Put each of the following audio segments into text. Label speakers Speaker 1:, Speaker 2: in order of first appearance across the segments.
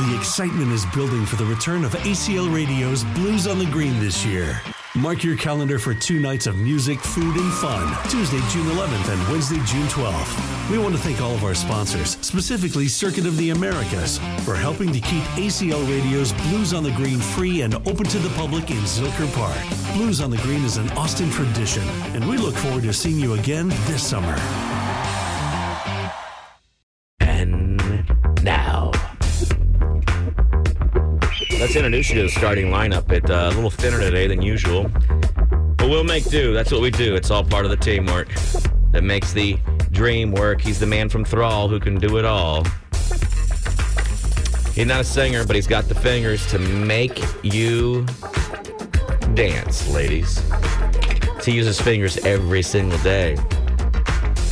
Speaker 1: The excitement is building for the return of ACL Radio's Blues on the Green this year. Mark your calendar for two nights of music, food, and fun, Tuesday, June 11th and Wednesday, June 12th. We want to thank all of our sponsors, specifically Circuit of the Americas, for helping to keep ACL Radio's Blues on the Green free and open to the public in Zilker Park. Blues on the Green is an Austin tradition, and we look forward to seeing you again this summer.
Speaker 2: And now. Let's introduce you to the starting lineup. It's uh, a little thinner today than usual. But we'll make do. That's what we do. It's all part of the teamwork that makes the dream work. He's the man from Thrall who can do it all. He's not a singer, but he's got the fingers to make you dance, ladies. He uses fingers every single day.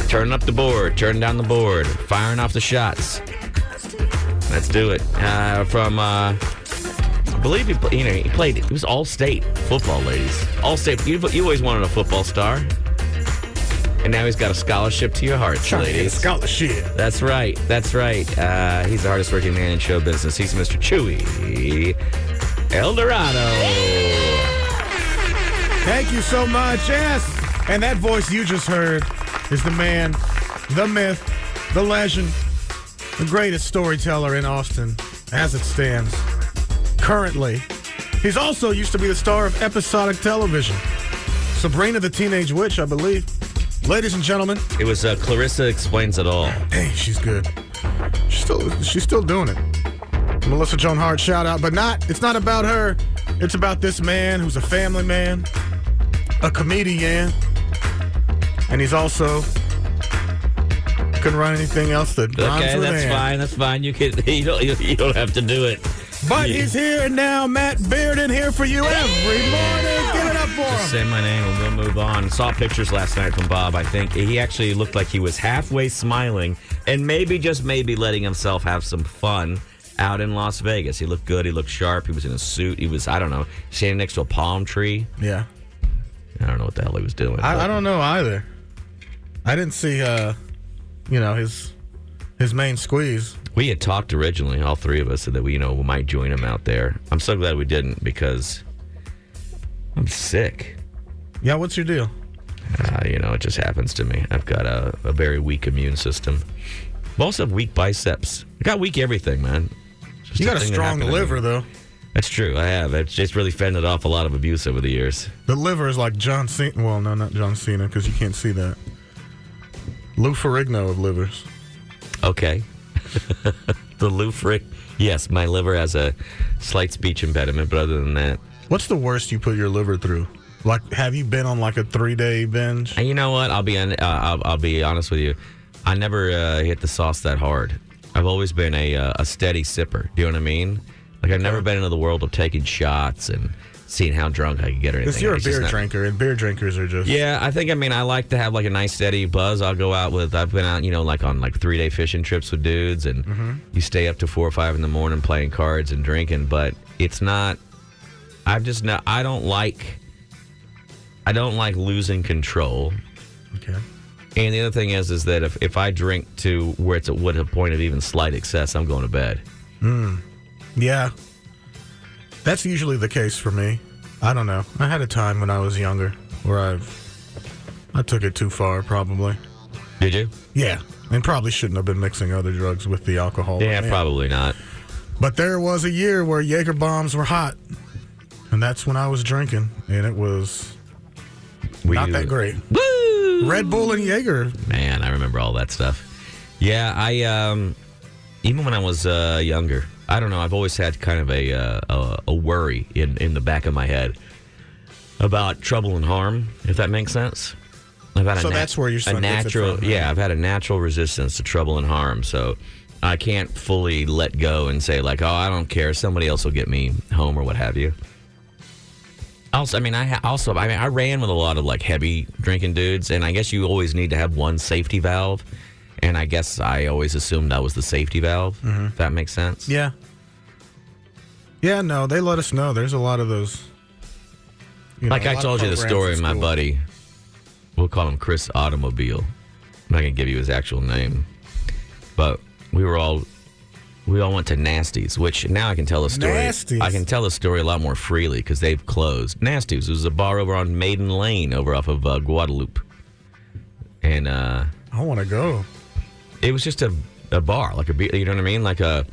Speaker 2: Turning up the board, turning down the board, firing off the shots. Let's do it. Uh, from, uh, I believe he, pla- you know, he played, he was all state football, ladies. All state. You, you always wanted a football star. And now he's got a scholarship to your hearts, ladies.
Speaker 3: Scholarship.
Speaker 2: That's right. That's right. Uh, he's the hardest working man in show business. He's Mr. Chewy Eldorado.
Speaker 3: Thank you so much. Yes. And that voice you just heard is the man, the myth, the legend, the greatest storyteller in Austin as it stands currently. He's also used to be the star of episodic television. Sabrina the Teenage Witch, I believe. Ladies and gentlemen,
Speaker 2: It was uh, Clarissa Explains It All.
Speaker 3: hey, she's good. She's still she's still doing it. Melissa Joan Hart shout out, but not it's not about her. It's about this man who's a family man, a comedian, and he's also couldn't run anything else that rhymes
Speaker 2: Okay,
Speaker 3: with
Speaker 2: that's
Speaker 3: and.
Speaker 2: fine. That's fine. You can. You don't. You, you don't have to do it.
Speaker 3: But
Speaker 2: Yeah.
Speaker 3: he's here now, Matt Bearden here for you every morning. Give it up for
Speaker 2: Just
Speaker 3: him.
Speaker 2: say my name and we'll move on. Saw pictures last night from Bob. I think he actually looked like he was halfway smiling and maybe just maybe letting himself have some fun out in Las Vegas. He looked good. He looked sharp. He was in a suit. He was I don't know standing next to a palm tree.
Speaker 3: Yeah,
Speaker 2: I don't know what the hell he was doing.
Speaker 3: I,
Speaker 2: but-
Speaker 3: I don't know either. I didn't see, uh, you know, his his main squeeze.
Speaker 2: We had talked originally, all three of us, that we, you know, we might join him out there. I'm so glad we didn't because I'm sick.
Speaker 3: Yeah, what's your deal?
Speaker 2: Uh, you know, it just happens to me. I've got a, a very weak immune system. I also have weak biceps. I got weak everything, man. It's just
Speaker 3: You got a
Speaker 2: thing that
Speaker 3: strong
Speaker 2: happened to me.
Speaker 3: liver, though.
Speaker 2: That's true. I have. It's just really fended off a lot of abuse over the years.
Speaker 3: The liver is like John Cena. Well, no, not John Cena, because you can't see that. Lou Ferrigno of livers.
Speaker 2: Okay. the Lou Frick. Yes, my liver has a slight speech impediment, but other than that,
Speaker 3: What's the worst you put your liver through? Like, have you been on like a three day binge?
Speaker 2: And you know what? I'll be on, uh, I'll, I'll be honest with you. I never uh, hit the sauce that hard. I've always been a uh, a steady sipper. Do you know what I mean? Like I've never been into the world of taking shots and seeing how drunk I can get or anything.
Speaker 3: Because you're a
Speaker 2: It's just
Speaker 3: beer
Speaker 2: not-
Speaker 3: drinker, and beer drinkers are just.
Speaker 2: Yeah, I think I mean I like to have like a nice steady buzz. I'll go out with I've been out, you know, like on like three day fishing trips with dudes and
Speaker 3: Mm-hmm.
Speaker 2: you stay up to four or five in the morning playing cards and drinking, but it's not I've just not I don't like I don't like losing control.
Speaker 3: Okay.
Speaker 2: And the other thing is, is that if, if I drink to where it's at what a point of even slight excess, I'm going to bed.
Speaker 3: Yeah. That's usually the case for me. I don't know. I had a time when I was younger where I've I took it too far probably.
Speaker 2: Did you?
Speaker 3: Yeah. And probably shouldn't have been mixing other drugs with the alcohol.
Speaker 2: Yeah,
Speaker 3: Oh, Man.
Speaker 2: probably not.
Speaker 3: But there was a year where Jaeger bombs were hot. And that's when I was drinking and it was
Speaker 2: Were
Speaker 3: not
Speaker 2: you-
Speaker 3: that great.
Speaker 2: Woo!
Speaker 3: Red Bull and Jaeger.
Speaker 2: Man, I remember all that stuff. Yeah, I um, even when I was uh, younger, I don't know. I've always had kind of a uh, a, a worry in in the back of my head about trouble and harm, if that makes sense. I've had
Speaker 3: So
Speaker 2: a
Speaker 3: that's where your son
Speaker 2: a
Speaker 3: gets it
Speaker 2: natural
Speaker 3: from, huh?
Speaker 2: yeah. I've had a natural resistance to trouble and harm, so I can't fully let go and say like, oh, I don't care. Somebody else will get me home or what have you. Also, I mean, I ha- also, I mean, I ran with a lot of like heavy drinking dudes, and I guess you always need to have one safety valve. And I guess I always assumed that was the safety valve. If that makes sense.
Speaker 3: Yeah. Yeah, no, they let us know. There's a lot of those. you know,
Speaker 2: like
Speaker 3: a
Speaker 2: I
Speaker 3: lot of
Speaker 2: told you the
Speaker 3: programs
Speaker 2: story
Speaker 3: at
Speaker 2: of my
Speaker 3: school.
Speaker 2: buddy. We'll call him Chris Automobile. I'm not gonna give you his actual name, but we were all we all went to Nasty's, which now I can tell a story.
Speaker 3: Nasty's.
Speaker 2: I can tell a story a lot more freely because they've closed. Nasty's was a bar over on Maiden Lane, over off of uh, Guadalupe, and uh,
Speaker 3: I want to go.
Speaker 2: it was just a, a bar, like a beer. You know what I mean? Like a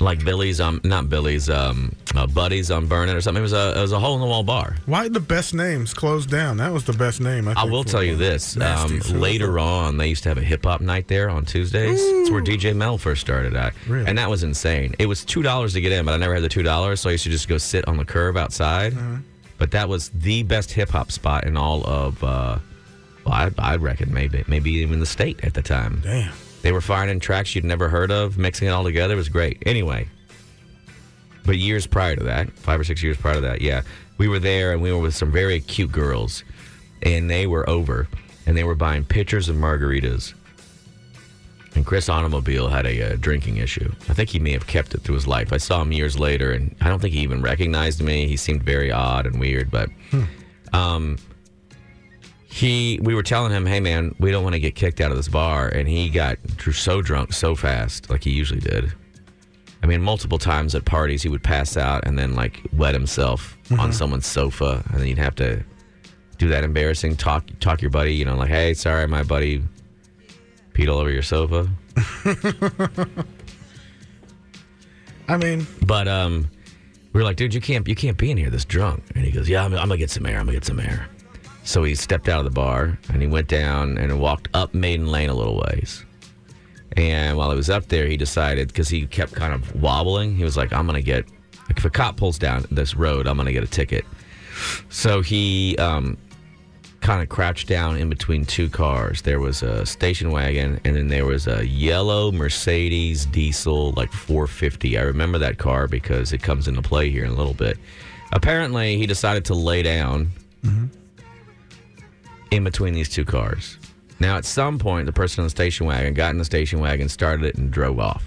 Speaker 2: like Billy's, um, not Billy's, um, uh, Buddy's on Burnet or something. It was a it was a hole in the wall bar.
Speaker 3: Why did the best names close down? That was the best name. I,
Speaker 2: I
Speaker 3: think,
Speaker 2: will
Speaker 3: for-
Speaker 2: tell you this. Um,
Speaker 3: Nasty's.
Speaker 2: later on, they used to have a hip hop night there on Tuesdays. It's where DJ Mel first started at.
Speaker 3: Really?
Speaker 2: And that was insane. It was $2 to get in, but I never had the $2, so I used to just go sit on the curb outside. But that was the best hip hop spot in all of, uh, well, I, I reckon maybe, maybe even the state at the time.
Speaker 3: Damn.
Speaker 2: They were firing in tracks you'd never heard of, mixing it all together. It was great. Anyway, but years prior to that, five or six years prior to that, yeah, we were there and we were with some very cute girls, and they were over and they were buying pitchers of margaritas. And Chris Automobile had a uh, drinking issue. I think he may have kept it through his life. I saw him years later, and I don't think he even recognized me. He seemed very odd and weird, but he we were telling him hey man we don't want to get kicked out of this bar and he got dr- so drunk so fast like he usually did i mean multiple times at parties he would pass out and then like wet himself on someone's sofa and then you'd have to do that embarrassing talk talk your buddy you know like hey sorry my buddy peed all over your sofa
Speaker 3: I mean,
Speaker 2: but um we were like dude you can't you can't be in here this drunk and he goes yeah i'm, I'm gonna get some air i'm gonna get some air so he stepped out of the bar and he went down and walked up maiden lane a little ways And while he was up there, he decided because he kept kind of wobbling, he was like, "I'm gonna get like, if a cop pulls down this road, I'm gonna get a ticket." So he um, kind of crouched down in between two cars. There was a station wagon, and then there was a yellow Mercedes diesel like 450. I remember that car because it comes into play here in a little bit. Apparently, he decided to lay down in between these two cars. Now, at some point, the person on the station wagon got in the station wagon, started it, and drove off.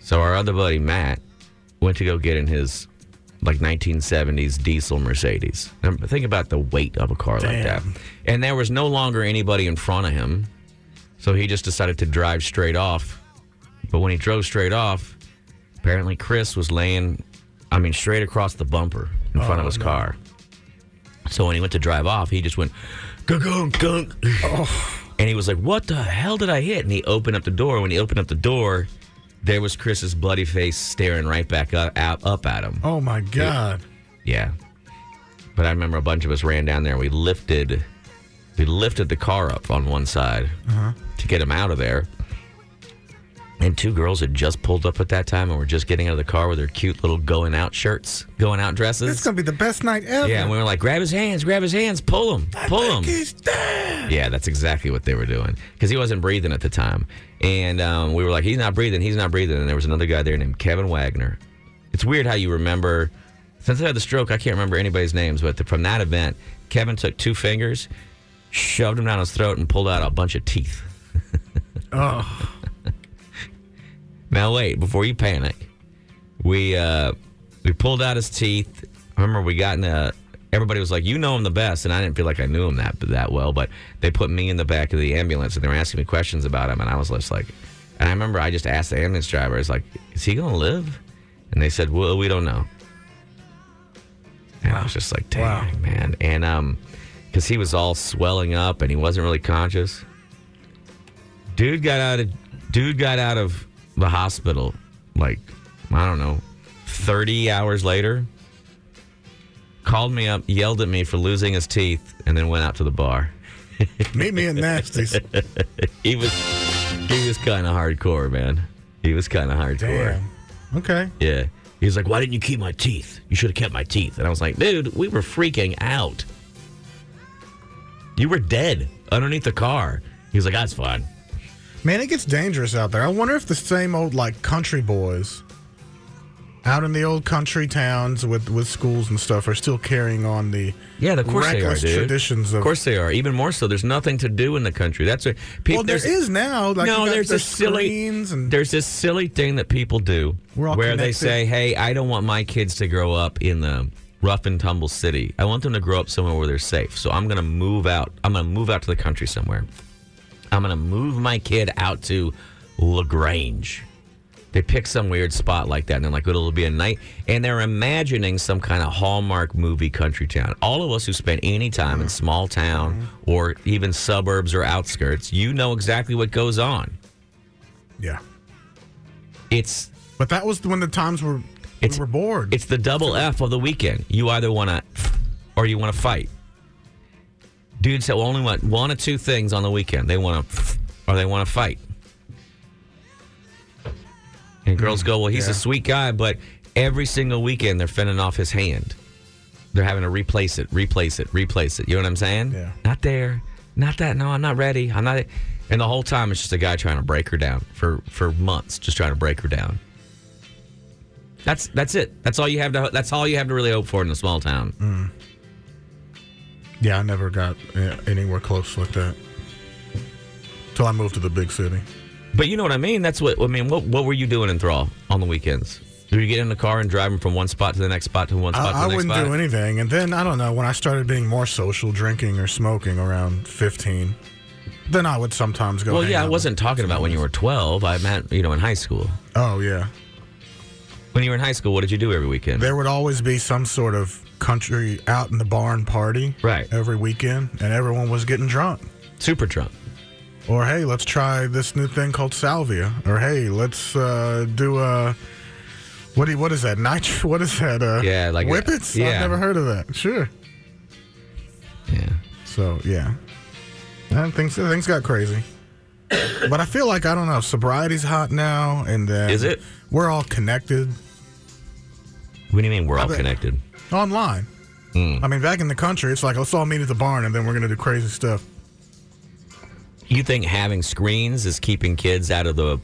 Speaker 2: So our other buddy Matt went to go get in his like 1970s diesel Mercedes. Now, think about the weight of a car like that.
Speaker 3: Damn.
Speaker 2: And there was no longer anybody in front of him, so he just decided to drive straight off. But when he drove straight off, apparently Chris was laying, I mean, straight across the bumper in front of his car. So when he went to drive off, he just went gunk gunk.
Speaker 3: Oh.
Speaker 2: And he was like, "What the hell did I hit?" And he opened up the door. When he opened up the door, there was Chris's bloody face staring right back up out, up at him.
Speaker 3: oh my God.
Speaker 2: Yeah. But I remember a bunch of us ran down there. and We lifted, we lifted the car up on one side
Speaker 3: Uh-huh.
Speaker 2: to get him out of there. And two girls had just pulled up at that time and were just getting out of the car with their cute little going out shirts, going out dresses.
Speaker 3: It's going to be the best night ever.
Speaker 2: Yeah, and we were like, grab his hands, grab his hands, pull him, pull him.
Speaker 3: He's dead.
Speaker 2: Yeah, that's exactly what they were doing because he wasn't breathing at the time, and um, we were like, he's not breathing, he's not breathing. And there was another guy there named Kevin Wagner. It's weird how you remember. Since I had the stroke, I can't remember anybody's names, but the, from that event, Kevin took two fingers, shoved him down his throat, and pulled out a bunch of teeth.
Speaker 3: Oh,
Speaker 2: Now wait, before you panic, we uh, we pulled out his teeth. I remember we got in a. Everybody was like, "You know him the best," and I didn't feel like I knew him that that well. But they put me in the back of the ambulance, and they were asking me questions about him, and I was just like, and I remember I just asked the ambulance driver, "Is like, is he gonna live?" And they said, "Well, we don't know." And I was just like, "Dang,
Speaker 3: Wow.
Speaker 2: man!" And um, because he was all swelling up and he wasn't really conscious. Dude got out of dude got out of the hospital like I don't know, 30 hours later. Called me up, yelled at me for losing his teeth, and then went out to the bar.
Speaker 3: meet me in Nasty's.
Speaker 2: He was he was kind of hardcore, man. He was kind of hardcore.
Speaker 3: Damn. Okay.
Speaker 2: Yeah. He was like, "Why didn't you keep my teeth? You should have kept my teeth." And I was like, "Dude, we were freaking out. You were dead underneath the car." He was like, "That's fine."
Speaker 3: Man, it gets dangerous out there. I wonder if the same old like country boys out in the old country towns with with schools and stuff are still carrying on the
Speaker 2: Yeah, of course
Speaker 3: reckless
Speaker 2: they are, dude.
Speaker 3: traditions of.
Speaker 2: Of course they are. Even more so, there's nothing to do in the country. That's what people.
Speaker 3: well, there is now. Like, you
Speaker 2: no,
Speaker 3: got
Speaker 2: there's
Speaker 3: the
Speaker 2: this silly.
Speaker 3: screens and
Speaker 2: There's this silly thing that people do
Speaker 3: We're all
Speaker 2: where they
Speaker 3: connected.
Speaker 2: say, "Hey, I don't want my kids to grow up in the rough and tumble city. I want them to grow up somewhere where they're safe. So I'm going to move out. I'm going to move out to the country somewhere. I'm going to move my kid out to LaGrange. They pick some weird spot like that, and they're like, it'll be a night. And they're imagining some kind of Hallmark movie country town. All of us who spend any time in small town
Speaker 3: Mm-hmm.
Speaker 2: or even suburbs or outskirts, you know exactly what goes on.
Speaker 3: Yeah.
Speaker 2: It's
Speaker 3: But that was when the times were
Speaker 2: It's-
Speaker 3: we were bored.
Speaker 2: It's the double F of the weekend. You either want to or you want to fight. Dudes that only want one or two things on the weekend. They want to or they want to fight. And girls go, well, he's a
Speaker 3: yeah.
Speaker 2: sweet guy, but every single weekend they're fending off his hand. They're having to replace it, replace it, replace it. You know what I'm saying?
Speaker 3: Yeah.
Speaker 2: Not there. Not that. No, I'm not ready. I'm not. And the whole time it's just a guy trying to break her down for for months, just trying to break her down. That's that's it. That's all you have to. That's all you have to really hope for in a small town.
Speaker 3: Mm. yeah, I never got uh, anywhere close like that. Till I moved to the big city.
Speaker 2: But you know what I mean. That's what I mean. What what were you doing in Thrall on the weekends? Were you getting in the car and driving from one spot to the next spot to one spot
Speaker 3: I, I
Speaker 2: to the next
Speaker 3: wouldn't
Speaker 2: spot?
Speaker 3: do anything. And then I don't know when I started being more social, drinking or smoking around fifteen, then I would sometimes go.
Speaker 2: well,
Speaker 3: hang
Speaker 2: yeah,
Speaker 3: out
Speaker 2: I
Speaker 3: with-
Speaker 2: wasn't talking about when you were twelve. I meant you know in high school.
Speaker 3: Oh yeah,
Speaker 2: When you were in high school, what did you do every weekend?
Speaker 3: there would always be some sort of country out in the barn party
Speaker 2: Right.
Speaker 3: every weekend, and everyone was getting drunk.
Speaker 2: Super Trump.
Speaker 3: Or hey, let's try this new thing called salvia. Or hey, let's uh, do a what? Do you, what is that? Nitro? What is that? Uh,
Speaker 2: Yeah, like a-
Speaker 3: whippets. I've
Speaker 2: yeah.
Speaker 3: never heard of that. Sure.
Speaker 2: Yeah.
Speaker 3: So yeah, and things things got crazy. but I feel like I don't know. Sobriety's hot now, and then
Speaker 2: Is it?
Speaker 3: We're all connected
Speaker 2: What do you mean we're all
Speaker 3: bet-
Speaker 2: connected?
Speaker 3: online.
Speaker 2: Hmm.
Speaker 3: I mean, back in the country, it's like let's all meet at the barn, and then we're gonna do crazy stuff.
Speaker 2: You think having screens is keeping kids out of the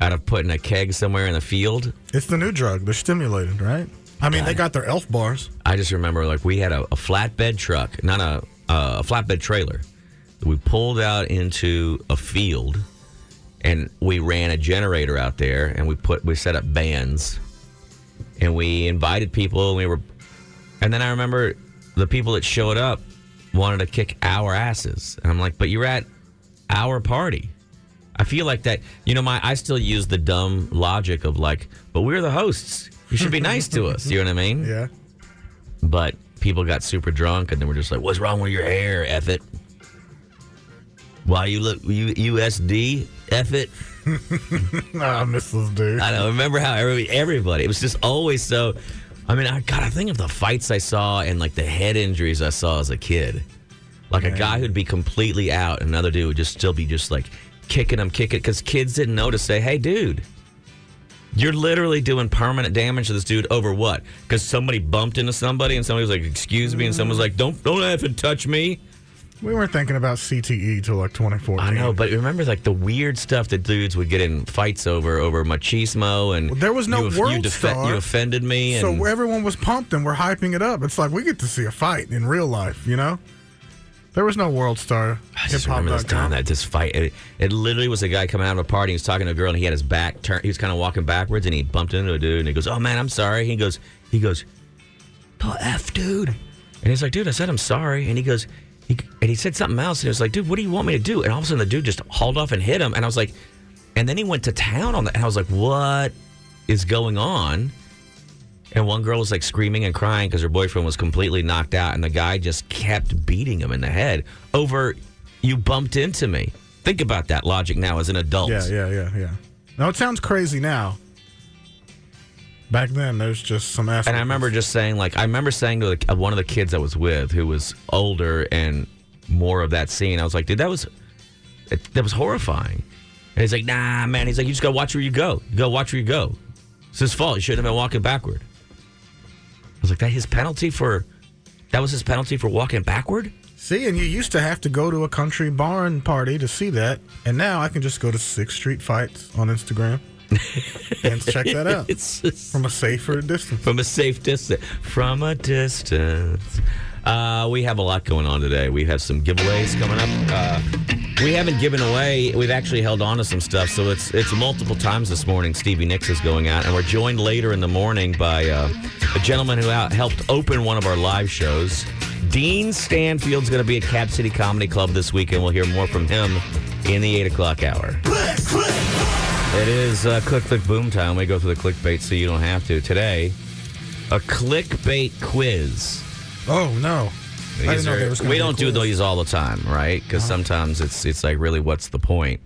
Speaker 2: out of putting a keg somewhere in the field?
Speaker 3: It's the new drug. They're stimulated, right? I mean, they got their elf bars.
Speaker 2: I just remember like we had a, a flatbed truck, not a uh, a flatbed trailer. that We pulled out into a field, and we ran a generator out there, and we put we set up bands, and we invited people, and we were, and then I remember the people that showed up wanted to kick our asses, and I'm like, but you're at our party. I feel like that, you know, my I still use the dumb logic of like, but we're the hosts. You should be nice to us. You know what I mean?
Speaker 3: Yeah.
Speaker 2: but people got super drunk and they were just like, "What's wrong with your hair, F it? Why you look you USD, F it?"
Speaker 3: Nah, I miss this dude.
Speaker 2: I don't remember how every, everybody. It was just always so. I mean, I gotta think of the fights I saw and like the head injuries I saw as a kid. Like a guy who'd be completely out, and another dude would just still be just like kicking him, kicking because kids didn't know to say, "Hey, dude." You're literally doing permanent damage to this dude over what? Because somebody bumped into somebody and somebody was like, "Excuse me," and someone was like, "Don't, don't have to touch me."
Speaker 3: we weren't thinking about CTE till like 2014.
Speaker 2: I know, but remember like the weird stuff that dudes would get in fights over over machismo and
Speaker 3: Well, there was no
Speaker 2: you, you,
Speaker 3: World
Speaker 2: defe-
Speaker 3: Star.
Speaker 2: you offended me. And,
Speaker 3: So everyone was pumped and we're hyping it up. It's like we get to see a fight in real life, you know? There was no world star.
Speaker 2: I just remember this time that this fight. It, it literally was a guy coming out of a party. He was talking to a girl, and he had his back turned. He was kind of walking backwards, and he bumped into a dude, and he goes, "Oh man, I'm sorry." He goes, "He goes, the f dude," and he's like, "Dude, I said I'm sorry," and he goes, he, and he said something else, and he was like, "Dude, what do you want me to do?" And all of a sudden, the dude just hauled off and hit him, and I was like, and then he went to town on that, and I was like, "What is going on?" And one girl was like screaming and crying because her boyfriend was completely knocked out, and the guy just kept beating him in the head over you bumped into me. Think about that logic now as an adult.
Speaker 3: Yeah, yeah, yeah, yeah. Now it sounds crazy now. Back then, there's just some ass.
Speaker 2: And I remember just saying, like, I remember saying to the, uh, one of the kids I was with who was older and more of that scene, I was like, dude, that was that was horrifying. And he's like, nah, man. He's like, you just gotta watch where you go. You gotta watch where you go. It's his fault. You shouldn't have been walking backward. I was like, that his penalty for that was his penalty for walking backward?
Speaker 3: See, and you used to have to go to a country barn party to see that, and now I can just go to Six Street Fights on Instagram and check that out
Speaker 2: It's just
Speaker 3: from a safer distance.
Speaker 2: from a safe distance. From a distance. Uh, we have a lot going on today. We have some giveaways coming up. Uh, we haven't given away. We've actually held on to some stuff. So it's it's multiple times this morning. Stevie Nicks is going out, and we're joined later in the morning by uh, a gentleman who out, helped open one of our live shows. Dean Stanfield's going to be at Cap City Comedy Club this weekend. We'll hear more from him in the eight o'clock hour.
Speaker 4: Bucks.
Speaker 2: It is uh, click click boom time. We go through the clickbait so you don't have to. Today, a clickbait quiz.
Speaker 3: Oh no! I didn't
Speaker 2: These
Speaker 3: know
Speaker 2: are-
Speaker 3: there was gonna
Speaker 2: we
Speaker 3: be a
Speaker 2: don't do
Speaker 3: quiz. Uh-huh.
Speaker 2: these all the time, right? Because sometimes it's it's like really, what's the point?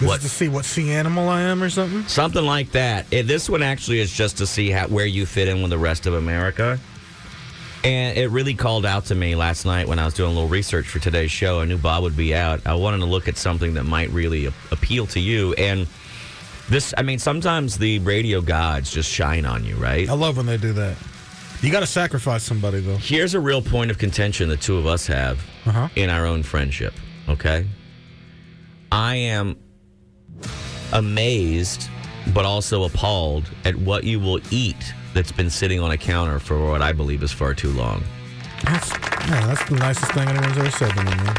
Speaker 3: This
Speaker 2: What?
Speaker 3: is to see what sea animal I am or something.
Speaker 2: Something like that. Eh, this one actually is just to see how, where you fit in with the rest of America. And it really called out to me last night when I was doing a little research for today's show. I knew Bob would be out. I wanted to look at something that might really a- appeal to you. And this, I mean, sometimes the radio gods just shine on you, right?
Speaker 3: I love when they do that. You got to sacrifice somebody though.
Speaker 2: Here's a real point of contention the two of us have
Speaker 3: Uh-huh.
Speaker 2: in our own friendship, okay? I am amazed but also appalled at what you will eat that's been sitting on a counter for what I believe is far too long.
Speaker 3: That's, yeah, that's the nicest thing anyone's ever said to me. Man.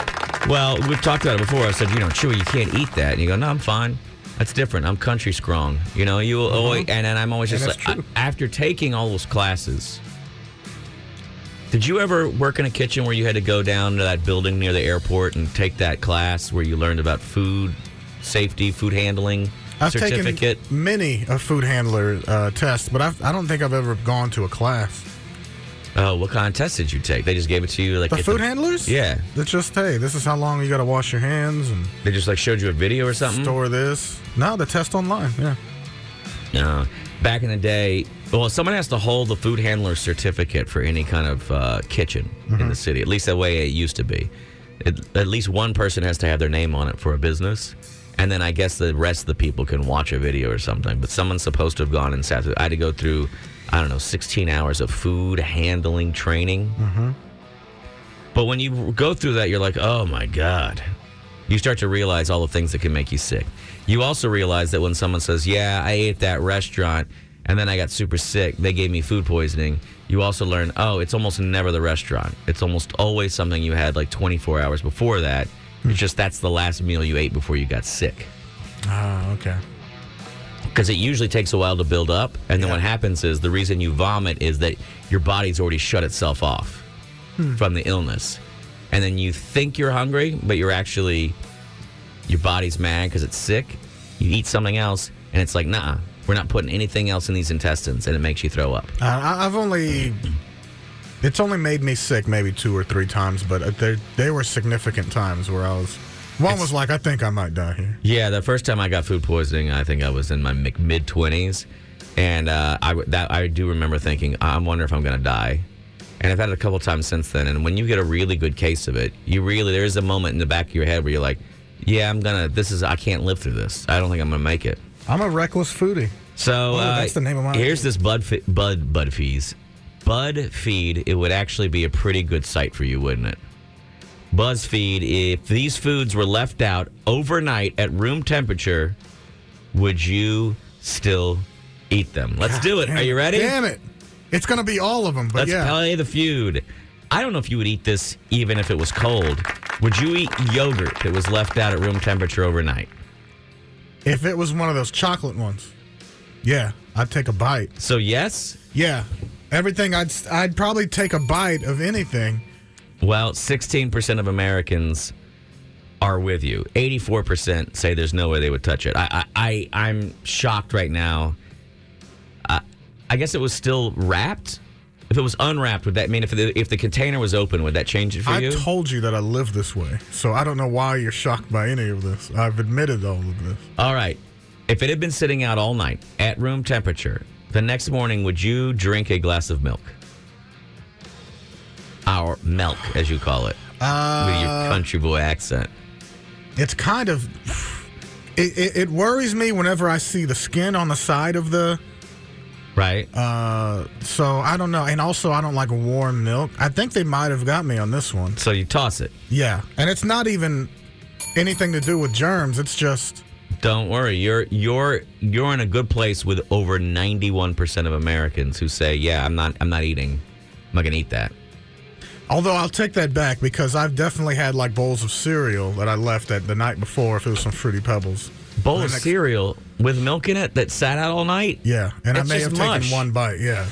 Speaker 2: Well, we've talked about it before. I said, you know, Chewy, you can't eat that. And you go, no, I'm fine. That's different. I'm country strong. You know, you will always, and, and I'm always
Speaker 3: Uh-huh. Yeah,
Speaker 2: just
Speaker 3: that's
Speaker 2: like,
Speaker 3: true.
Speaker 2: I- after taking all those classes, did you ever work in a kitchen where you had to go down to that building near the airport and take that class where you learned about food safety, food handling
Speaker 3: I've
Speaker 2: certificate?
Speaker 3: taken many a food handler uh, tests, but I've, I don't think I've ever gone to a class.
Speaker 2: oh, what kind of test did you take? They just gave it to you like
Speaker 3: The
Speaker 2: at
Speaker 3: food handlers?
Speaker 2: Yeah.
Speaker 3: It's just hey, this is how long you got to wash your hands and
Speaker 2: They just like showed you a video or something.
Speaker 3: store this. No, the test online. Yeah.
Speaker 2: No. Back in the day, well, someone has to hold the food handler certificate for any kind of uh, kitchen in the city. At least the way it used to be. At- at least one person has to have their name on it for a business. And then I guess the rest of the people can watch a video or something. But someone's supposed to have gone and sat through. I had to go through, I don't know, 16 hours of food handling training. But when you go through that, you're like, oh my God. You start to realize all the things that can make you sick. You also realize that when someone says, yeah, I ate at that restaurant and then I got super sick, they gave me food poisoning, you also learn, oh, it's almost never the restaurant. It's almost always something you had like 24 hours before that. It's just that's the last meal you ate before you got sick.
Speaker 3: Ah, okay.
Speaker 2: Because it usually takes a while to build up. And then
Speaker 3: Yeah.
Speaker 2: what happens is the reason you vomit is that your body's already shut itself off from the illness. And then you think you're hungry, but you're actually, your body's mad because it's sick. You eat something else, and it's like, nah, we're not putting anything else in these intestines. And it makes you throw up.
Speaker 3: Uh, I, I've only. It's only made me sick maybe two or three times, but uh, they they were significant times where I was. One was like, I think I might die here.
Speaker 2: Yeah, the first time I got food poisoning, I think I was in my mid twenties, and uh, I w- that I do remember thinking, I wonder if I'm going to die. And I've had it a couple times since then. And when you get a really good case of it, you really there is a moment in the back of your head where you're like, Yeah, I'm gonna. This is I can't live through this. I don't think I'm gonna make it.
Speaker 3: I'm a reckless foodie.
Speaker 2: So
Speaker 3: Oh,
Speaker 2: uh,
Speaker 3: that's the name of my-
Speaker 2: Here's this bud fi- bud bud fees, bud feed. It would actually be a pretty good site for you, wouldn't it? Buzzfeed. If these foods were left out overnight at room temperature, would you still eat them? Let's do it.
Speaker 3: Damn
Speaker 2: Are you ready?
Speaker 3: Damn it! It's gonna be all of them, but
Speaker 2: Let's
Speaker 3: yeah.
Speaker 2: play the feud. I don't know if you would eat this even if it was cold. Would you eat yogurt that was left out at room temperature overnight?
Speaker 3: if it was one of those chocolate ones, yeah, I'd take a bite.
Speaker 2: So yes,
Speaker 3: Yeah, everything. I'd s- I'd probably take a bite of anything.
Speaker 2: Well, 16% of Americans are with you. 84% say there's no way they would touch it. I, I, I I'm shocked right now. I, I guess it was still wrapped. If it was unwrapped, would that mean if the, if the container was open, would that change it for
Speaker 3: I
Speaker 2: you?
Speaker 3: told you that I live this way, so I don't know why you're shocked by any of this. I've admitted all of this.
Speaker 2: all right. If it had been sitting out all night at room temperature, the next morning, would you drink a glass of milk? Our milk, as you call it, with
Speaker 3: Uh,
Speaker 2: your country boy accent.
Speaker 3: It's kind of. It, it, it worries me whenever I see the skin on the side of the.
Speaker 2: Right?
Speaker 3: uh, So I don't know, and also I don't like warm milk. I think they might have got me on this one.
Speaker 2: so you toss it.
Speaker 3: Yeah, and it's not even anything to do with germs. It's just
Speaker 2: Don't worry, you're you're you're in a good place with over ninety one percent of Americans who say, "Yeah, I'm not I'm not eating, I'm not gonna eat that."
Speaker 3: Although I'll take that back because I've definitely had like bowls of cereal that I left at the night before if it was some fruity pebbles.
Speaker 2: Bowl of
Speaker 3: next-
Speaker 2: cereal with milk in it that sat out all night.
Speaker 3: Yeah, and
Speaker 2: It's
Speaker 3: I may
Speaker 2: just
Speaker 3: have
Speaker 2: mush.
Speaker 3: taken one bite. Yeah,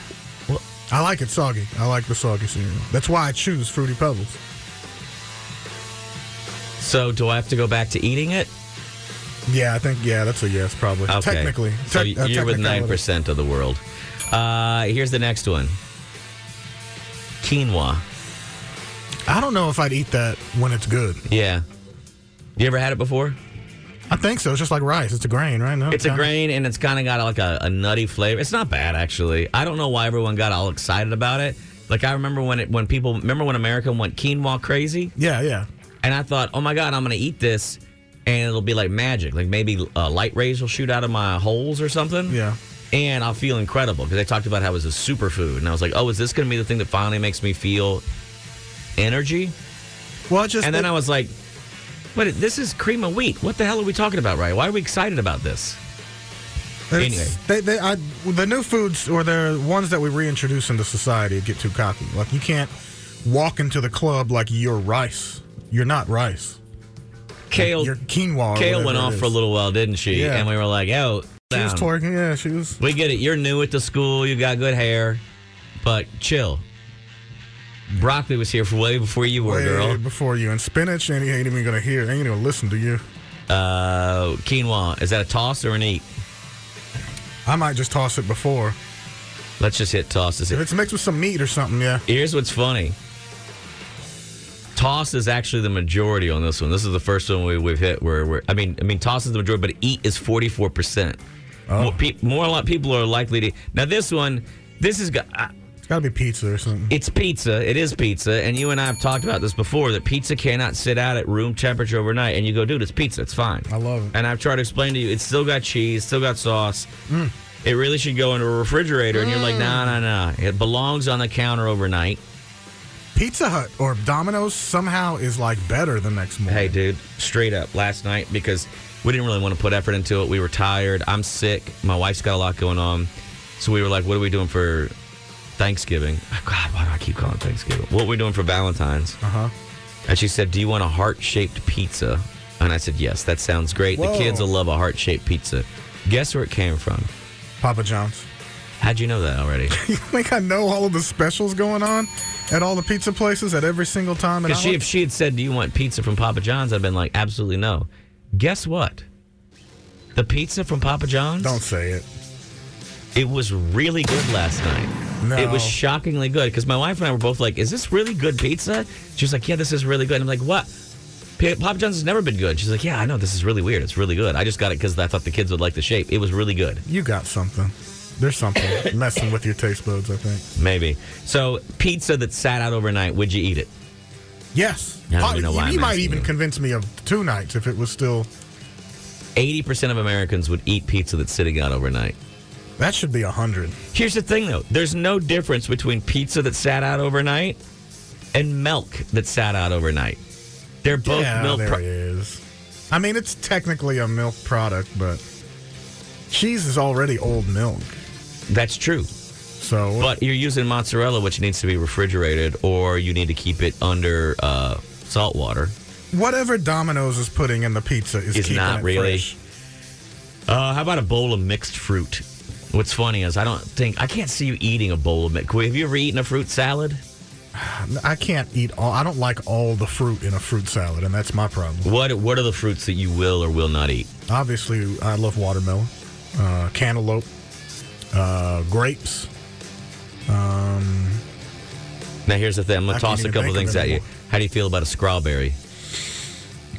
Speaker 2: Well-
Speaker 3: I like it soggy. I like the soggy cereal. That's why I choose fruity pebbles.
Speaker 2: So do I have to go back to eating it?
Speaker 3: Yeah, I think yeah, that's a yes, probably.
Speaker 2: Okay.
Speaker 3: Technically,
Speaker 2: so
Speaker 3: Tec- uh,
Speaker 2: you're with nine
Speaker 3: technicality.
Speaker 2: percent of the world. Uh, here's the next one. Quinoa.
Speaker 3: I don't know if I'd eat that when it's good.
Speaker 2: Yeah. You ever had it before?
Speaker 3: I think so. It's just like rice. It's a grain, right? No,
Speaker 2: It's a
Speaker 3: kinda-
Speaker 2: grain and it's kind of got like a, a nutty flavor. It's not bad actually. I don't know why everyone got all excited about it. Like I remember when it when people remember when America went quinoa crazy,
Speaker 3: Yeah, yeah.
Speaker 2: and I thought, oh my god, I'm gonna eat this, and it'll be like magic. Like maybe uh, light rays will shoot out of my holes or something.
Speaker 3: Yeah.
Speaker 2: And I'll feel incredible because they talked about how it was a superfood, and I was like, oh, is this gonna be the thing that finally makes me feel energy?
Speaker 3: Well, it just
Speaker 2: And then I was like, wait, this is cream of wheat. What the hell are we talking about, right? Why are we excited about this?
Speaker 3: it's-
Speaker 2: anyway.
Speaker 3: They, they, I, the new foods or the ones that we reintroduce into society get too cocky. Like you can't walk into the club like you're rice. You're not rice.
Speaker 2: Kale.
Speaker 3: You're quinoa. or
Speaker 2: Kale
Speaker 3: whatever
Speaker 2: went
Speaker 3: it
Speaker 2: off
Speaker 3: is.
Speaker 2: for a little while, didn't she?
Speaker 3: Yeah.
Speaker 2: And we were like, "Oh,
Speaker 3: She was
Speaker 2: down.
Speaker 3: twerking. Yeah, she was.
Speaker 2: we get it. You're new at the school. You got good hair, but chill." Broccoli was here for way before you were,
Speaker 3: way
Speaker 2: girl.
Speaker 3: before you and spinach, and he ain't even gonna hear. Ain't gonna listen to you.
Speaker 2: Uh, quinoa is that a toss or an eat?
Speaker 3: I might just toss it before.
Speaker 2: Let's just hit toss. Is
Speaker 3: If
Speaker 2: it?
Speaker 3: it's mixed with some meat or something, yeah.
Speaker 2: Here's what's funny. Toss is actually the majority on this one. This is the first one we, we've hit where we're. I mean, I mean, toss is the majority, but eat is forty four percent.
Speaker 3: Oh.
Speaker 2: More, pe- more like people are likely to. Now this one, this is. go- I-
Speaker 3: It's gotta be pizza or something.
Speaker 2: It's pizza. It is pizza. And you and I have talked about this before that pizza cannot sit out at room temperature overnight. And you go, dude, it's pizza. It's fine.
Speaker 3: I love it.
Speaker 2: And I've tried to explain to you, it's still got cheese, still got sauce.
Speaker 3: Mm.
Speaker 2: It really should go into a refrigerator. And you're like, nah, nah, nah. It belongs on the counter overnight.
Speaker 3: Pizza Hut or Domino's somehow is like better the next morning.
Speaker 2: Hey, dude, straight up last night because we didn't really want to put effort into it. We were tired. I'm sick. My wife's got a lot going on. So we were like, what are we doing for Thanksgiving? God, why do I keep calling it Thanksgiving? What are we doing for Valentine's?
Speaker 3: Uh huh.
Speaker 2: And she said, Do you want a heart shaped pizza? And I said, Yes, that sounds great.
Speaker 3: Whoa.
Speaker 2: The kids will love a heart shaped pizza. Guess where it came from?
Speaker 3: Papa John's.
Speaker 2: How'd you know that already?
Speaker 3: You think I know all of the specials going on at all the pizza places at every single time? And
Speaker 2: Because she, if she had said, Do you want pizza from Papa John's? I'd been like, Absolutely no. Guess what? The pizza from Papa John's?
Speaker 3: don't say it.
Speaker 2: It was really good last night.
Speaker 3: No.
Speaker 2: It was shockingly good because my wife and I were both like, "Is this really good pizza?" She was like, "Yeah, this is really good." And I'm like, "What?" P- Papa John's has never been good. She's like, "Yeah, I know. This is really weird. It's really good. I just got it because I thought the kids would like the shape. It was really good.
Speaker 3: You got something. There's something messing with your taste buds. I think.
Speaker 2: Maybe. So pizza that sat out overnight. Would you eat it?
Speaker 3: Yes.
Speaker 2: I don't
Speaker 3: Po-
Speaker 2: even know why
Speaker 3: you
Speaker 2: I'm
Speaker 3: might
Speaker 2: asking
Speaker 3: even
Speaker 2: you.
Speaker 3: convince me of two nights if it was still.
Speaker 2: Eighty percent of Americans would eat pizza that's sitting out overnight.
Speaker 3: That should be a hundred.
Speaker 2: Here's the thing, though. There's no difference between pizza that sat out overnight and milk that sat out overnight. They're both
Speaker 3: yeah,
Speaker 2: milk.
Speaker 3: there
Speaker 2: pro-
Speaker 3: it is. I mean, it's technically a milk product, but cheese is already old milk.
Speaker 2: that's true.
Speaker 3: So
Speaker 2: But you're using mozzarella, which needs to be refrigerated, or you need to keep it under uh, salt water.
Speaker 3: whatever Domino's is putting in the pizza is
Speaker 2: It's
Speaker 3: keeping
Speaker 2: not
Speaker 3: it
Speaker 2: really.
Speaker 3: fresh.
Speaker 2: Uh, how about a bowl of mixed fruit? What's funny is I don't think I can't see you eating a bowl of mixed. Have you ever eaten a fruit salad?
Speaker 3: I can't eat all. I don't like all the fruit in a fruit salad, and that's my problem.
Speaker 2: What What are the fruits that you will or will not eat?
Speaker 3: Obviously, I love watermelon, uh, cantaloupe, uh, grapes.
Speaker 2: Now here's the thing. I'm
Speaker 3: I
Speaker 2: gonna
Speaker 3: can't
Speaker 2: toss a
Speaker 3: even
Speaker 2: couple
Speaker 3: think of
Speaker 2: things at you.
Speaker 3: anymore.
Speaker 2: How do you feel about a strawberry?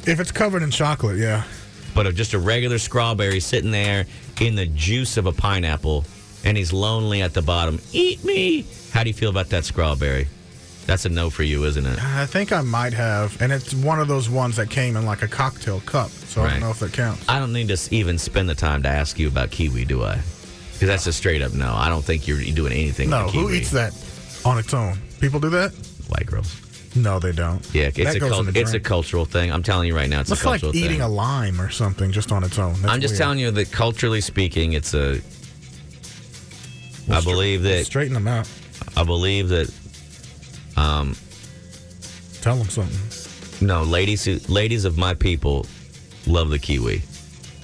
Speaker 3: If it's covered in chocolate, yeah,
Speaker 2: But of just a regular strawberry sitting there in the juice of a pineapple, and he's lonely at the bottom. Eat me. How do you feel about that strawberry? That's a no for you, isn't it?
Speaker 3: I think I might have. And it's one of those ones that came in like a cocktail cup, so I
Speaker 2: Right.
Speaker 3: don't know if that counts.
Speaker 2: I don't need to s- even spend the time to ask you about kiwi, do I? Because that's a straight up no. I don't think you're doing anything.
Speaker 3: No,
Speaker 2: with kiwi.
Speaker 3: who eats that on its own? People do that?
Speaker 2: White girls.
Speaker 3: No, they don't.
Speaker 2: Yeah, it's
Speaker 3: that
Speaker 2: a
Speaker 3: goes
Speaker 2: cult-
Speaker 3: in the
Speaker 2: it's a
Speaker 3: drink.
Speaker 2: cultural thing. I'm telling you right now, it's a
Speaker 3: That's like
Speaker 2: cultural
Speaker 3: eating
Speaker 2: thing.
Speaker 3: a lime or something just on its own. That's
Speaker 2: I'm just
Speaker 3: weird.
Speaker 2: telling you that culturally speaking, it's a. I believe that
Speaker 3: Straighten them out.
Speaker 2: I believe that
Speaker 3: Tell them something.
Speaker 2: no ladies who, ladies of my people love the kiwi.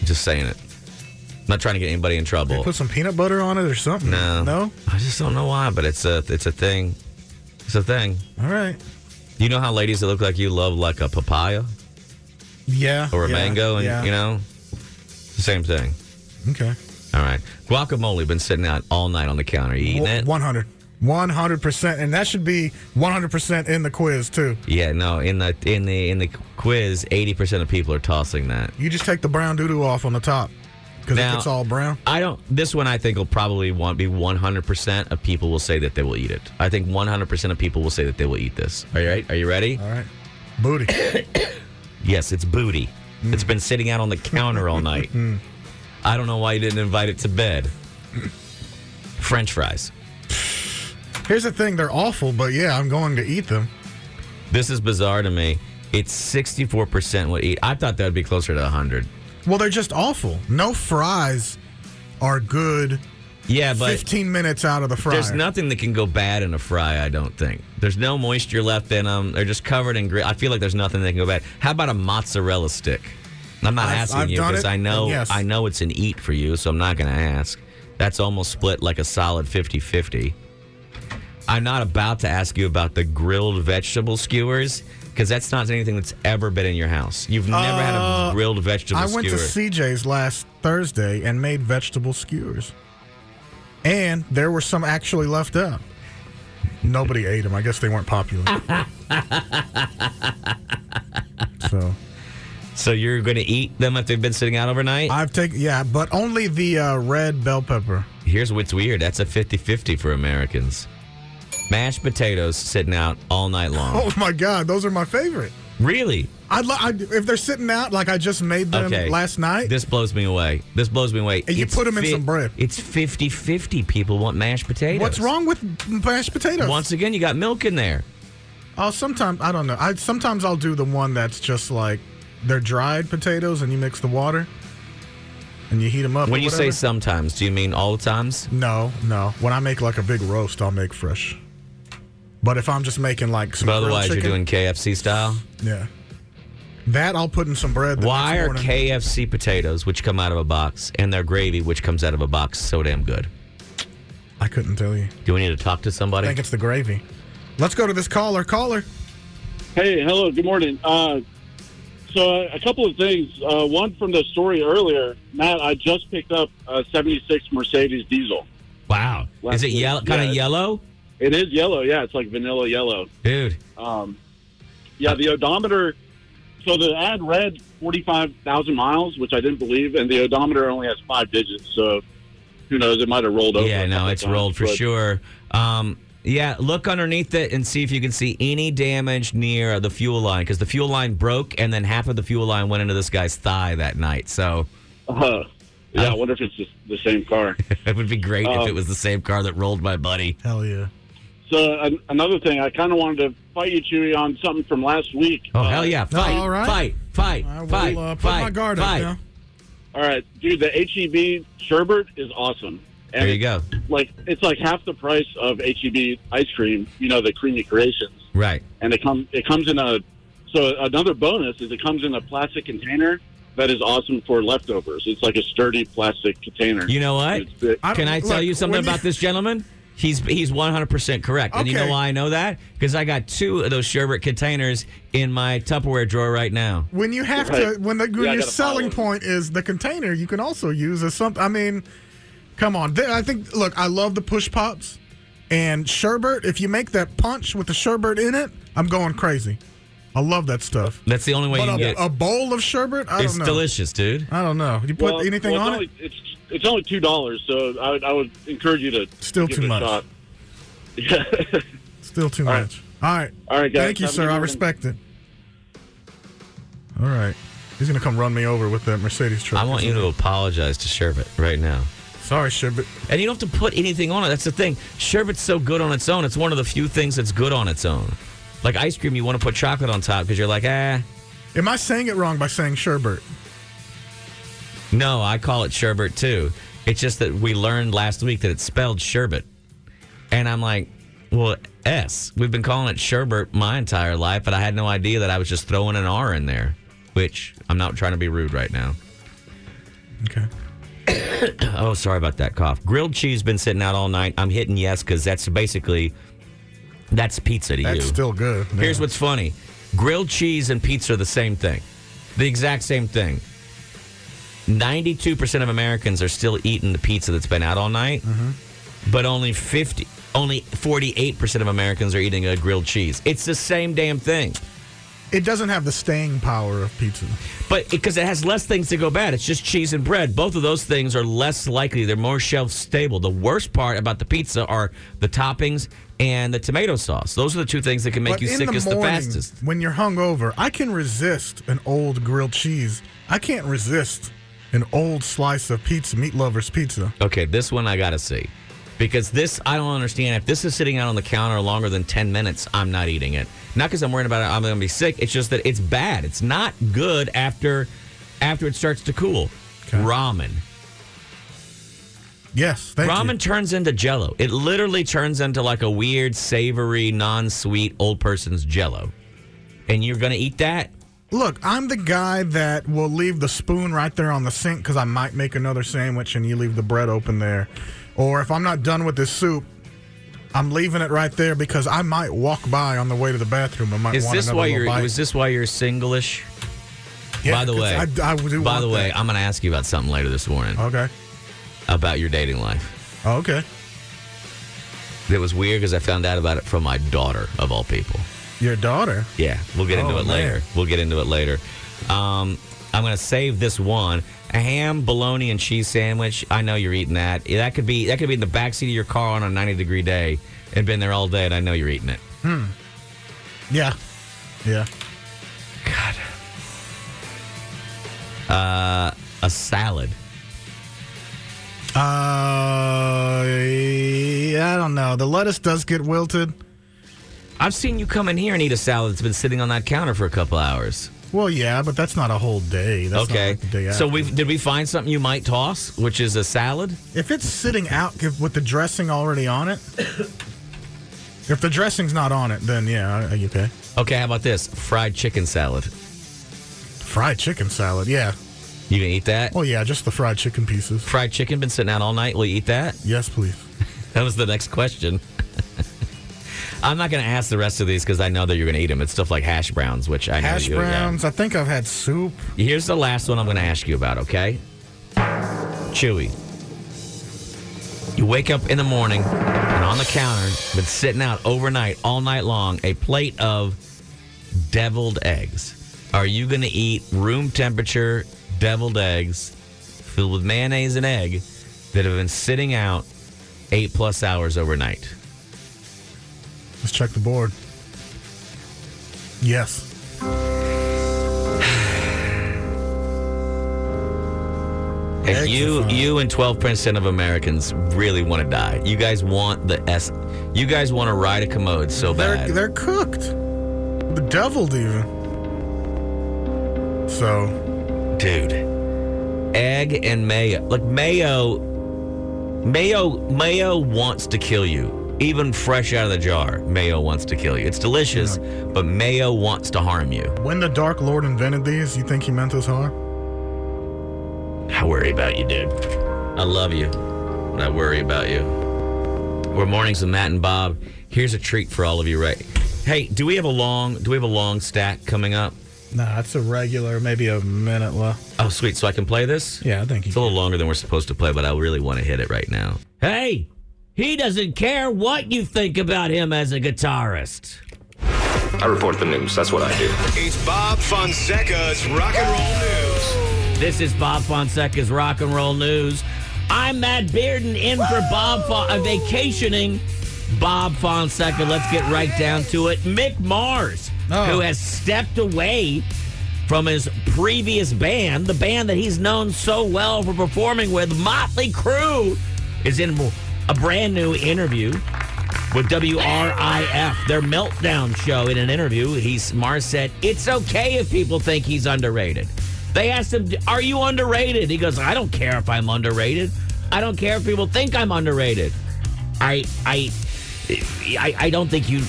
Speaker 2: Just saying it. I'm not trying to get anybody in trouble.
Speaker 3: Put some peanut butter on it or something.
Speaker 2: no,
Speaker 3: No?
Speaker 2: I just don't know why, but it's a it's a thing. It's a thing.
Speaker 3: All right.
Speaker 2: You know how ladies that look like you love like a papaya
Speaker 3: Yeah.
Speaker 2: or a
Speaker 3: yeah,
Speaker 2: mango, and
Speaker 3: yeah.
Speaker 2: you know, the same thing.
Speaker 3: Okay.
Speaker 2: All right. Guacamole been sitting out all night on the counter. You eating it?
Speaker 3: 100. 100%. And that should be 100% in the quiz, too.
Speaker 2: Yeah, no. In the in the in the quiz, eighty percent of people are tossing that.
Speaker 3: You just take the brown doo doo off on the top because it
Speaker 2: Now-
Speaker 3: gets all brown.
Speaker 2: I don't. This one I think will probably want be one hundred percent of people will say that they will eat it. I think one hundred percent of people will say that they will eat this. All right. Are you ready?
Speaker 3: All right. Booty.
Speaker 2: Yes, it's booty.
Speaker 3: mm.
Speaker 2: It's been sitting out on the counter all night. I don't know why you didn't invite it to bed. French fries.
Speaker 3: Here's the thing they're awful, but yeah, I'm going to eat them.
Speaker 2: This is bizarre to me. It's 64% would eat. I thought that would be closer to 100.
Speaker 3: Well, they're just awful. No fries are good
Speaker 2: Yeah, but
Speaker 3: 15 minutes out of the fryer.
Speaker 2: there's nothing that can go bad in a fry, I don't think. There's no moisture left in them. They're just covered in grit. I feel like there's nothing that can go bad. How about a mozzarella stick? I'm not
Speaker 3: I've-
Speaker 2: asking
Speaker 3: I've
Speaker 2: you
Speaker 3: done
Speaker 2: because
Speaker 3: it,
Speaker 2: I know
Speaker 3: and yes.
Speaker 2: I know it's an eat for you, so I'm not going to ask. That's almost split like a solid 50-50. I'm not about to ask you about the grilled vegetable skewers because that's not anything that's ever been in your house. You've never had a grilled vegetable
Speaker 3: Uh, I
Speaker 2: skewer.
Speaker 3: went to CJ's last Thursday and made vegetable skewers. And there were some actually left out. Nobody ate them. I guess they weren't popular. so
Speaker 2: So you're going to eat them if they've been sitting out overnight?
Speaker 3: I've taken, yeah, but only the uh, red bell pepper.
Speaker 2: Here's what's weird. That's a 50-50 for Americans. Mashed potatoes sitting out all night long.
Speaker 3: Oh my God, those are my favorite.
Speaker 2: Really?
Speaker 3: I'd, li- I'd if they're sitting out like I just made them
Speaker 2: Okay.
Speaker 3: last night.
Speaker 2: This blows me away. This blows me away.
Speaker 3: And you
Speaker 2: It's
Speaker 3: put 'em in some bread.
Speaker 2: It's 50-50 people want mashed potatoes.
Speaker 3: What's wrong with mashed potatoes?
Speaker 2: Once again, you got milk in there.
Speaker 3: I'll Oh, sometimes I don't know. I sometimes I'll do the one that's just like they're dried potatoes and you mix the water and you heat them up.
Speaker 2: When
Speaker 3: or
Speaker 2: you say
Speaker 3: whatever.
Speaker 2: sometimes, do you mean all the times?
Speaker 3: no, no. When I make like a big roast, I'll make fresh. But if I'm just making like some
Speaker 2: But
Speaker 3: grilled
Speaker 2: otherwise, you're
Speaker 3: chicken-
Speaker 2: doing KFC style.
Speaker 3: yeah. That I'll put in some bread. the
Speaker 2: Why
Speaker 3: next
Speaker 2: are
Speaker 3: morning.
Speaker 2: KFC potatoes, which come out of a box, and their gravy, which comes out of a box, so damn good?
Speaker 3: I couldn't tell you.
Speaker 2: Do we need to talk to
Speaker 3: I
Speaker 2: somebody?
Speaker 3: think it's the gravy. Let's go to this caller. Caller.
Speaker 4: Hey, hello, good morning. Uh, so, a couple of things. Uh, one from the story earlier, Matt. I just picked up a '76 Mercedes diesel.
Speaker 2: Wow. Is
Speaker 4: Last
Speaker 2: it
Speaker 4: week,
Speaker 2: yellow? Kind
Speaker 4: yeah.
Speaker 2: of yellow?
Speaker 4: It is yellow, yeah. It's like vanilla yellow.
Speaker 2: Dude.
Speaker 4: Um, yeah, the odometer. So the ad read forty-five thousand miles, which I didn't believe, and the odometer only has five digits. So, who knows? It might have rolled over.
Speaker 2: Yeah,
Speaker 4: a
Speaker 2: no,
Speaker 4: couple
Speaker 2: it's
Speaker 4: times,
Speaker 2: rolled for
Speaker 4: but-
Speaker 2: sure. Um, yeah, look underneath it and see if you can see any damage near the fuel line because the fuel line broke and then half of the fuel line went into this guy's thigh that night. So
Speaker 4: Uh, yeah, I
Speaker 2: Oh.
Speaker 4: wonder if it's just the same car.
Speaker 2: it would be great if
Speaker 4: Um,
Speaker 2: it was the same car that rolled my buddy.
Speaker 3: Hell yeah.
Speaker 4: so, an- another thing, I kind of wanted to fight you, Chewy, on something from last week.
Speaker 2: Oh,
Speaker 4: Uh,
Speaker 2: hell yeah. Fight,
Speaker 3: all right.
Speaker 2: fight, fight,
Speaker 3: I will
Speaker 2: fight,
Speaker 3: uh, put
Speaker 2: fight,
Speaker 3: my guard
Speaker 2: fight.
Speaker 3: up now.
Speaker 4: All right, dude, the HEB sherbet is awesome. And
Speaker 2: There you go.
Speaker 4: it's Like it's like half the price of HEB ice cream. You know the creamy creations,
Speaker 2: Right.
Speaker 4: and it comes it comes in a. So another bonus is it comes in a plastic container that is awesome for leftovers. It's like a sturdy plastic container.
Speaker 2: You know what?
Speaker 4: It's big.
Speaker 3: I don't-
Speaker 2: Can I tell
Speaker 3: look,
Speaker 2: you something
Speaker 3: when
Speaker 2: about this gentleman? He's he's 100% correct. And you know
Speaker 3: Okay.
Speaker 2: why I know that? Because I got two of those sherbet containers in my Tupperware drawer right now.
Speaker 3: when you have
Speaker 4: Right.
Speaker 3: to when the when
Speaker 4: Yeah, I
Speaker 3: your
Speaker 4: gotta
Speaker 3: selling
Speaker 4: follow.
Speaker 3: point is the container you can also use as something i mean come on Th- i think look i love the push pops and sherbet if you make that punch with the sherbet in it i'm going crazy i love that stuff
Speaker 2: That's the only way
Speaker 3: but
Speaker 2: you can
Speaker 3: a,
Speaker 2: get
Speaker 3: a bowl of sherbet Oh, i
Speaker 2: It's
Speaker 3: don't know
Speaker 2: delicious, dude.
Speaker 3: i don't know you put
Speaker 4: Well,
Speaker 3: anything
Speaker 4: well,
Speaker 3: on
Speaker 4: it's
Speaker 3: it
Speaker 4: only, It's it's only two dollars, so I would, I would encourage you to
Speaker 3: Still
Speaker 4: give
Speaker 3: too
Speaker 4: it a
Speaker 3: much.
Speaker 4: shot. Yeah.
Speaker 3: still too
Speaker 4: all right.
Speaker 3: much all right
Speaker 4: All right, guys.
Speaker 3: thank you
Speaker 4: Have a
Speaker 3: sir
Speaker 4: good
Speaker 3: i
Speaker 4: morning.
Speaker 3: respect it all right he's gonna come run me over with that mercedes truck
Speaker 2: I want you to apologize to Sherbet right now.
Speaker 3: sorry sherbet
Speaker 2: And you don't have to put anything on it. That's the thing. Sherbet's so good on its own. It's one of the few things that's good on its own. Like ice cream, you want to put chocolate on top because you're like, ah.
Speaker 3: am i saying it wrong by saying sherbet
Speaker 2: No, I call it sherbet too. It's just that we learned last week that it's spelled sherbet. And I'm like, well, S. We've been calling it sherbet my entire life, but I had no idea that I was just throwing an R in there, which I'm not trying to be rude right now.
Speaker 3: okay
Speaker 2: Oh, sorry about that cough. Grilled cheese been sitting out all night. I'm hitting yes because that's basically that's pizza to
Speaker 3: That's
Speaker 2: you.
Speaker 3: still good.
Speaker 2: Here's what's funny: grilled cheese and pizza are the same thing, the exact same thing. 92% of Americans are still eating the pizza that's been out all night,
Speaker 3: Mm-hmm.
Speaker 2: but only 50 only 48% of Americans are eating a grilled cheese. It's the same damn thing.
Speaker 3: It doesn't have the staying power of pizza.
Speaker 2: But because it has less things to go bad, it's just cheese and bread. Both of those things are less likely; they're more shelf stable. The worst part about the pizza are the toppings and the tomato sauce. Those are the two things that can make
Speaker 3: but
Speaker 2: you
Speaker 3: in
Speaker 2: sickest
Speaker 3: the,
Speaker 2: the,
Speaker 3: morning,
Speaker 2: fastest.
Speaker 3: When you're hungover, I can resist an old grilled cheese. I can't resist an old slice of pizza, meat lovers pizza.
Speaker 2: Okay, this one I gotta see because this I don't understand. If this is sitting out on the counter longer than ten minutes, I'm not eating it. Not because I'm worried about it. I'm gonna be sick. It's just that it's bad. It's not good after after it starts to cool. Ramen.
Speaker 3: Yes, thank
Speaker 2: Ramen
Speaker 3: you.
Speaker 2: turns into jello. It literally turns into like a weird, savory, non sweet old person's jello. And you're going to eat that?
Speaker 3: Look, I'm the guy that will leave the spoon right there on the sink because I might make another sandwich and you leave the bread open there. Or if I'm not done with this soup, I'm leaving it right there because I might walk by on the way to the bathroom. I might
Speaker 2: Is
Speaker 3: want
Speaker 2: this
Speaker 3: another
Speaker 2: why
Speaker 3: little
Speaker 2: you're
Speaker 3: bite.
Speaker 2: is this why you're singlish?
Speaker 3: Yeah,
Speaker 2: by the
Speaker 3: 'cause
Speaker 2: way,
Speaker 3: I, I do
Speaker 2: by
Speaker 3: want
Speaker 2: the way,
Speaker 3: that. Uh-huh.
Speaker 2: I'm going to ask you about something later this morning
Speaker 3: okay,
Speaker 2: about your dating life.
Speaker 3: Oh, okay,
Speaker 2: It was weird because I found out about it from my daughter of all people.
Speaker 3: your daughter.
Speaker 2: Yeah, we'll get into
Speaker 3: Oh,
Speaker 2: it later.
Speaker 3: man.
Speaker 2: We'll get into it later. Um, I'm going to save this one. A ham, bologna, and cheese sandwich. I know you're eating that. Yeah, That could be that could be in the backseat of your car on a 90 degree day and been there all day, and I know you're eating it.
Speaker 3: Yeah, yeah.
Speaker 2: God. Uh, a salad.
Speaker 3: Uh, I don't know. The lettuce does get wilted.
Speaker 2: I've seen you come in here and eat a salad that's been sitting on that counter for a couple hours.
Speaker 3: Well, yeah, but that's not a whole day. That's not
Speaker 2: okay.
Speaker 3: like the day
Speaker 2: so
Speaker 3: after.
Speaker 2: we did we find something you might toss, which is a salad?
Speaker 3: If it's sitting out if, with the dressing already on it, if the dressing's not on it, then yeah, I- I- okay.
Speaker 2: Okay, how about this? Fried chicken salad.
Speaker 3: Fried chicken salad, yeah.
Speaker 2: You gonna eat that?
Speaker 3: Well, yeah, just the fried chicken pieces.
Speaker 2: Fried chicken been sitting out all night. Will you eat that?
Speaker 3: Yes, please.
Speaker 2: That was the next question. I'm not going to ask the rest of these because I know that you're going to eat them. It's stuff like hash browns, which I know
Speaker 3: Hash
Speaker 2: you.
Speaker 3: browns. I think I've had soup.
Speaker 2: Yeah. Here's the last one I'm going to ask you about. Okay, Chewy. You wake up in the morning and on the counter, been sitting out overnight, all night long, a plate of deviled eggs. Are you going to eat room temperature deviled eggs filled with mayonnaise and egg that have been sitting out eight plus hours overnight?
Speaker 3: Let's check the board. Yes.
Speaker 2: And
Speaker 3: Eggs are
Speaker 2: you,
Speaker 3: fine.
Speaker 2: you, and twelve percent of Americans really want to die. You guys want the s. You guys want to ride a commode so
Speaker 3: They're
Speaker 2: bad.
Speaker 3: they're cooked. The deviled even. So
Speaker 2: Dude, egg and mayo. Like mayo, mayo, mayo wants to kill you. Even fresh out of the jar, mayo wants to kill you. It's delicious, but mayo wants to harm you.
Speaker 3: when the Dark Lord invented these, you think he meant this hard?
Speaker 2: I worry about you, dude. I love you, but I worry about you. We're mornings with Matt and Bob. Here's a treat for all of you, right? Hey, do we have a long? Do we have a long stack coming up?
Speaker 3: Nah, it's a regular, maybe a minute left.
Speaker 2: Oh, sweet. So I can play this?
Speaker 3: Yeah, I think you
Speaker 2: It's a little longer than we're supposed to play, but I really want to hit it right now. Hey, he doesn't care what you think about him as a guitarist.
Speaker 5: I report the news. That's what I do.
Speaker 6: It's Bob Fonseca's Rock and Roll
Speaker 7: Oh,
Speaker 6: News.
Speaker 2: This is Bob Fonseca's Rock and Roll News. I'm Matt Bearden in for Bob Fon- uh, vacationing. Bob Fonseca, let's get right down to it. Mick Mars,
Speaker 3: Oh.
Speaker 2: who has stepped away from his previous band, the band that he's known so well for performing with, Motley Crue, is in a brand new interview with WRIF, their meltdown show. In an interview, he's Mars said, "It's okay if people think he's underrated." They asked him, "Are you underrated?" He goes, "I don't care if I'm underrated. I don't care if people think I'm underrated. I, I." I, I don't think you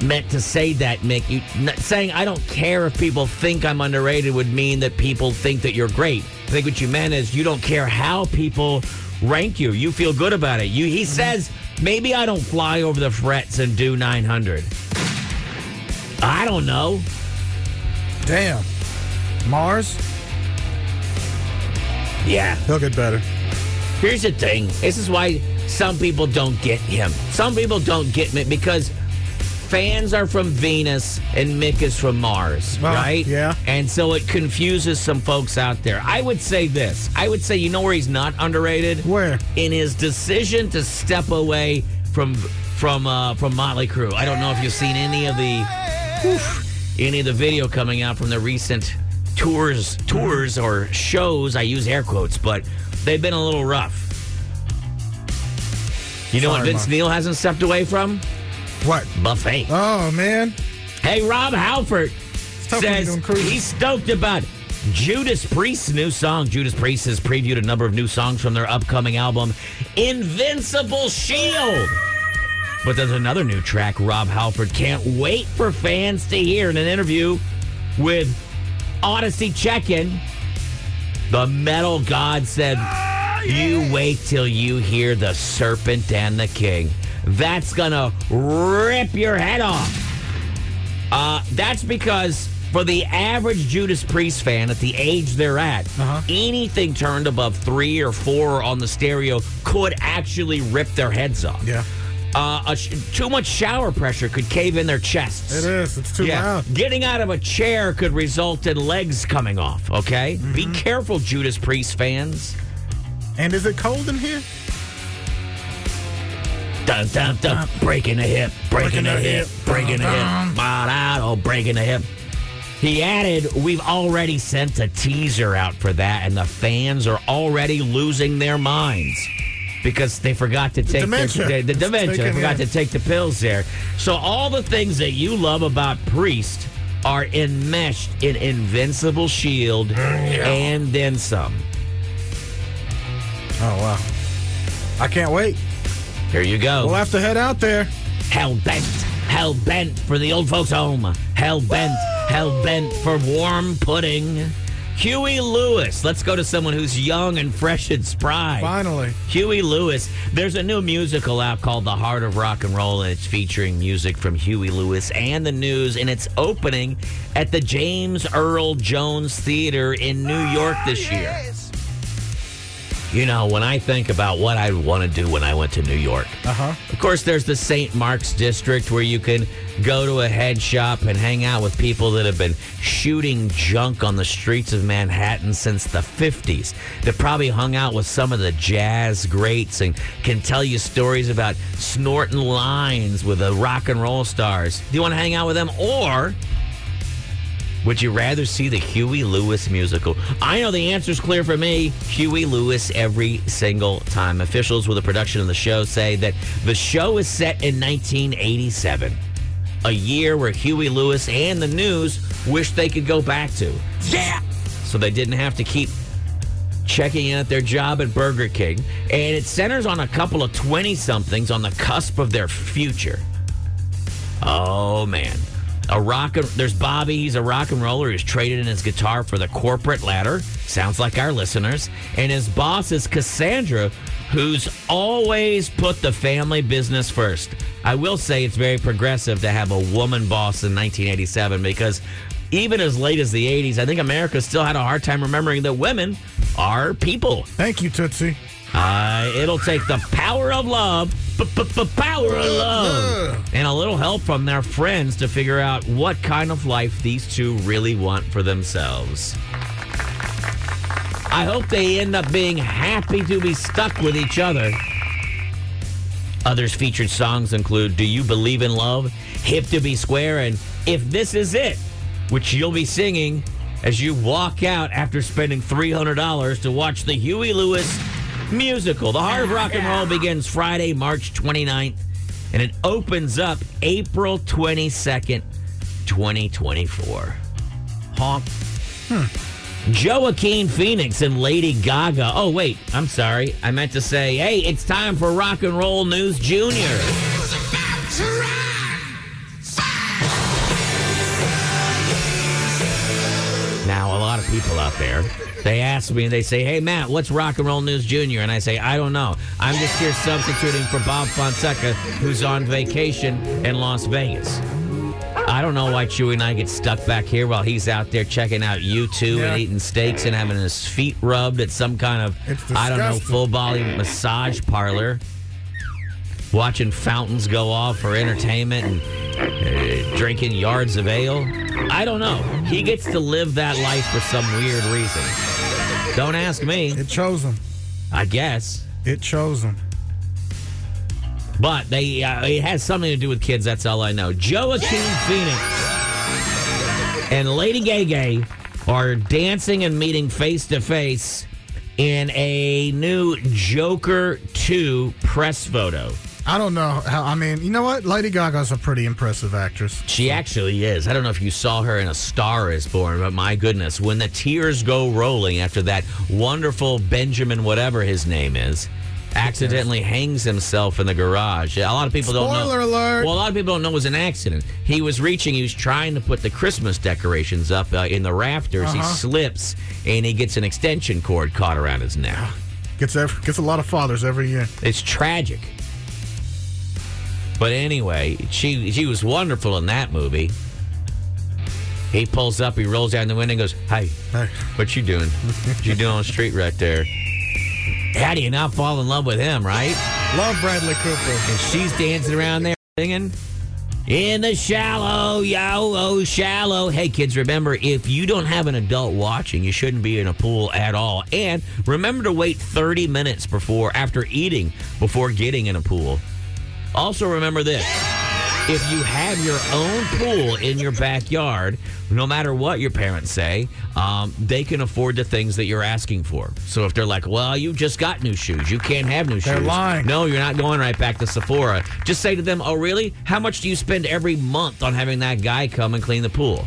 Speaker 2: meant to say that, Mick. You n- saying I don't care if people think I'm underrated would mean that people think that you're great. I think what you meant is you don't care how people rank you. You feel good about it. You he says maybe I don't fly over the frets and do 900. I don't know.
Speaker 3: Damn. Mars?
Speaker 2: Yeah.
Speaker 3: He'll get better.
Speaker 2: Here's the thing. This is why some people don't get him. Some people don't get me because fans are from Venus and Mick is from Mars,
Speaker 3: Well,
Speaker 2: right?
Speaker 3: yeah.
Speaker 2: And so it confuses some folks out there. I would say this. I would say you know where he's not underrated?
Speaker 3: Where?
Speaker 2: In his decision to step away from from uh, from Motley Crue. I don't know if you've seen any of the oof, any of the video coming out from the recent tours tours or shows. I use air quotes, but they've been a little rough. You know what
Speaker 3: Sorry,
Speaker 2: Vince
Speaker 3: Mark.
Speaker 2: Neil hasn't stepped away from?
Speaker 3: What?
Speaker 2: Buffet.
Speaker 3: Oh man.
Speaker 2: Hey, Rob Halford
Speaker 3: tough when you're
Speaker 2: says
Speaker 3: doing cruises.
Speaker 2: he's stoked about Judas Priest's new song. Judas Priest has previewed a number of new songs from their upcoming album, Invincible Shield. But there's another new track Rob Halford can't wait for fans to hear in an interview with Odyssey Check-In. The metal god said,
Speaker 3: Ah,
Speaker 2: You wait till you hear the serpent and the king. That's gonna rip your head off. Uh, that's because for the average Judas Priest fan at the age they're at,
Speaker 3: Uh-huh.
Speaker 2: anything turned above three or four on the stereo could actually rip their heads off.
Speaker 3: Yeah.
Speaker 2: Uh, a sh- too much shower pressure could cave in their chests.
Speaker 3: It is. It's too loud.
Speaker 2: Getting out of a chair could result in legs coming off, okay? Be careful, Judas Priest fans.
Speaker 3: And is it cold in here?
Speaker 2: Dun, dun, dun. Breaking a hip, breaking
Speaker 3: Breaking
Speaker 2: a
Speaker 3: a
Speaker 2: hip,
Speaker 3: hip.
Speaker 2: breaking a
Speaker 3: Dun,
Speaker 2: hip. Ba-da-do, breaking a hip. He added, We've already sent a teaser out for that, and the fans are already losing their minds because they forgot to take
Speaker 3: dementia.
Speaker 2: Their, the, the
Speaker 3: It's
Speaker 2: dementia. They
Speaker 3: taking
Speaker 2: forgot
Speaker 3: in.
Speaker 2: to take the pills there. So, all the things that you love about Priest are enmeshed in Invincible Shield
Speaker 3: Mm,
Speaker 2: and then some.
Speaker 3: Oh wow. I can't wait.
Speaker 2: Here you go.
Speaker 3: We'll have to head out there.
Speaker 2: hell bent, hell bent for the old folks home, hell bent, hell bent for warm pudding. Huey Lewis. Let's go to someone who's young and fresh and spry.
Speaker 3: Finally.
Speaker 2: Huey Lewis. There's a new musical out called The Heart of Rock and Roll, and it's featuring music from Huey Lewis and the news, and it's opening at the James Earl Jones Theater in New York this year. You know, when I think about what I'd want to do when I went to New York,
Speaker 3: Uh-huh.
Speaker 2: of course, there's the St. Mark's district where you can go to a head shop and hang out with people that have been shooting junk on the streets of Manhattan since the 50s. That probably hung out with some of the jazz greats and can tell you stories about snorting lines with the rock and roll stars. Do you want to hang out with them? Or would you rather see the Huey Lewis musical? I know the answer's clear for me. Huey Lewis every single time. Officials with the production of the show say that the show is set in 1987, a year where Huey Lewis and the news wish they could go back to. Yeah! So they didn't have to keep checking in at their job at Burger King. And it centers on a couple of 20 somethings on the cusp of their future. Oh man, a rock. and There's Bobby. He's a rock and roller who's traded in his guitar for the corporate ladder. Sounds like our listeners. And his boss is Cassandra, who's always put the family business first. I will say it's very progressive to have a woman boss in 1987 because even as late as the 80s, I think America still had a hard time remembering that women are people.
Speaker 3: Thank you, Tootsie.
Speaker 2: Uh, it'll take the power of love, power of love, and a little help from their friends to figure out what kind of life these two really want for themselves. I hope they end up being happy to be stuck with each other. Others featured songs include Do You Believe in Love, Hip to Be Square, and If This Is It, which you'll be singing as you walk out after spending $300 to watch the Huey Lewis musical. The Heart of Rock and Roll begins Friday, March 29th, and it opens up April 22nd, 2024. Honk. Joaquin Phoenix and Lady Gaga. Oh, wait, I'm sorry. I meant to say, hey, it's time for Rock and Roll News Junior. Now, a lot of people out there, they ask me, they say, hey, Matt, what's Rock and Roll News Junior? And I say, I don't know. I'm just here substituting for Bob Fonseca, who's on vacation in Las Vegas. I don't know why Chewy and I get stuck back here while he's out there checking out YouTube
Speaker 3: Yeah.
Speaker 2: and eating steaks and having his feet rubbed at some kind
Speaker 3: It's
Speaker 2: of I don't know
Speaker 3: disgusting.
Speaker 2: full body massage parlor, watching fountains go off for entertainment and uh, drinking yards of ale. I don't know. He gets to live that life for some weird reason. Don't ask me.
Speaker 3: It chose him.
Speaker 2: I guess.
Speaker 3: It chose him.
Speaker 2: But they uh, it has something to do with kids. That's all I know. Joaquin Phoenix and Lady Gaga are dancing and meeting face to face in a new Joker 2 press photo.
Speaker 3: I don't know how. I mean, you know what? Lady Gaga's a pretty impressive actress.
Speaker 2: She actually is. I don't know if you saw her in A Star is Born, but my goodness, when the tears go rolling after that wonderful Benjamin, whatever his name is, accidentally hangs himself in the garage. A lot of people don't know.
Speaker 3: Spoiler alert.
Speaker 2: Well, a lot of people don't know it was an accident. He was reaching, he was trying to put the Christmas decorations up uh, in the rafters. He
Speaker 3: Uh-huh.
Speaker 2: slips and he gets an extension cord caught around his neck.
Speaker 3: Gets ev gets a lot of fathers every year.
Speaker 2: It's tragic. But anyway, she she was wonderful in that movie. He pulls up, he rolls down the window and goes, Hey,
Speaker 3: Hey.
Speaker 2: what you doing? What you doing on the street right there? How do you not fall in love with him, right?
Speaker 3: Love Bradley Cooper.
Speaker 2: And she's dancing around there singing. In the shallow, yo, oh, shallow. Hey, kids, remember if you don't have an adult watching, you shouldn't be in a pool at all. And remember to wait 30 minutes before, after eating, before getting in a pool. Also, remember this if you have your own pool in your backyard, no matter what your parents say, um, they can afford the things that you're asking for. So if they're like, well, you just got new shoes, you can't have new
Speaker 3: They're
Speaker 2: shoes.
Speaker 3: lying.
Speaker 2: No, you're not going right back to Sephora. Just say to them, oh, really? How much do you spend every month on having that guy come and clean the pool?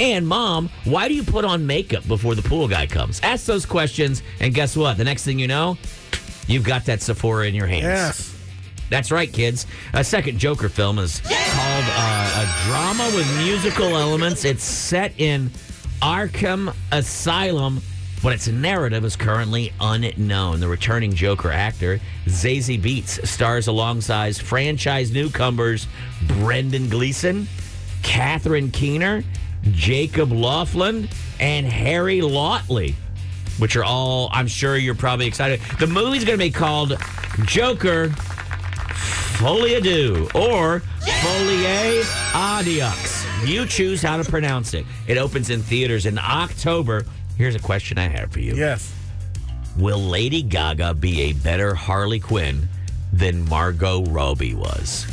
Speaker 2: And mom, why do you put on makeup before the pool guy comes? Ask those questions, and guess what? The next thing you know, you've got that Sephora in your hands.
Speaker 3: Yes.
Speaker 2: That's right, kids. A second Joker film is called uh, a drama with musical elements. It's set in Arkham Asylum, but its narrative is currently unknown. The returning Joker actor Zazie Beats stars alongside franchise newcomers Brendan Gleeson, Katherine Keener, Jacob Laughlin, and Harry Lotley which are all, I'm sure you're probably excited. The movie's going to be called Joker Folia Du or Folie Adiux. You choose how to pronounce it. It opens in theaters in October. Here's a question I have for you
Speaker 3: Yes.
Speaker 2: Will Lady Gaga be a better Harley Quinn than Margot Robbie was?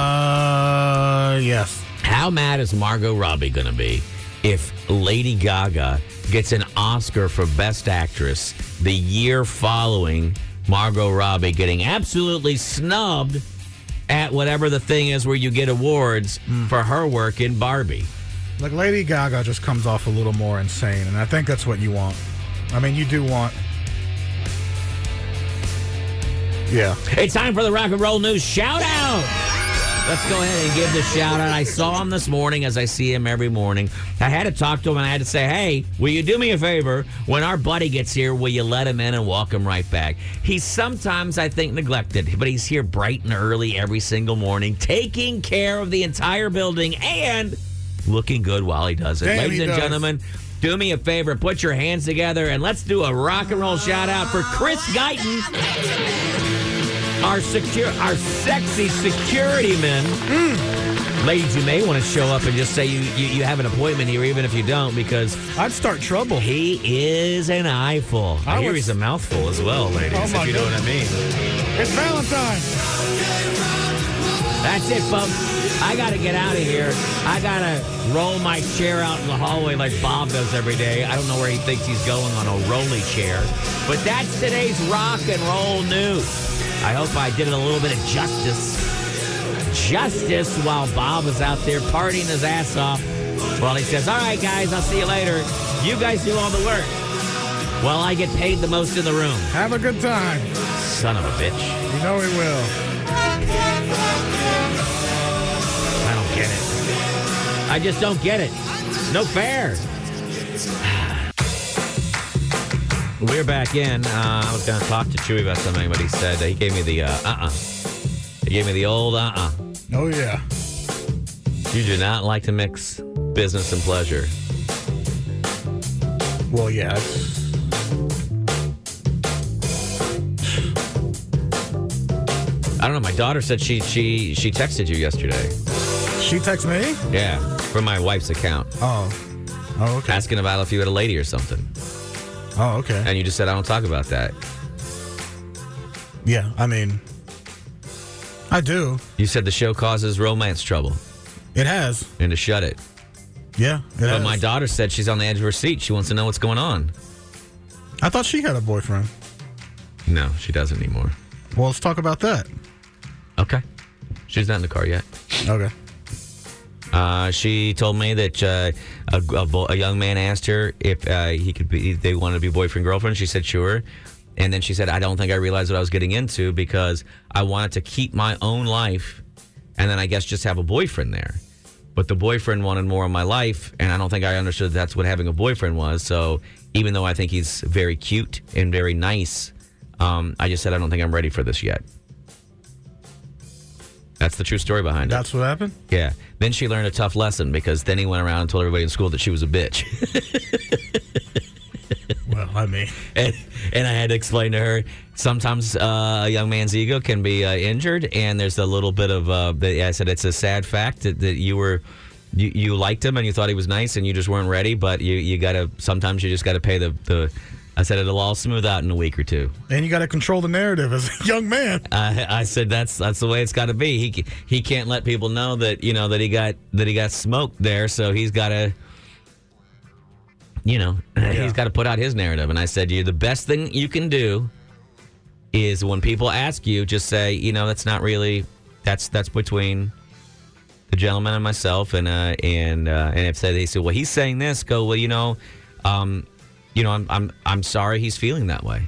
Speaker 3: Uh, yes.
Speaker 2: How mad is Margot Robbie going to be if Lady Gaga gets an Oscar for Best Actress the year following Margot Robbie getting absolutely snubbed at whatever the thing is where you get awards for her work in Barbie?
Speaker 3: Like Lady Gaga just comes off a little more insane, and I think that's what you want. I mean, you do want. Yeah.
Speaker 2: It's time for the rock and roll news shout out. Let's go ahead and give the shout out. I saw him this morning as I see him every morning. I had to talk to him and I had to say, hey, will you do me a favor? When our buddy gets here, will you let him in and walk him right back? He's sometimes, I think, neglected, but he's here bright and early every single morning, taking care of the entire building and looking good while he does it.
Speaker 3: Damn,
Speaker 2: Ladies
Speaker 3: he
Speaker 2: and
Speaker 3: does.
Speaker 2: gentlemen, do me a favor, put your hands together, and let's do a rock and roll shout out for Chris Guyton our secure, our sexy security men.
Speaker 3: Hmm.
Speaker 2: Ladies, you may want to show up and just say you, you, you have an appointment here, even if you don't, because
Speaker 3: I'd start trouble.
Speaker 2: he is an eyeful. I,
Speaker 3: I
Speaker 2: hear
Speaker 3: was-
Speaker 2: he's a mouthful as well, ladies,
Speaker 3: Oh,
Speaker 2: if
Speaker 3: my
Speaker 2: you know what I mean.
Speaker 3: It's Valentine.
Speaker 2: That's it, folks. I got to get out of here. I got to roll my chair out in the hallway like Bob does every day. I don't know where he thinks he's going on a rolly chair. But that's today's rock and roll news. I hope I did it a little bit of justice. Justice while Bob is out there partying his ass off. While he says, All right, guys, I'll see you later. You guys do all the work. Well, I get paid the most in the room.
Speaker 3: Have a good time.
Speaker 2: Son of a bitch.
Speaker 3: You know we will.
Speaker 2: I don't get it. I just don't get it. No fair. We're back in. Uh, I was going to talk to Chewy about something, but he said he uh-uh. gave me the uh uh. He gave me the old uh uh.
Speaker 3: Oh yeah.
Speaker 2: uh-uh. You do not like to mix business and pleasure.
Speaker 3: Well, yeah. it's-
Speaker 2: I don't know. My daughter said she she she texted you yesterday.
Speaker 3: She texts me.
Speaker 2: Yeah, from my wife's account,
Speaker 3: Oh. Oh, okay.
Speaker 2: asking about if you had a lady or something,
Speaker 3: Oh, okay.
Speaker 2: and you just said I don't talk about that.
Speaker 3: Yeah, I mean, I do.
Speaker 2: You said the show causes romance trouble,
Speaker 3: It has.
Speaker 2: and to shut it.
Speaker 3: Yeah, it
Speaker 2: But
Speaker 3: has.
Speaker 2: my daughter said she's on the edge of her seat. She wants to know what's going on.
Speaker 3: I thought she had a boyfriend.
Speaker 2: No, she doesn't anymore.
Speaker 3: Well, let's talk about that.
Speaker 2: Okay, she's not in the car yet.
Speaker 3: Okay.
Speaker 2: Uh, she told me that uh, a, a, bo- a young man asked her if uh, he could be. They wanted to be boyfriend girlfriend. She said sure, and then she said, "I don't think I realized what I was getting into because I wanted to keep my own life, and then I guess just have a boyfriend there." But the boyfriend wanted more of my life, and I don't think I understood that's what having a boyfriend was. So even though I think he's very cute and very nice, um, I just said I don't think I'm ready for this yet. That's the true story behind it.
Speaker 3: That's what happened?
Speaker 2: Yeah. Then she learned a tough lesson because then he went around and told everybody in school that she was a bitch.
Speaker 3: Well, I mean,
Speaker 2: and, and I had to explain to her sometimes uh, a young man's ego can be uh, injured, and there's a little bit of. Uh, the, I said it's a sad fact that, that you were. You, you liked him and you thought he was nice and you just weren't ready, but you, you gotta sometimes you just gotta pay the, the I said it'll all smooth out in a week or two.
Speaker 3: and you got to control the narrative as a young man.
Speaker 2: I, I said that's that's the way it's got to be. He ca- he can't let people know that you know that he got that he got smoked there, so he's got to you know he's got to put out his narrative. And I said, you the best thing you can do is when people ask you, just say you know that's not really that's that's between the gentleman and myself. And uh and uh, and if say they said well he's saying this, go well you know um you know I'm I'm I'm sorry he's feeling that way.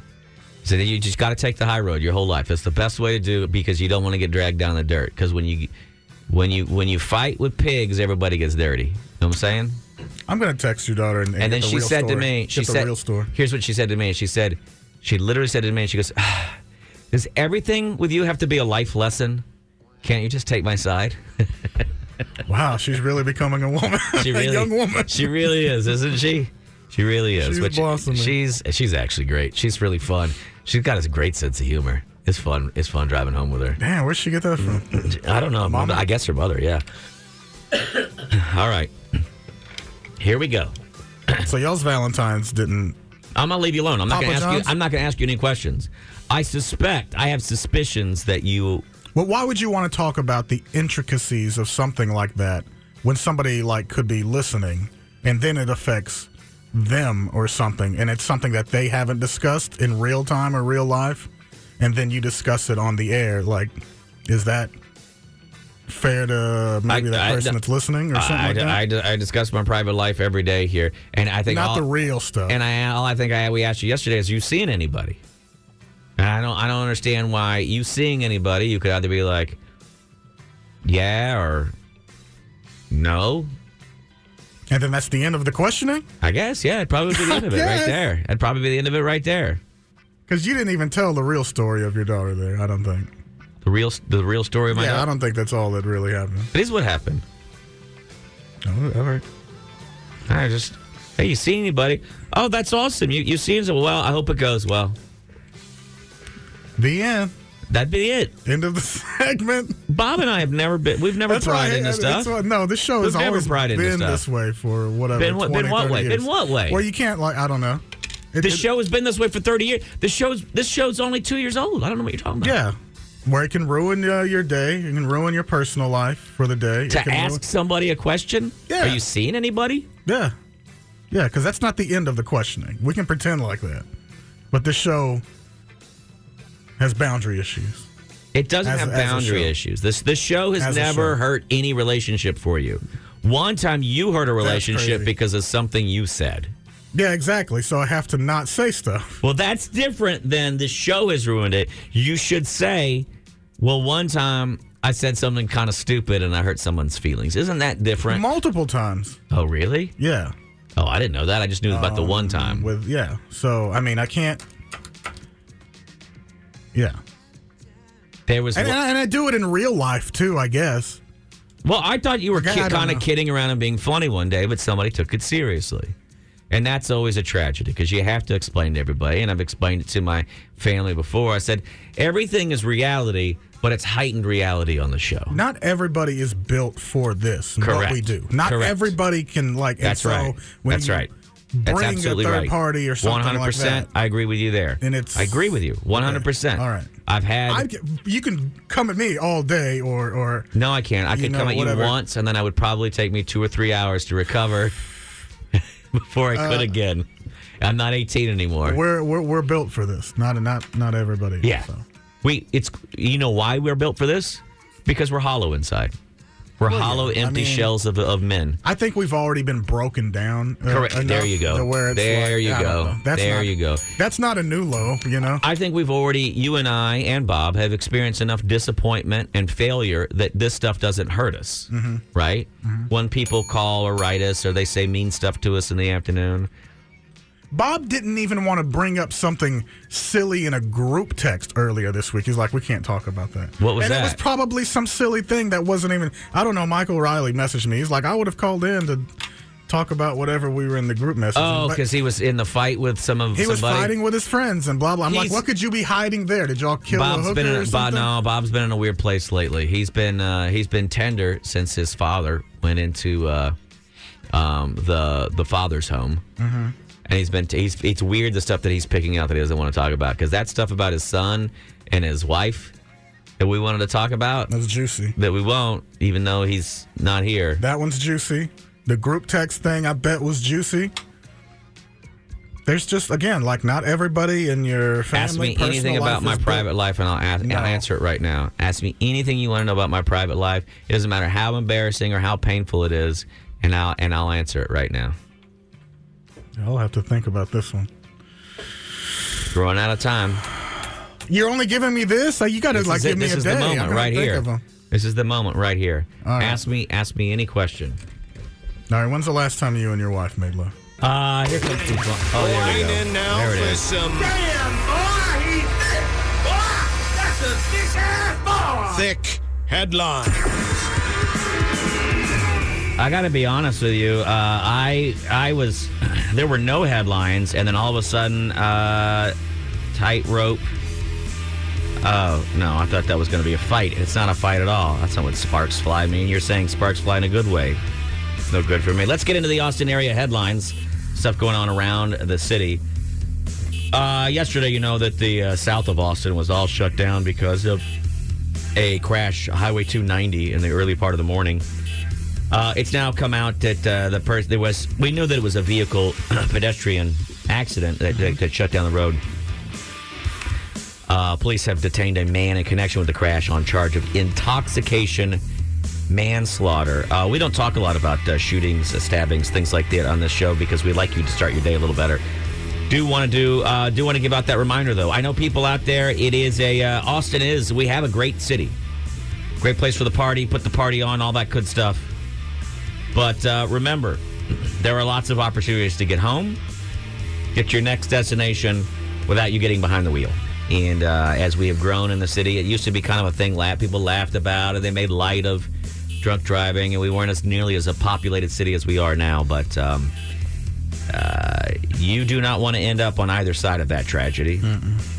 Speaker 2: So then you just got to take the high road your whole life. That's the best way to do it because you don't want to get dragged down the dirt. Because when you, when you, when you fight with pigs, everybody gets dirty. You know what I'm saying?
Speaker 3: I'm going to text your daughter and, and,
Speaker 2: And
Speaker 3: get
Speaker 2: then
Speaker 3: the
Speaker 2: she
Speaker 3: real
Speaker 2: said
Speaker 3: story.
Speaker 2: to me, she
Speaker 3: get the
Speaker 2: said,
Speaker 3: real story.
Speaker 2: "Here's what she said to me." She said, she literally said to me, she goes, "Ah, "Does everything with you have to be a life lesson? Can't you just take my side?"
Speaker 3: Wow, she's really becoming a woman.
Speaker 2: She really,
Speaker 3: a young woman.
Speaker 2: She really is, isn't she? She really is.
Speaker 3: She's
Speaker 2: But she-
Speaker 3: blossoming.
Speaker 2: she's she's actually great. She's really fun. She's got a great sense of humor. It's fun. It's fun driving home with her.
Speaker 3: Man, where'd she get that from?
Speaker 2: I don't know.
Speaker 3: Mama?
Speaker 2: I guess her mother, yeah. All right. Here we go.
Speaker 3: so y'all's Valentine's didn't.
Speaker 2: I'm gonna leave you alone. I'm not
Speaker 3: Papa
Speaker 2: gonna ask
Speaker 3: John's?
Speaker 2: you I'm not gonna ask you any questions. I suspect I have suspicions that you
Speaker 3: Well, why would you want to talk about the intricacies of something like that when somebody like could be listening and then it affects them or something and it's something that they haven't discussed in real time or real life and then you discuss it on the air like is that fair to maybe
Speaker 2: I-
Speaker 3: that
Speaker 2: I-
Speaker 3: person that's listening or something
Speaker 2: I,
Speaker 3: like that?
Speaker 2: uh, I, I, discuss my private life every day here. And I think
Speaker 3: Not
Speaker 2: all,
Speaker 3: the real stuff.
Speaker 2: and I all I think I we asked you yesterday is you seeing anybody. And I don't I don't understand why you seeing anybody, you could either be like yeah or no.
Speaker 3: and then that's the end of the questioning
Speaker 2: I guess, yeah, it'd probably be the end of it right
Speaker 3: Yes.
Speaker 2: there. It'd probably be the end of it right there.
Speaker 3: because you didn't even tell the real story of your daughter there. I don't think.
Speaker 2: The real, the real story of my.
Speaker 3: yeah,
Speaker 2: life.
Speaker 3: I don't think that's all that really happened.
Speaker 2: It is what happened.
Speaker 3: Oh, all right.
Speaker 2: I just, hey, you see anybody? Oh, that's awesome. You you seen so well. I hope it goes well.
Speaker 3: The end.
Speaker 2: That'd be it.
Speaker 3: End of the segment.
Speaker 2: Bob and I have never been. We've never pried
Speaker 3: why-
Speaker 2: into
Speaker 3: that's
Speaker 2: stuff.
Speaker 3: why- no, this show has
Speaker 2: We've never
Speaker 3: always
Speaker 2: pried
Speaker 3: been
Speaker 2: into stuff.
Speaker 3: this way for whatever.
Speaker 2: Been what-
Speaker 3: 20,
Speaker 2: been what
Speaker 3: 30
Speaker 2: way?
Speaker 3: years.
Speaker 2: Been what way?
Speaker 3: Well, you can't like I don't know. It,
Speaker 2: the
Speaker 3: it-
Speaker 2: show has been this way for thirty years. The show's this show's only two years old. I don't know what you're talking about.
Speaker 3: Yeah. Where it can ruin uh, your day, it can ruin your personal life for the day. It
Speaker 2: To
Speaker 3: can
Speaker 2: ask somebody a question.
Speaker 3: Yeah.
Speaker 2: Are you seeing anybody?
Speaker 3: ruin- yeah, yeah, because that's not the end of the questioning. We can pretend like that, but this show has boundary issues.
Speaker 2: It doesn't
Speaker 3: As-
Speaker 2: have
Speaker 3: as a
Speaker 2: boundary
Speaker 3: show.
Speaker 2: issues. This this show has
Speaker 3: As a
Speaker 2: never
Speaker 3: show.
Speaker 2: hurt any relationship for you. One time you hurt a relationship
Speaker 3: crazy.
Speaker 2: because of something you said.
Speaker 3: Yeah, exactly. So I have to not say stuff.
Speaker 2: Well, that's different than the show has ruined it. You should say, well, one time I said something kind of stupid and I hurt someone's feelings. Isn't that different?
Speaker 3: Multiple times.
Speaker 2: Oh, really?
Speaker 3: Yeah.
Speaker 2: Oh, I didn't know that. I just knew it was about the one time.
Speaker 3: Um, with yeah. So I mean, I can't. Yeah,
Speaker 2: There was
Speaker 3: and,
Speaker 2: one-
Speaker 3: and, I, and I do it in real life too, I guess.
Speaker 2: Well, I thought you were
Speaker 3: God, I don't
Speaker 2: kind
Speaker 3: know.
Speaker 2: of kidding around and being funny one day, but somebody took it seriously. And that's always a tragedy because you have to explain to everybody. And I've explained it to my family before. I said, everything is reality, but it's heightened reality on the show.
Speaker 3: Not everybody is built for this. What
Speaker 2: Correct.
Speaker 3: we do. Not
Speaker 2: Correct.
Speaker 3: everybody can like. and
Speaker 2: That's
Speaker 3: so
Speaker 2: right.
Speaker 3: When
Speaker 2: That's
Speaker 3: you
Speaker 2: right.
Speaker 3: Bring
Speaker 2: That's absolutely
Speaker 3: a third
Speaker 2: right.
Speaker 3: party or something like that.
Speaker 2: I agree with you there.
Speaker 3: Then it's-
Speaker 2: I agree with you. 100%.
Speaker 3: Okay. All right.
Speaker 2: I've had.
Speaker 3: I, you can come at me all day or or
Speaker 2: no, I can't. I
Speaker 3: You
Speaker 2: could
Speaker 3: know,
Speaker 2: come at
Speaker 3: whatever.
Speaker 2: you once, and then I would probably take me two or three hours to recover before I could again. I'm not 18 anymore.
Speaker 3: Uh, we're, we're we're built for this. Not not not everybody. is,
Speaker 2: Yeah.
Speaker 3: so.
Speaker 2: We it's you know why we're built for this? Because we're hollow inside. We're hollow,
Speaker 3: yeah. I
Speaker 2: empty
Speaker 3: mean-
Speaker 2: shells of, of men.
Speaker 3: I think we've already been broken down. uh,
Speaker 2: Correct. There
Speaker 3: enough
Speaker 2: you go.
Speaker 3: to where it's
Speaker 2: There
Speaker 3: like,
Speaker 2: you
Speaker 3: I don't
Speaker 2: go.
Speaker 3: know.
Speaker 2: There
Speaker 3: not-
Speaker 2: you go.
Speaker 3: That's not a new low. You know.
Speaker 2: I think we've already you and I and Bob have experienced enough disappointment and failure that this stuff doesn't hurt us,
Speaker 3: Mm-hmm.
Speaker 2: right? When people call or write us or they say mean stuff to us in the afternoon,
Speaker 3: Mm-hmm. Bob didn't even want to bring up something silly in a group text earlier this week. He's like, we can't talk about that.
Speaker 2: What was
Speaker 3: and it was
Speaker 2: that?
Speaker 3: probably some silly thing that wasn't even. I don't know. Michael Riley messaged me. He's like, I would have called in to talk about whatever we were in the group message.
Speaker 2: oh, because he was in the fight with some of
Speaker 3: he was
Speaker 2: somebody.
Speaker 3: fighting with his friends and blah blah. I'm like,
Speaker 2: He's-
Speaker 3: what could you be hiding there? Did y'all kill a
Speaker 2: Bob's
Speaker 3: hooker
Speaker 2: been in,
Speaker 3: or
Speaker 2: Bob,
Speaker 3: something?
Speaker 2: no, Bob's been in a weird place lately. He's been uh, he's been tender since his father went into uh, um, the the father's home, mm-hmm. and he's been he's it's weird the stuff that he's picking out that he doesn't want to talk about because that stuff about his son and his wife that we wanted to talk about
Speaker 3: That's juicy.
Speaker 2: that we won't, even though he's not here.
Speaker 3: That one's juicy. The group text thing, I bet, was juicy. There's just again, like not everybody in your family.
Speaker 2: Ask me
Speaker 3: personal
Speaker 2: anything about
Speaker 3: life
Speaker 2: my
Speaker 3: is built-
Speaker 2: private life, and I'll, ask,
Speaker 3: No.
Speaker 2: I'll answer it right now. Ask me anything you want to know about my private life. It doesn't matter how embarrassing or how painful it is, and I'll and I'll answer it right now.
Speaker 3: I'll have to think about this one.
Speaker 2: We're running out of time.
Speaker 3: You're only giving me this? Like, you got to
Speaker 2: This
Speaker 3: like
Speaker 2: is it.
Speaker 3: give me
Speaker 2: This
Speaker 3: a
Speaker 2: is
Speaker 3: day.
Speaker 2: the
Speaker 3: I'm
Speaker 2: moment
Speaker 3: gonna
Speaker 2: right
Speaker 3: think
Speaker 2: here.
Speaker 3: of 'em.
Speaker 2: This is the moment right here.
Speaker 3: All right.
Speaker 2: Ask me, ask me any question.
Speaker 3: All right, when's the last time you and your wife made love?
Speaker 6: Uh,
Speaker 2: Ah, here comes the. Oh, there we
Speaker 6: Line
Speaker 2: go.
Speaker 6: in now
Speaker 2: there it
Speaker 6: for
Speaker 2: is.
Speaker 6: some thick headline.
Speaker 2: I got to be honest with you. Uh, I I was there were no headlines, and then all of a sudden, uh, tightrope. Oh no, I thought that was going to be a fight. It's not a fight at all. That's not what sparks fly mean. You're saying sparks fly in a good way. It's no good for me. Let's get into the Austin area headlines. Stuff going on around the city. Uh, yesterday, you know that the uh, south of Austin was all shut down because of a crash, Highway 290, in the early part of the morning. Uh, it's now come out that uh, the person there was we knew that it was a vehicle pedestrian accident that, that, that shut down the road. Uh, police have detained a man in connection with the crash on charge of intoxication, manslaughter. Uh, we don't talk a lot about uh, shootings, uh, stabbings, things like that on this show because we like you to start your day a little better. Do want to do uh, do want to give out that reminder though? I know people out there. It is a uh, Austin is we have a great city, great place for the party, put the party on, all that good stuff. But uh, remember, there are lots of opportunities to get home, get your next destination without you getting behind the wheel. And uh, as we have grown in the city, it used to be kind of a thing laugh people laughed about, and they made light of drunk driving, and we weren't as nearly as a populated city as we are now. But um, uh, you do not want to end up on either side of that tragedy.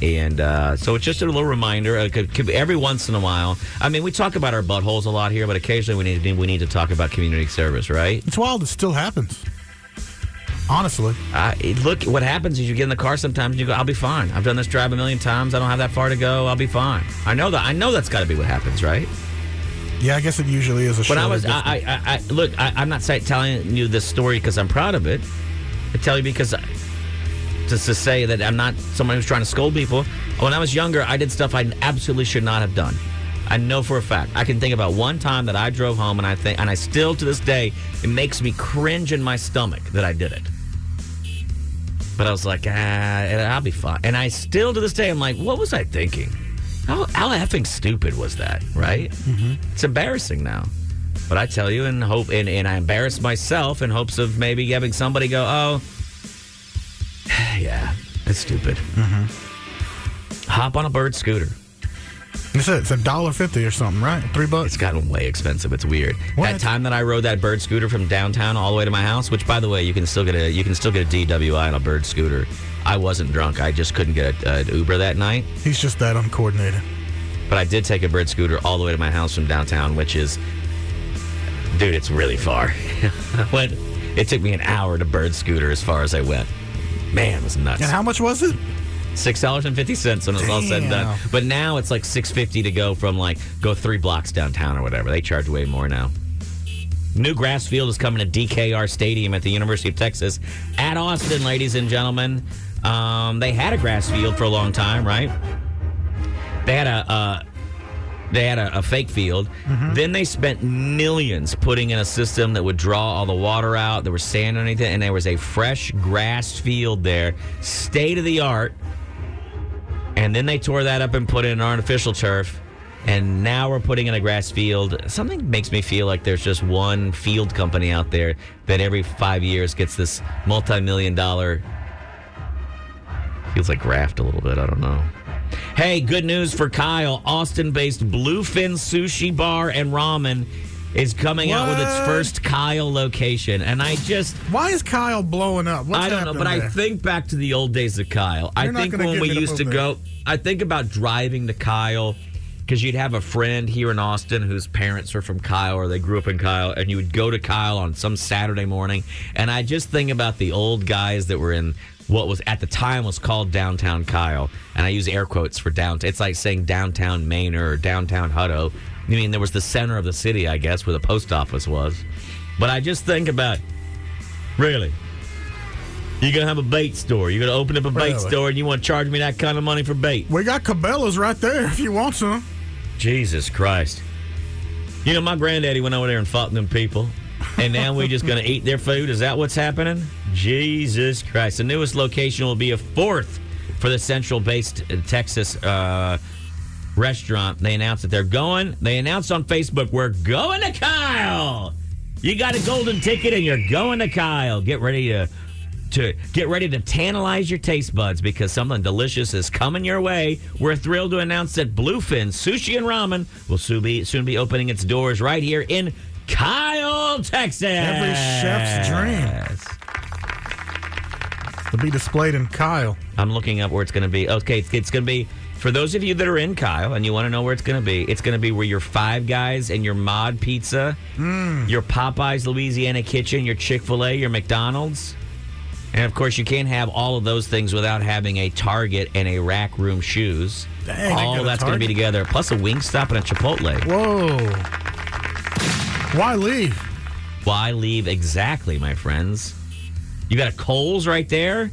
Speaker 2: And uh, so it's just a little reminder. uh, could- could- Every once in a while, I mean, we talk about our buttholes a lot here, but occasionally we need to, we need to talk about community service, right?
Speaker 3: It's wild. It still happens. Honestly,
Speaker 2: I, look, what happens is you get in the car sometimes and you go, "I'll be fine. I've done this drive a million times. I don't have that far to go. I'll be fine." I know that. I know that's got to be what happens, right?
Speaker 3: yeah, I guess it usually is a.
Speaker 2: When I
Speaker 3: shorter
Speaker 2: was, I,
Speaker 3: distance.
Speaker 2: I, I, I look, I, I'm not say, telling you this story because I'm proud of it. I tell you because I, just to say that I'm not someone who's trying to scold people. When I was younger, I did stuff I absolutely should not have done. I know for a fact. I can think about one time that I drove home and I think, and I still to this day, it makes me cringe in my stomach that I did it. But I was like, ah, I'll be fine. And I still to this day, I'm like, what was I thinking? How, how effing stupid was that, right? It's embarrassing now. But I tell you, and hope, and, and I embarrass myself in hopes of maybe having somebody go, oh, yeah, that's stupid. Hop on a bird scooter.
Speaker 3: That's it. It's a dollar fifty or something, right? Three bucks.
Speaker 2: It's gotten way expensive. It's weird.
Speaker 3: What?
Speaker 2: That time that I rode that bird scooter from downtown all the way to my house, which by the way, you can still get a you can still get a DWI on a bird scooter. I wasn't drunk. I just couldn't get a, an Uber that night,
Speaker 3: He's just that uncoordinated.
Speaker 2: but I did take a bird scooter all the way to my house from downtown, which is, dude, it's really far. I went. It took me an hour to bird scooter as far as I went. Man, it was nuts.
Speaker 3: And how much was it?
Speaker 2: Six dollars and fifty cents when it was all said and done.
Speaker 3: Damn.
Speaker 2: But now it's like six fifty to go from like go three blocks downtown or whatever. They charge way more now. New grass field is coming to DKR Stadium at the University of Texas at Austin, ladies and gentlemen. Um, they had a grass field for a long time, right? They had a uh, they had a, a fake field. Then they spent millions putting in a system that would draw all the water out. There was sand underneath it, and there was a fresh grass field there, state of the art. And then they tore that up and put in artificial turf. And now we're putting in a grass field. Something makes me feel like there's just one field company out there that every five years gets this multi million dollar. Feels like raft a little bit. I don't know. Hey, good news for Kyle. Austin based Bluefin Sushi Bar and Ramen is coming out with its
Speaker 3: What?
Speaker 2: first Kyle location. And I just.
Speaker 3: Why is Kyle blowing up? What's
Speaker 2: I don't know,
Speaker 3: happening
Speaker 2: but I
Speaker 3: there?
Speaker 2: think back to the old days of Kyle. I
Speaker 3: You're not
Speaker 2: think
Speaker 3: gonna
Speaker 2: when
Speaker 3: get
Speaker 2: we
Speaker 3: me to
Speaker 2: used to
Speaker 3: move
Speaker 2: go, I think about driving to Kyle because you'd have a friend here in Austin whose parents were from Kyle or they grew up in Kyle, and you would go to Kyle on some Saturday morning. And I just think about the old guys that were in what was at the time was called downtown Kyle, and I use air quotes for downtown. It's like saying downtown Manor or downtown Hutto. I mean, there was the center of the city, I guess, where the post office was. But I just think about Really? You're gonna have a bait store. You're gonna open up a bait
Speaker 3: Really?
Speaker 2: store, and you want to charge me that kind of money for bait?
Speaker 3: we got Cabela's right there if you want some.
Speaker 2: Jesus Christ! You know, my granddaddy went over there and fought them people, and now we're just gonna eat their food. Is that what's happening? Jesus Christ! The newest location will be a fourth for the central-based uh, Texas uh, restaurant. They announced that they're going. They announced on Facebook, "We're going to Kyle." You got a golden ticket, and you're going to Kyle. Get ready to to get ready to tantalize your taste buds because something delicious is coming your way. We're thrilled to announce that Bluefin Sushi and Ramen will soon be soon be opening its doors right here in Kyle, Texas.
Speaker 3: Every chef's dream. To be displayed in Kyle.
Speaker 2: I'm looking up where it's going to be. Okay, it's, it's going to be for those of you that are in Kyle and you want to know where it's going to be. It's going to be where your Five Guys and your Mod Pizza,
Speaker 3: Hmm.
Speaker 2: your Popeyes Louisiana Kitchen, your Chick Fil A, your McDonald's, and of course you can't have all of those things without having a Target and a Rack Room Shoes.
Speaker 3: Dang, they
Speaker 2: all
Speaker 3: got a
Speaker 2: that's going to be
Speaker 3: Target.
Speaker 2: together, plus a Wingstop and a Chipotle.
Speaker 3: Whoa. Why leave?
Speaker 2: Why leave exactly, my friends? You got a Coles right there.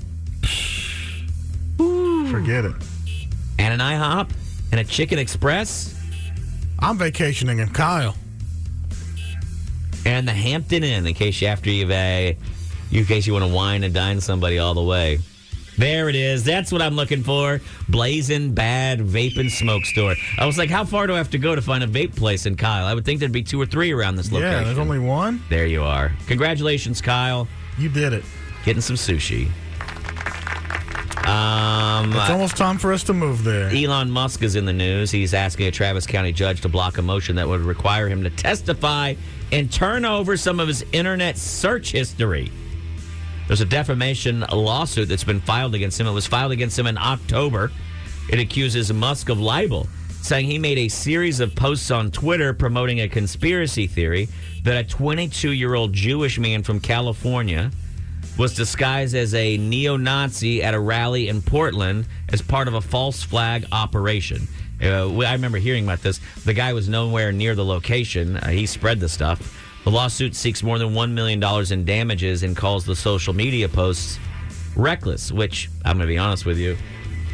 Speaker 3: Forget it.
Speaker 2: and an IHOP and a Chicken Express
Speaker 3: I'm vacationing in Kyle.
Speaker 2: and the Hampton Inn in case you after you've a, in case you want to wine and dine somebody all the way. There it is. That's what I'm looking for. Blazing Bad Vape and Smoke Store. I was like, how far do I have to go to find a vape place in Kyle? I would think there'd be two or three around this location.
Speaker 3: Yeah, there's only one.
Speaker 2: there you are. Congratulations, Kyle.
Speaker 3: You did it.
Speaker 2: Getting some sushi. Um,
Speaker 3: It's almost time for us to move there.
Speaker 2: Elon Musk is in the news. He's asking a Travis County judge to block a motion that would require him to testify and turn over some of his internet search history. There's a defamation lawsuit that's been filed against him. It was filed against him in October. It accuses Musk of libel, saying he made a series of posts on Twitter promoting a conspiracy theory that a 22 year old Jewish man from California was disguised as a neo Nazi at a rally in Portland as part of a false flag operation. Uh, we- I remember hearing about this. The guy was nowhere near the location. Uh, he spread the stuff. The lawsuit seeks more than $1 million in damages and calls the social media posts reckless, which I'm going to be honest with you.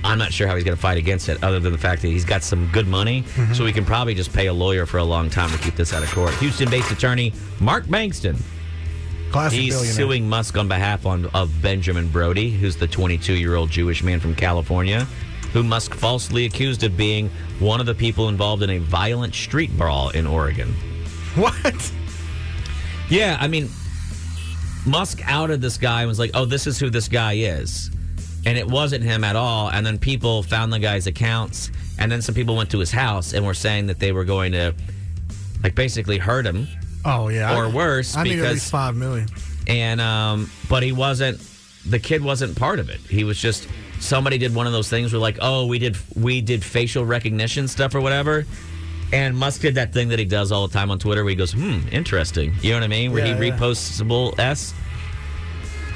Speaker 2: I'm not sure how he's going to fight against it, other than the fact that he's got some good money, so he can probably just pay a lawyer for a long time to keep this out of court. Houston based attorney Mark Bankston
Speaker 3: Classic
Speaker 2: He's
Speaker 3: billionaire.
Speaker 2: suing Musk on behalf on, of Benjamin Brody, who's the 22 year old Jewish man from California, who Musk falsely accused of being one of the people involved in a violent street brawl in Oregon.
Speaker 3: What?
Speaker 2: Yeah, I mean, Musk outed this guy and was like, oh, this is who this guy is. and it wasn't him at all. And then people found the guy's accounts, and then some people went to his house and were saying that they were going to, like, basically hurt him.
Speaker 3: Oh yeah,
Speaker 2: Or worse,
Speaker 3: I need at
Speaker 2: because-
Speaker 3: least five million.
Speaker 2: And um, but he wasn't. The kid wasn't part of it. He was just somebody did one of those things where like, oh, we did we did facial recognition stuff or whatever. And Musk did that thing that he does all the time on Twitter, where he goes, "Hmm, interesting." You know what I mean? Where
Speaker 3: Yeah,
Speaker 2: he
Speaker 3: yeah.
Speaker 2: reposts reposts s.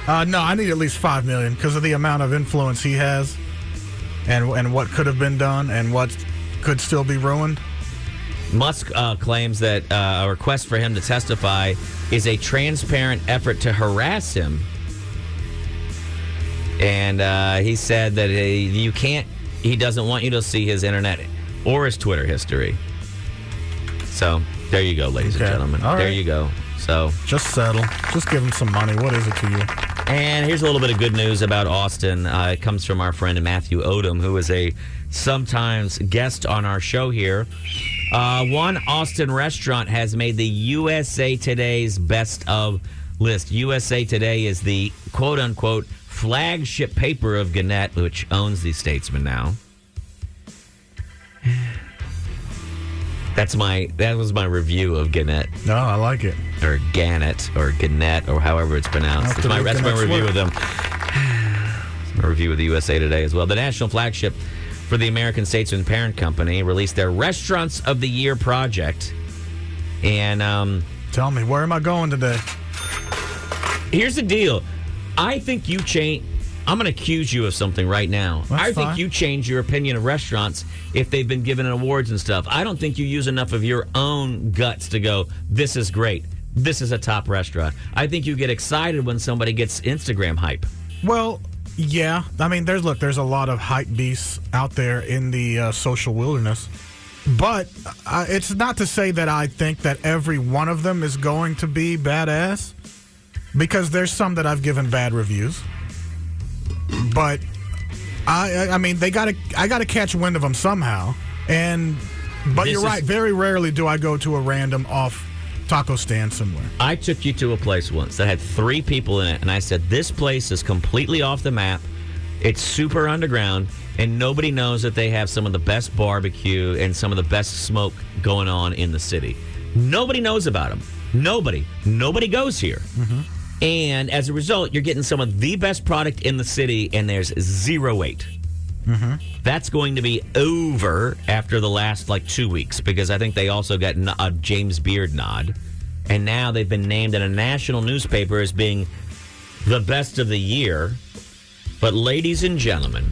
Speaker 3: Uh, no, I need at least five million because of the amount of influence he has, and and what could have been done, and what could still be ruined.
Speaker 2: Musk uh, claims that uh, a request for him to testify is a transparent effort to harass him. And uh, he said that he, you can't, he doesn't want you to see his internet or his Twitter history. So there you go, ladies
Speaker 3: Okay.
Speaker 2: and gentlemen.
Speaker 3: All
Speaker 2: there
Speaker 3: right.
Speaker 2: you go. So,
Speaker 3: Just settle. Just give him some money. What is it to you?
Speaker 2: and here's a little bit of good news about Austin. Uh, it comes from our friend Matthew Odom, who is a sometimes guest on our show here. Uh, one Austin restaurant has made the USA Today's best of list. USA Today is the quote unquote flagship paper of Gannett, which owns the Statesman now. That's my that was my review of Gannett
Speaker 3: No, I like it.
Speaker 2: or Gannett or Gannett or however it's pronounced.
Speaker 3: After
Speaker 2: It's my,
Speaker 3: the
Speaker 2: that's my
Speaker 3: Gannett's
Speaker 2: review
Speaker 3: work.
Speaker 2: of them. It's my review of the USA Today as well. The national flagship for the American Statesman Parent Company released their Restaurants of the Year project. And um,
Speaker 3: Tell me, where am I going today?
Speaker 2: here's the deal I think you change. I'm going to accuse you of something right now.
Speaker 3: That's
Speaker 2: I
Speaker 3: fine.
Speaker 2: think you change your opinion of restaurants if they've been given awards and stuff. I don't think you use enough of your own guts to go, this is great. This is a top restaurant. I think you get excited when somebody gets Instagram hype.
Speaker 3: Well, yeah. I mean, there's look, there's a lot of hype beasts out there in the uh, social wilderness, but uh, it's not to say that I think that every one of them is going to be badass, because there's some that I've given bad reviews, but I, I- I mean, they gotta, I gotta catch wind of them somehow, and but
Speaker 2: This
Speaker 3: you're
Speaker 2: is-
Speaker 3: right. Very rarely do I go to a random off taco stand somewhere.
Speaker 2: I took you to a place once that had three people in it, and I said, This place is completely off the map. It's super underground, and nobody knows that they have some of the best barbecue and some of the best smoke going on in the city. Nobody knows about them. Nobody. Nobody goes here. And as a result, you're getting some of the best product in the city, and there's zero wait. That's going to be over after the last like two weeks because I think they also got n- a James Beard nod, and now they've been named in a national newspaper as being the best of the year. But ladies and gentlemen,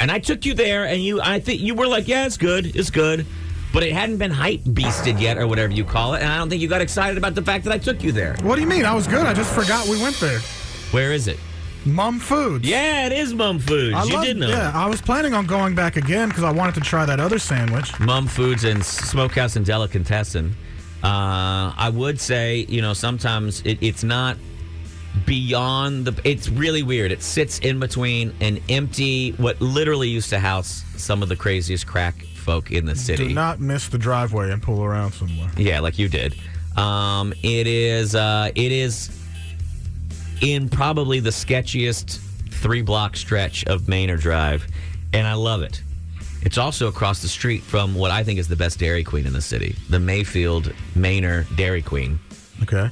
Speaker 2: and I took you there, and you I think you were like, yeah, it's good, it's good, but it hadn't been hype beasted yet or whatever you call it, and I don't think you got excited about the fact that I took you there.
Speaker 3: What do you mean? I was good. I just forgot we went there.
Speaker 2: Where is it?
Speaker 3: Mum food.
Speaker 2: Yeah, it is Mum Foods. you
Speaker 3: love-
Speaker 2: did know.
Speaker 3: Yeah, I was planning on going back again because I wanted to try that other sandwich.
Speaker 2: Mum Foods and Smokehouse and Delicatessen. Uh, I would say, you know, sometimes it, it's not beyond the. It's really weird. It sits in between an empty, what literally used to house some of the craziest crack folk in the city.
Speaker 3: Do not miss the driveway and pull around somewhere.
Speaker 2: Yeah, like you did. Um, it is uh, it is in probably the sketchiest three block stretch of Manor Drive, and I love it. It's also across the street from what I think is the best Dairy Queen in the city, the Mayfield Manor Dairy Queen,
Speaker 3: Okay.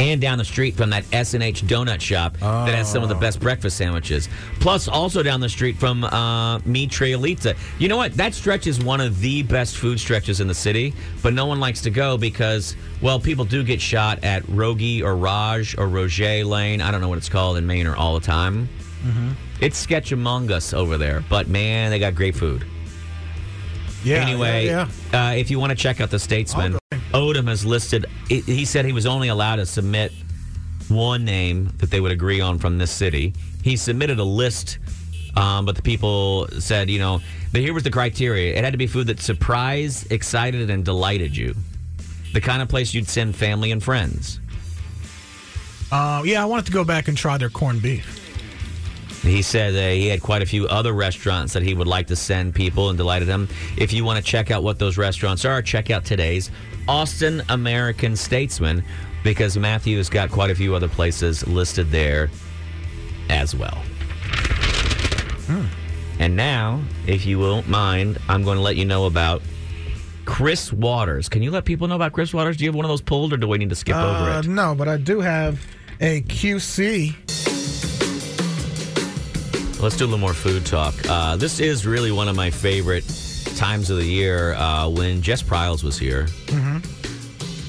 Speaker 2: and down the street from that S and H donut shop that has some of the best breakfast sandwiches. Plus, also down the street from uh, Mi Trailita. You know what? That stretch is one of the best food stretches in the city, but no one likes to go because, well, people do get shot at Rogi or Raj or Roger Lane. I don't know what it's called in Maine or all the time. It's sketch among us over there, but man, they got great food.
Speaker 3: Yeah.
Speaker 2: Anyway,
Speaker 3: Yeah.
Speaker 2: Uh, if you want to check out the Statesman, Odom has listed. He he said he was only allowed to submit one name that they would agree on from this city. He submitted a list, um, but the people said, you know, but here was the criteria: it had to be food that surprised, excited, and delighted you. The kind of place you'd send family and friends.
Speaker 3: yeah. Uh, yeah, I wanted to go back and try their corned beef.
Speaker 2: He said that he had quite a few other restaurants that he would like to send people and delighted them. If you want to check out what those restaurants are, check out today's Austin American Statesman because Matthew's got quite a few other places listed there as well. And now, if you won't mind, I'm going to let you know about Chris Waters. Can you let people know about Chris Waters? Do you have one of those pulled, or do we need to skip
Speaker 3: Uh,
Speaker 2: over it?
Speaker 3: no, but I do have a QC.
Speaker 2: Let's do a little more food talk. Uh, this is really one of my favorite times of the year uh, when Jess Pryles was here,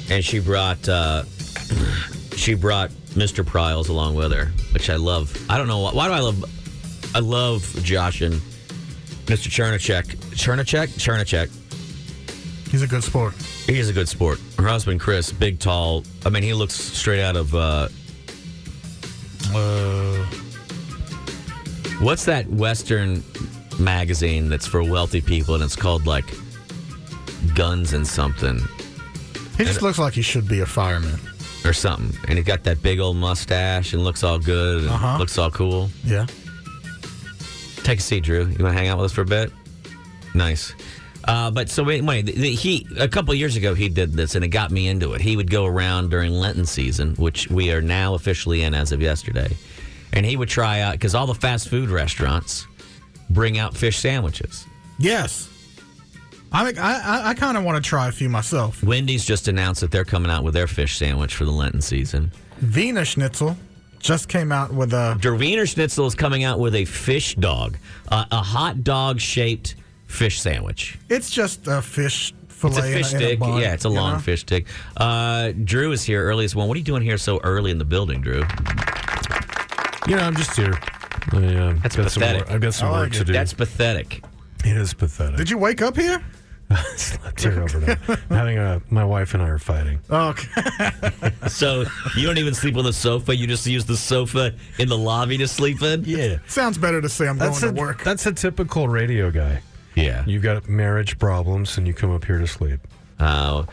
Speaker 2: and she brought uh, she brought Mr. Pryles along with her, which I love. I don't know why, why do I love I love Josh and Mr. Chernachek. Chernachek? Chernachek.
Speaker 3: He's a good sport.
Speaker 2: He is a good sport. Her husband, Chris, big, tall. I mean, he looks straight out of. Uh, what's that Western magazine that's for wealthy people and it's called like Guns and Something
Speaker 3: He just looks like he should be a fireman.
Speaker 2: or something? And he got that big old mustache and looks all good and
Speaker 3: Uh-huh.
Speaker 2: looks all cool.
Speaker 3: Yeah.
Speaker 2: Take a seat, Drew. You want to hang out with us for a bit? Nice. Uh, but so anyway, the, the, he a couple years ago he did this and it got me into it. He would go around during Lenten season, which we are now officially in as of yesterday, and he would try out because all the fast food restaurants bring out fish sandwiches.
Speaker 3: Yes. I think I I, I kind of want to try a few myself.
Speaker 2: Wendy's just announced that they're coming out with their fish sandwich for the Lenten season.
Speaker 3: Wiener Schnitzel just came out with a
Speaker 2: Der Wiener Schnitzel is coming out with a fish dog, uh, a hot dog shaped fish sandwich.
Speaker 3: it's just a fish fillet.
Speaker 2: It's a fish
Speaker 3: in a, in a
Speaker 2: stick.
Speaker 3: bun,
Speaker 2: yeah, it's a
Speaker 3: you
Speaker 2: long
Speaker 3: know?
Speaker 2: fish stick. Uh, Drew is here early as well. What are you doing here so early in the building, Drew?
Speaker 8: You know, I'm just here. I, uh,
Speaker 2: That's
Speaker 8: got some
Speaker 2: pathetic.
Speaker 8: wor- I've got some
Speaker 3: I like
Speaker 8: work to
Speaker 3: it.
Speaker 8: do.
Speaker 2: That's pathetic.
Speaker 8: it is pathetic.
Speaker 3: Did you wake up here?
Speaker 8: Slept here overnight. Having a, my wife and I are fighting.
Speaker 3: Oh, okay.
Speaker 2: So you don't even sleep on the sofa. You just use the sofa in the lobby to sleep in.
Speaker 8: Yeah,
Speaker 3: Sounds better to say I'm
Speaker 8: that's
Speaker 3: going
Speaker 8: a
Speaker 3: to work.
Speaker 8: that's a typical radio guy.
Speaker 2: Yeah.
Speaker 8: You've got marriage problems, and you come up here to sleep.
Speaker 2: Uh,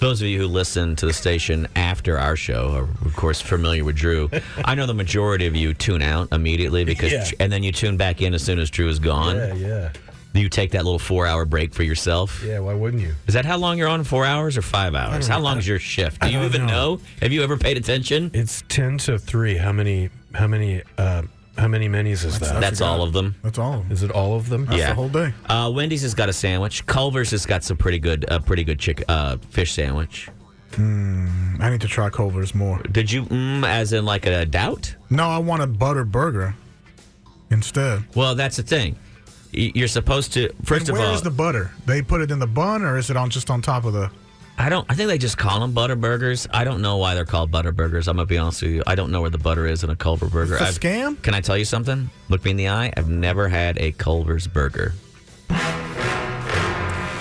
Speaker 2: those of you who listen to the station after our show are, of course, familiar with Drew. I know the majority of you tune out immediately because,
Speaker 8: Yeah.
Speaker 2: and then you tune back in as soon as Drew is gone.
Speaker 8: yeah,
Speaker 2: You take that little four-hour break for yourself.
Speaker 8: yeah. Why wouldn't you?
Speaker 2: Is that how long you're on? Four hours or five hours? How long is your shift? Do you
Speaker 8: don't
Speaker 2: even know.
Speaker 8: know.
Speaker 2: Have you ever paid attention?
Speaker 8: It's ten to three. How many? How many? Uh, how many minis is that?
Speaker 2: That's all of them.
Speaker 3: That's all. Of them.
Speaker 8: Is it all of them?
Speaker 3: That's
Speaker 2: yeah.
Speaker 3: the whole day.
Speaker 2: Uh, Wendy's has got a sandwich. Culver's has got some pretty good, uh, pretty good chick, uh, fish sandwich.
Speaker 3: I need to try Culver's more.
Speaker 2: Did you, mm, as in like a doubt?
Speaker 3: No, I want a butter burger instead.
Speaker 2: Well, that's the thing. Y- You're supposed to. First
Speaker 3: and
Speaker 2: of
Speaker 3: where
Speaker 2: all,
Speaker 3: is the butter? They put it in the bun, or is it on just on top of the?
Speaker 2: I don't. I think they just call them butter burgers. I don't know why they're called butter burgers. I'm gonna be honest with you. I don't know where the butter is in a Culver burger.
Speaker 3: It's a
Speaker 2: I've-
Speaker 3: scam?
Speaker 2: Can I tell you something? Look me in the eye. I've never had a Culver's burger.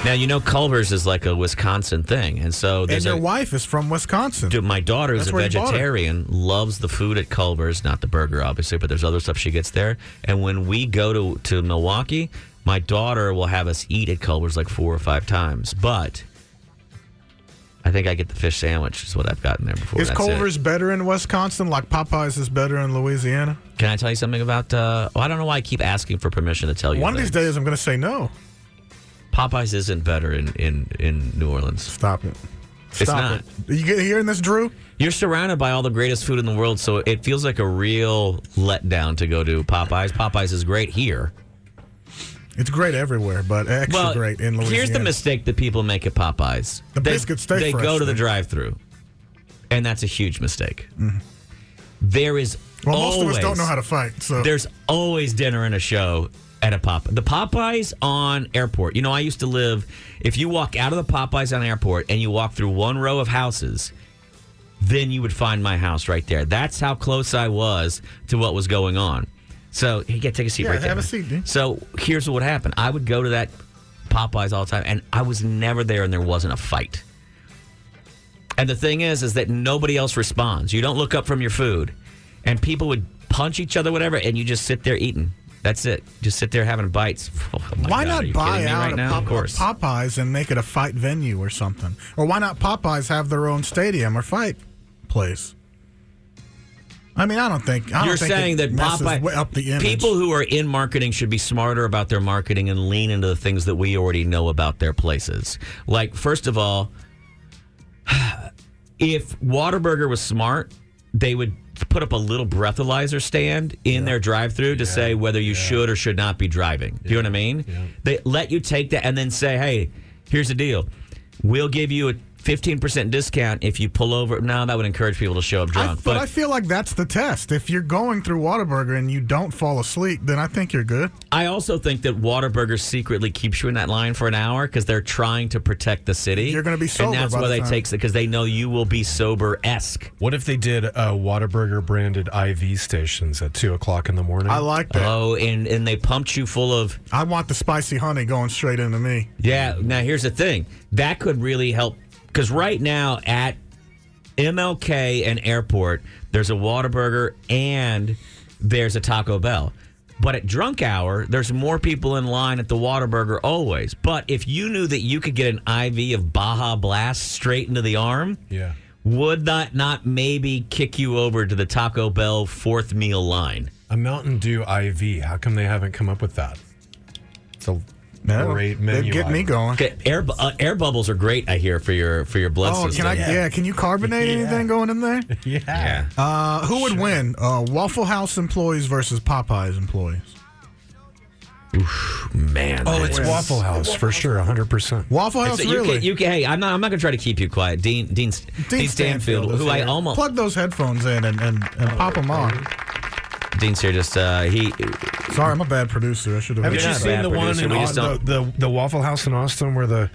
Speaker 2: Now you know Culver's is like a Wisconsin thing, and so
Speaker 3: And
Speaker 2: there's
Speaker 3: your
Speaker 2: a.
Speaker 3: wife is from Wisconsin.
Speaker 2: Dude, my daughter is
Speaker 3: That's
Speaker 2: a
Speaker 3: where you bought it.
Speaker 2: vegetarian, loves the food at Culver's, not the burger, obviously, but there's other stuff she gets there. And when we go to, to Milwaukee, my daughter will have us eat at Culver's like four or five times. But I think I get the fish sandwich, is what I've gotten there before.
Speaker 3: Is
Speaker 2: That's it.
Speaker 3: Culver's better in Wisconsin like Popeyes is better in Louisiana?
Speaker 2: Can I tell you something about. Uh, well, I don't know why I keep asking for permission to tell you.
Speaker 3: One of these
Speaker 2: things.
Speaker 3: days I'm going to say no.
Speaker 2: Popeyes isn't better in, in, in New Orleans.
Speaker 3: Stop it. Stop
Speaker 2: not.
Speaker 3: it. Are you get- hearing this, Drew?
Speaker 2: You're surrounded by all the greatest food in the world, so it feels like a real letdown to go to Popeyes. Popeyes is great here.
Speaker 3: It's great everywhere, but extra great in Louisiana.
Speaker 2: Here's the mistake that people make at Popeyes.
Speaker 3: The
Speaker 2: they,
Speaker 3: biscuits stay
Speaker 2: They
Speaker 3: fresh,
Speaker 2: go to the
Speaker 3: then.
Speaker 2: drive-through, and that's a huge mistake. There is
Speaker 3: Mm-hmm. Well, most
Speaker 2: always
Speaker 3: of us don't know how to fight, so
Speaker 2: there's always dinner and a show at a Popeye. The Popeyes on Airport. You know, I used to live. If you walk out of the Popeyes on Airport and you walk through one row of houses. Then you would find my house right there. That's how close I was to what was going on. So, hey, yeah, take a seat
Speaker 3: Yeah,
Speaker 2: right there.
Speaker 3: have a
Speaker 2: man.
Speaker 3: seat, dude.
Speaker 2: So here's what would happen. I would go to that Popeyes all the time, and I was never there, and there wasn't a fight. And the thing is, is that nobody else responds. You don't look up from your food, and people would punch each other, whatever, and you just sit there eating. That's it. Just sit there having bites. Oh my
Speaker 3: why
Speaker 2: God, are
Speaker 3: not
Speaker 2: you
Speaker 3: buy
Speaker 2: kidding me
Speaker 3: out
Speaker 2: right
Speaker 3: a
Speaker 2: now?
Speaker 3: Pop-
Speaker 2: of course.
Speaker 3: a Popeyes and make it a fight venue or something? Or why not Popeyes have their own stadium or fight place? I mean, I don't think I don't
Speaker 2: You're
Speaker 3: think it
Speaker 2: saying that
Speaker 3: messes
Speaker 2: Popeye
Speaker 3: way up the image.
Speaker 2: people who are in marketing should be smarter about their marketing and lean into the things that we already know about their places. Like first of all, if Waterburger was smart, they would put up a little breathalyzer stand in their drive-through to say whether you should or should not be driving. Do you know what I mean? They let you take that and then say, "Hey, here's the deal. We'll give you a 15% discount if you pull over." Now that would encourage people to show up
Speaker 3: I,
Speaker 2: drunk.
Speaker 3: but, I feel like that's the test. If you're going through Whataburger and you don't fall asleep, then I think you're good.
Speaker 2: I also think that Whataburger secretly keeps you in that line for an hour because they're trying to protect the city.
Speaker 3: You're gonna be
Speaker 2: and
Speaker 3: sober
Speaker 2: that's
Speaker 3: by
Speaker 2: why
Speaker 3: the
Speaker 2: they
Speaker 3: time.
Speaker 2: takes it because they know you will be sober esque.
Speaker 8: What if they did uh, Waterburger branded IV stations at two o'clock in the morning?
Speaker 3: I like that.
Speaker 2: Oh, and and they pumped you full of
Speaker 3: I want the spicy honey going straight into me.
Speaker 2: yeah. Now here's the thing that could really help because right now at MLK and Airport there's a Whataburger and there's a Taco Bell. But at drunk hour, there's more people in line at the Whataburger always. But if you knew that you could get an IV of Baja Blast straight into the arm,
Speaker 8: yeah.
Speaker 2: would that not maybe kick you over to the Taco Bell fourth meal line?
Speaker 8: A Mountain Dew IV. How come they haven't come up with that? It's a great menu.
Speaker 3: They'd get me
Speaker 8: item.
Speaker 3: going.
Speaker 2: Okay, air bu- uh, air bubbles are great. I hear for your for your blood
Speaker 3: Oh,
Speaker 2: system.
Speaker 3: can I? Yeah. can you carbonate anything going in there?
Speaker 8: Yeah.
Speaker 2: Yeah.
Speaker 3: Uh, who would win? Uh, Waffle House employees versus Popeyes employees.
Speaker 2: Man.
Speaker 8: Oh,
Speaker 2: that
Speaker 8: it's
Speaker 2: is-
Speaker 8: Waffle House for sure, hundred percent.
Speaker 3: Waffle House,
Speaker 2: So you
Speaker 3: Oh, really?
Speaker 2: can, you can, hey, I'm not. I'm not going to try to keep you quiet, Dean. Dean, Dean, Stanfield,
Speaker 3: is
Speaker 2: who I
Speaker 3: here.
Speaker 2: almost.
Speaker 3: plug those headphones in and, and, and pop them on.
Speaker 2: Dean's here. Just uh, he.
Speaker 3: Sorry, I'm a bad producer. I should have.
Speaker 8: Haven't
Speaker 2: You're
Speaker 8: you
Speaker 2: not a
Speaker 8: seen
Speaker 2: bad
Speaker 8: the one
Speaker 2: producer,
Speaker 8: in
Speaker 2: we just
Speaker 8: Austin, the, the the Waffle House in Austin where the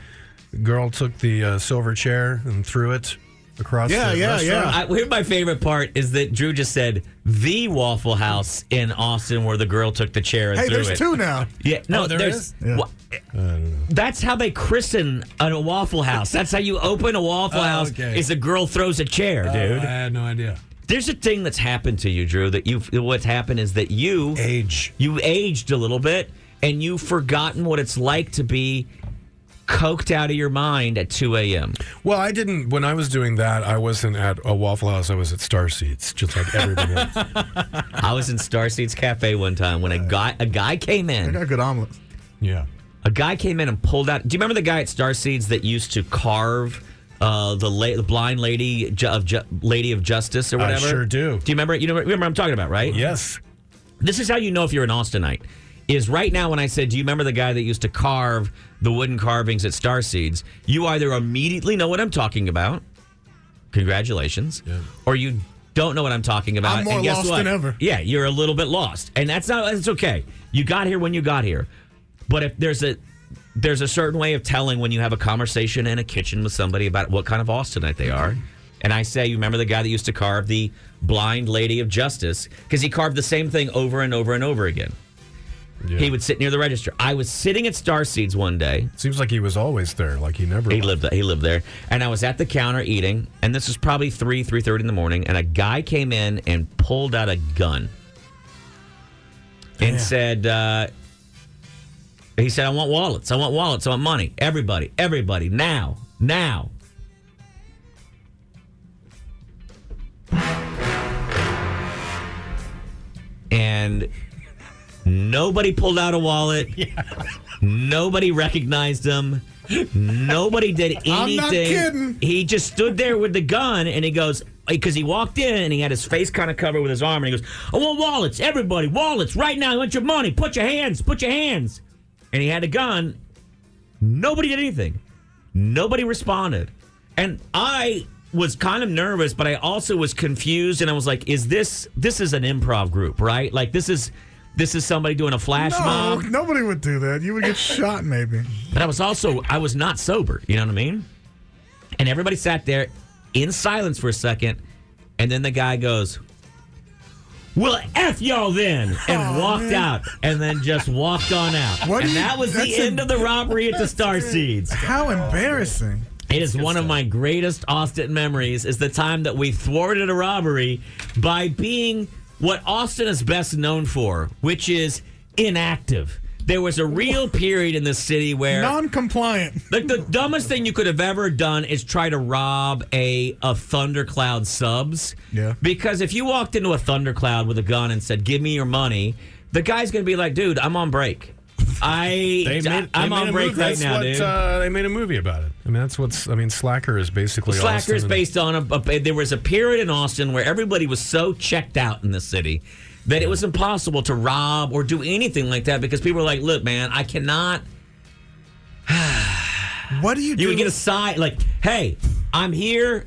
Speaker 8: girl took the uh, silver chair and threw it across?
Speaker 3: Yeah,
Speaker 8: the
Speaker 3: yeah,
Speaker 8: restaurant?
Speaker 2: I,
Speaker 3: yeah.
Speaker 2: here, my favorite part is that Drew just said the Waffle House in Austin, where the girl took the chair and
Speaker 3: Hey,
Speaker 2: threw
Speaker 3: there's
Speaker 2: it.
Speaker 3: two now.
Speaker 2: Yeah, no,
Speaker 8: Oh, there
Speaker 2: there's.
Speaker 8: is?
Speaker 3: Yeah.
Speaker 2: wha- That's how they christen a Waffle House. That's how you open a Waffle
Speaker 8: Oh,
Speaker 2: House.
Speaker 8: okay.
Speaker 2: Is a girl throws a chair,
Speaker 8: Oh,
Speaker 2: dude.
Speaker 8: I had no idea.
Speaker 2: There's a thing that's happened to you, Drew. That you, what's happened is that you
Speaker 8: Age.
Speaker 2: you aged a little bit and you've forgotten what it's like to be coked out of your mind at 2 a.m.
Speaker 8: Well, I didn't. When I was doing that, I wasn't at a Waffle House. I was at Star Seats, just like everybody else.
Speaker 2: I was in Star Seeds Cafe one time when a guy a guy came
Speaker 3: I
Speaker 2: in.
Speaker 3: got good omelets.
Speaker 8: Yeah.
Speaker 2: A guy came in and pulled out. Do you remember the guy at Star Seeds that used to carve uh, the, la- the blind lady ju- of ju- lady of justice or
Speaker 8: I
Speaker 2: whatever?
Speaker 8: sure do.
Speaker 2: Do you remember? You know, remember what I'm talking about, right?
Speaker 8: Yes.
Speaker 2: This is how you know if you're an Austinite. Is right now when I said, "Do you remember the guy that used to carve the wooden carvings at Star Seeds?" You either immediately know what I'm talking about, congratulations, or you don't know what I'm talking about.
Speaker 3: I'm more
Speaker 2: and guess
Speaker 3: lost
Speaker 2: what?
Speaker 3: than ever.
Speaker 2: Yeah, you're a little bit lost, and that's not. That's okay. You got here when you got here, but if there's a there's a certain way of telling when you have a conversation in a kitchen with somebody about what kind of Austinite they are. And I say, you remember the guy that used to carve the blind lady of justice? Because he carved the same thing over and over and over again.
Speaker 8: Yeah.
Speaker 2: He would sit near the register. I was sitting at Starseeds one day.
Speaker 8: Seems like he was always there. Like he never.
Speaker 2: He lived he lived there, and I was at the counter eating, and this was probably three three thirty in the morning, and a guy came in and pulled out a gun and said, uh, he said, I want wallets, I want wallets, I want money, everybody, everybody, now, now. And nobody pulled out a wallet. Nobody recognized him. Nobody did anything.
Speaker 3: I'm not kidding.
Speaker 2: He just stood there with the gun and he goes, because he walked in and he had his face kind of covered with his arm and he goes, I want wallets, everybody, wallets right now. I want your money. Put your hands, put your hands. And he had a gun. Nobody did anything. Nobody responded. And I was kind of nervous, but I also was confused and I was like, is this this is an improv group, right? Like this is this is somebody doing a flash
Speaker 3: No,
Speaker 2: mob.
Speaker 3: nobody would do that. You would get shot, maybe.
Speaker 2: But I was also I was not sober. You know what I mean? And everybody sat there in silence for a second, and then the guy goes, "Well, f y'all then," and
Speaker 3: Aw,
Speaker 2: walked
Speaker 3: man.
Speaker 2: out, and then just walked on out.
Speaker 3: What
Speaker 2: and
Speaker 3: do you-
Speaker 2: that was the
Speaker 3: that's a-
Speaker 2: end of the robbery at the Star Seeds.
Speaker 3: How embarrassing!
Speaker 2: It is one of my greatest Austin memories. Is the time that we thwarted a robbery by being what Austin is best known for, which is inactive. There was a real period in this city where
Speaker 3: Non-compliant.
Speaker 2: like the dumbest thing you could have ever done is try to rob a a thundercloud subs.
Speaker 3: Yeah.
Speaker 2: Because if you walked into a thundercloud with a gun and said, "Give me your money," the guy's gonna be like, "Dude, I'm on break." I
Speaker 8: They made, they
Speaker 2: I'm
Speaker 8: made a
Speaker 2: on break
Speaker 8: movie.
Speaker 2: right
Speaker 8: That's
Speaker 2: now,
Speaker 8: what,
Speaker 2: dude.
Speaker 8: Uh, they made a movie about it. I mean, that's what's. I mean, Slacker is basically
Speaker 2: Slacker is
Speaker 8: Austin.
Speaker 2: based on a, a- There was a period in Austin where everybody was so checked out in the city that it was impossible to rob or do anything like that because people were like, "Look, man, I cannot."
Speaker 3: What do you do?
Speaker 2: You would get a sign like, "Hey, I'm here.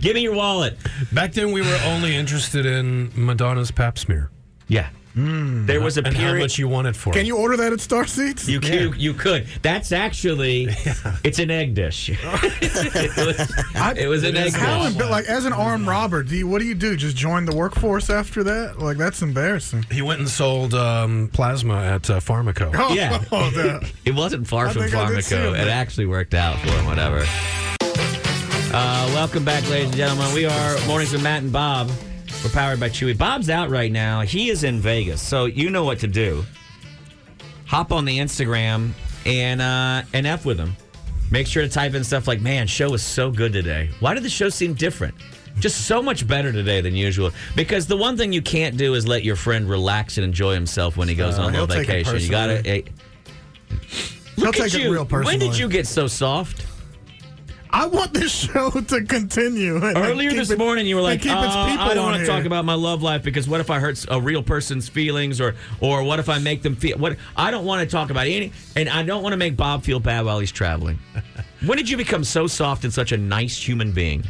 Speaker 2: Give me your wallet."
Speaker 8: Back then, we were only interested in Madonna's pap smear
Speaker 2: Yeah. There was a
Speaker 8: and how
Speaker 2: period.
Speaker 8: much you wanted for
Speaker 3: Can
Speaker 8: it.
Speaker 3: you order that at Star Seats?
Speaker 2: You, you you could. That's actually it's an egg dish. it, was,
Speaker 3: I-
Speaker 2: it was an egg
Speaker 3: How
Speaker 2: dish.
Speaker 3: emba- like as an armed robber, do you, what do you do? Just join the workforce after that? Like that's embarrassing.
Speaker 8: He went and sold um, plasma at uh, Pharmaco.
Speaker 3: Oh,
Speaker 2: Yeah.
Speaker 3: oh, the-
Speaker 2: It wasn't far
Speaker 3: I
Speaker 2: from
Speaker 3: think I did see
Speaker 2: Pharmaco.
Speaker 3: him.
Speaker 2: It actually worked out for him, whatever. Uh, welcome back, ladies and gentlemen. We are Mornings with Matt and Bob. We're powered by Chewy. Bob's out right now. He is in Vegas, so you know what to do. Hop on the Instagram and uh, and F with him. Make sure to type in stuff like, man, show was so good today. Why did the show seem different? Just so much better today than usual. Because the one thing you can't do is let your friend relax and enjoy himself when he goes on a
Speaker 3: Uh, he'll
Speaker 2: little
Speaker 3: take it
Speaker 2: vacation. You gotta
Speaker 3: personally.
Speaker 2: eh,
Speaker 3: He'll
Speaker 2: Look
Speaker 3: take
Speaker 2: at
Speaker 3: it
Speaker 2: you.
Speaker 3: real personally.
Speaker 2: When did you get so soft?
Speaker 3: I want this show to continue. and
Speaker 2: Earlier
Speaker 3: keep
Speaker 2: this
Speaker 3: it-
Speaker 2: morning, you were
Speaker 3: and
Speaker 2: like,
Speaker 3: keep its
Speaker 2: "Uh,
Speaker 3: people
Speaker 2: "I don't
Speaker 3: on
Speaker 2: want to
Speaker 3: here."
Speaker 2: talk about my love life because what if I hurt a real person's feelings, or or what if I make them feel what? I don't want to talk about any, and I don't want to make Bob feel bad while he's traveling." when did you become so soft and such a nice human being?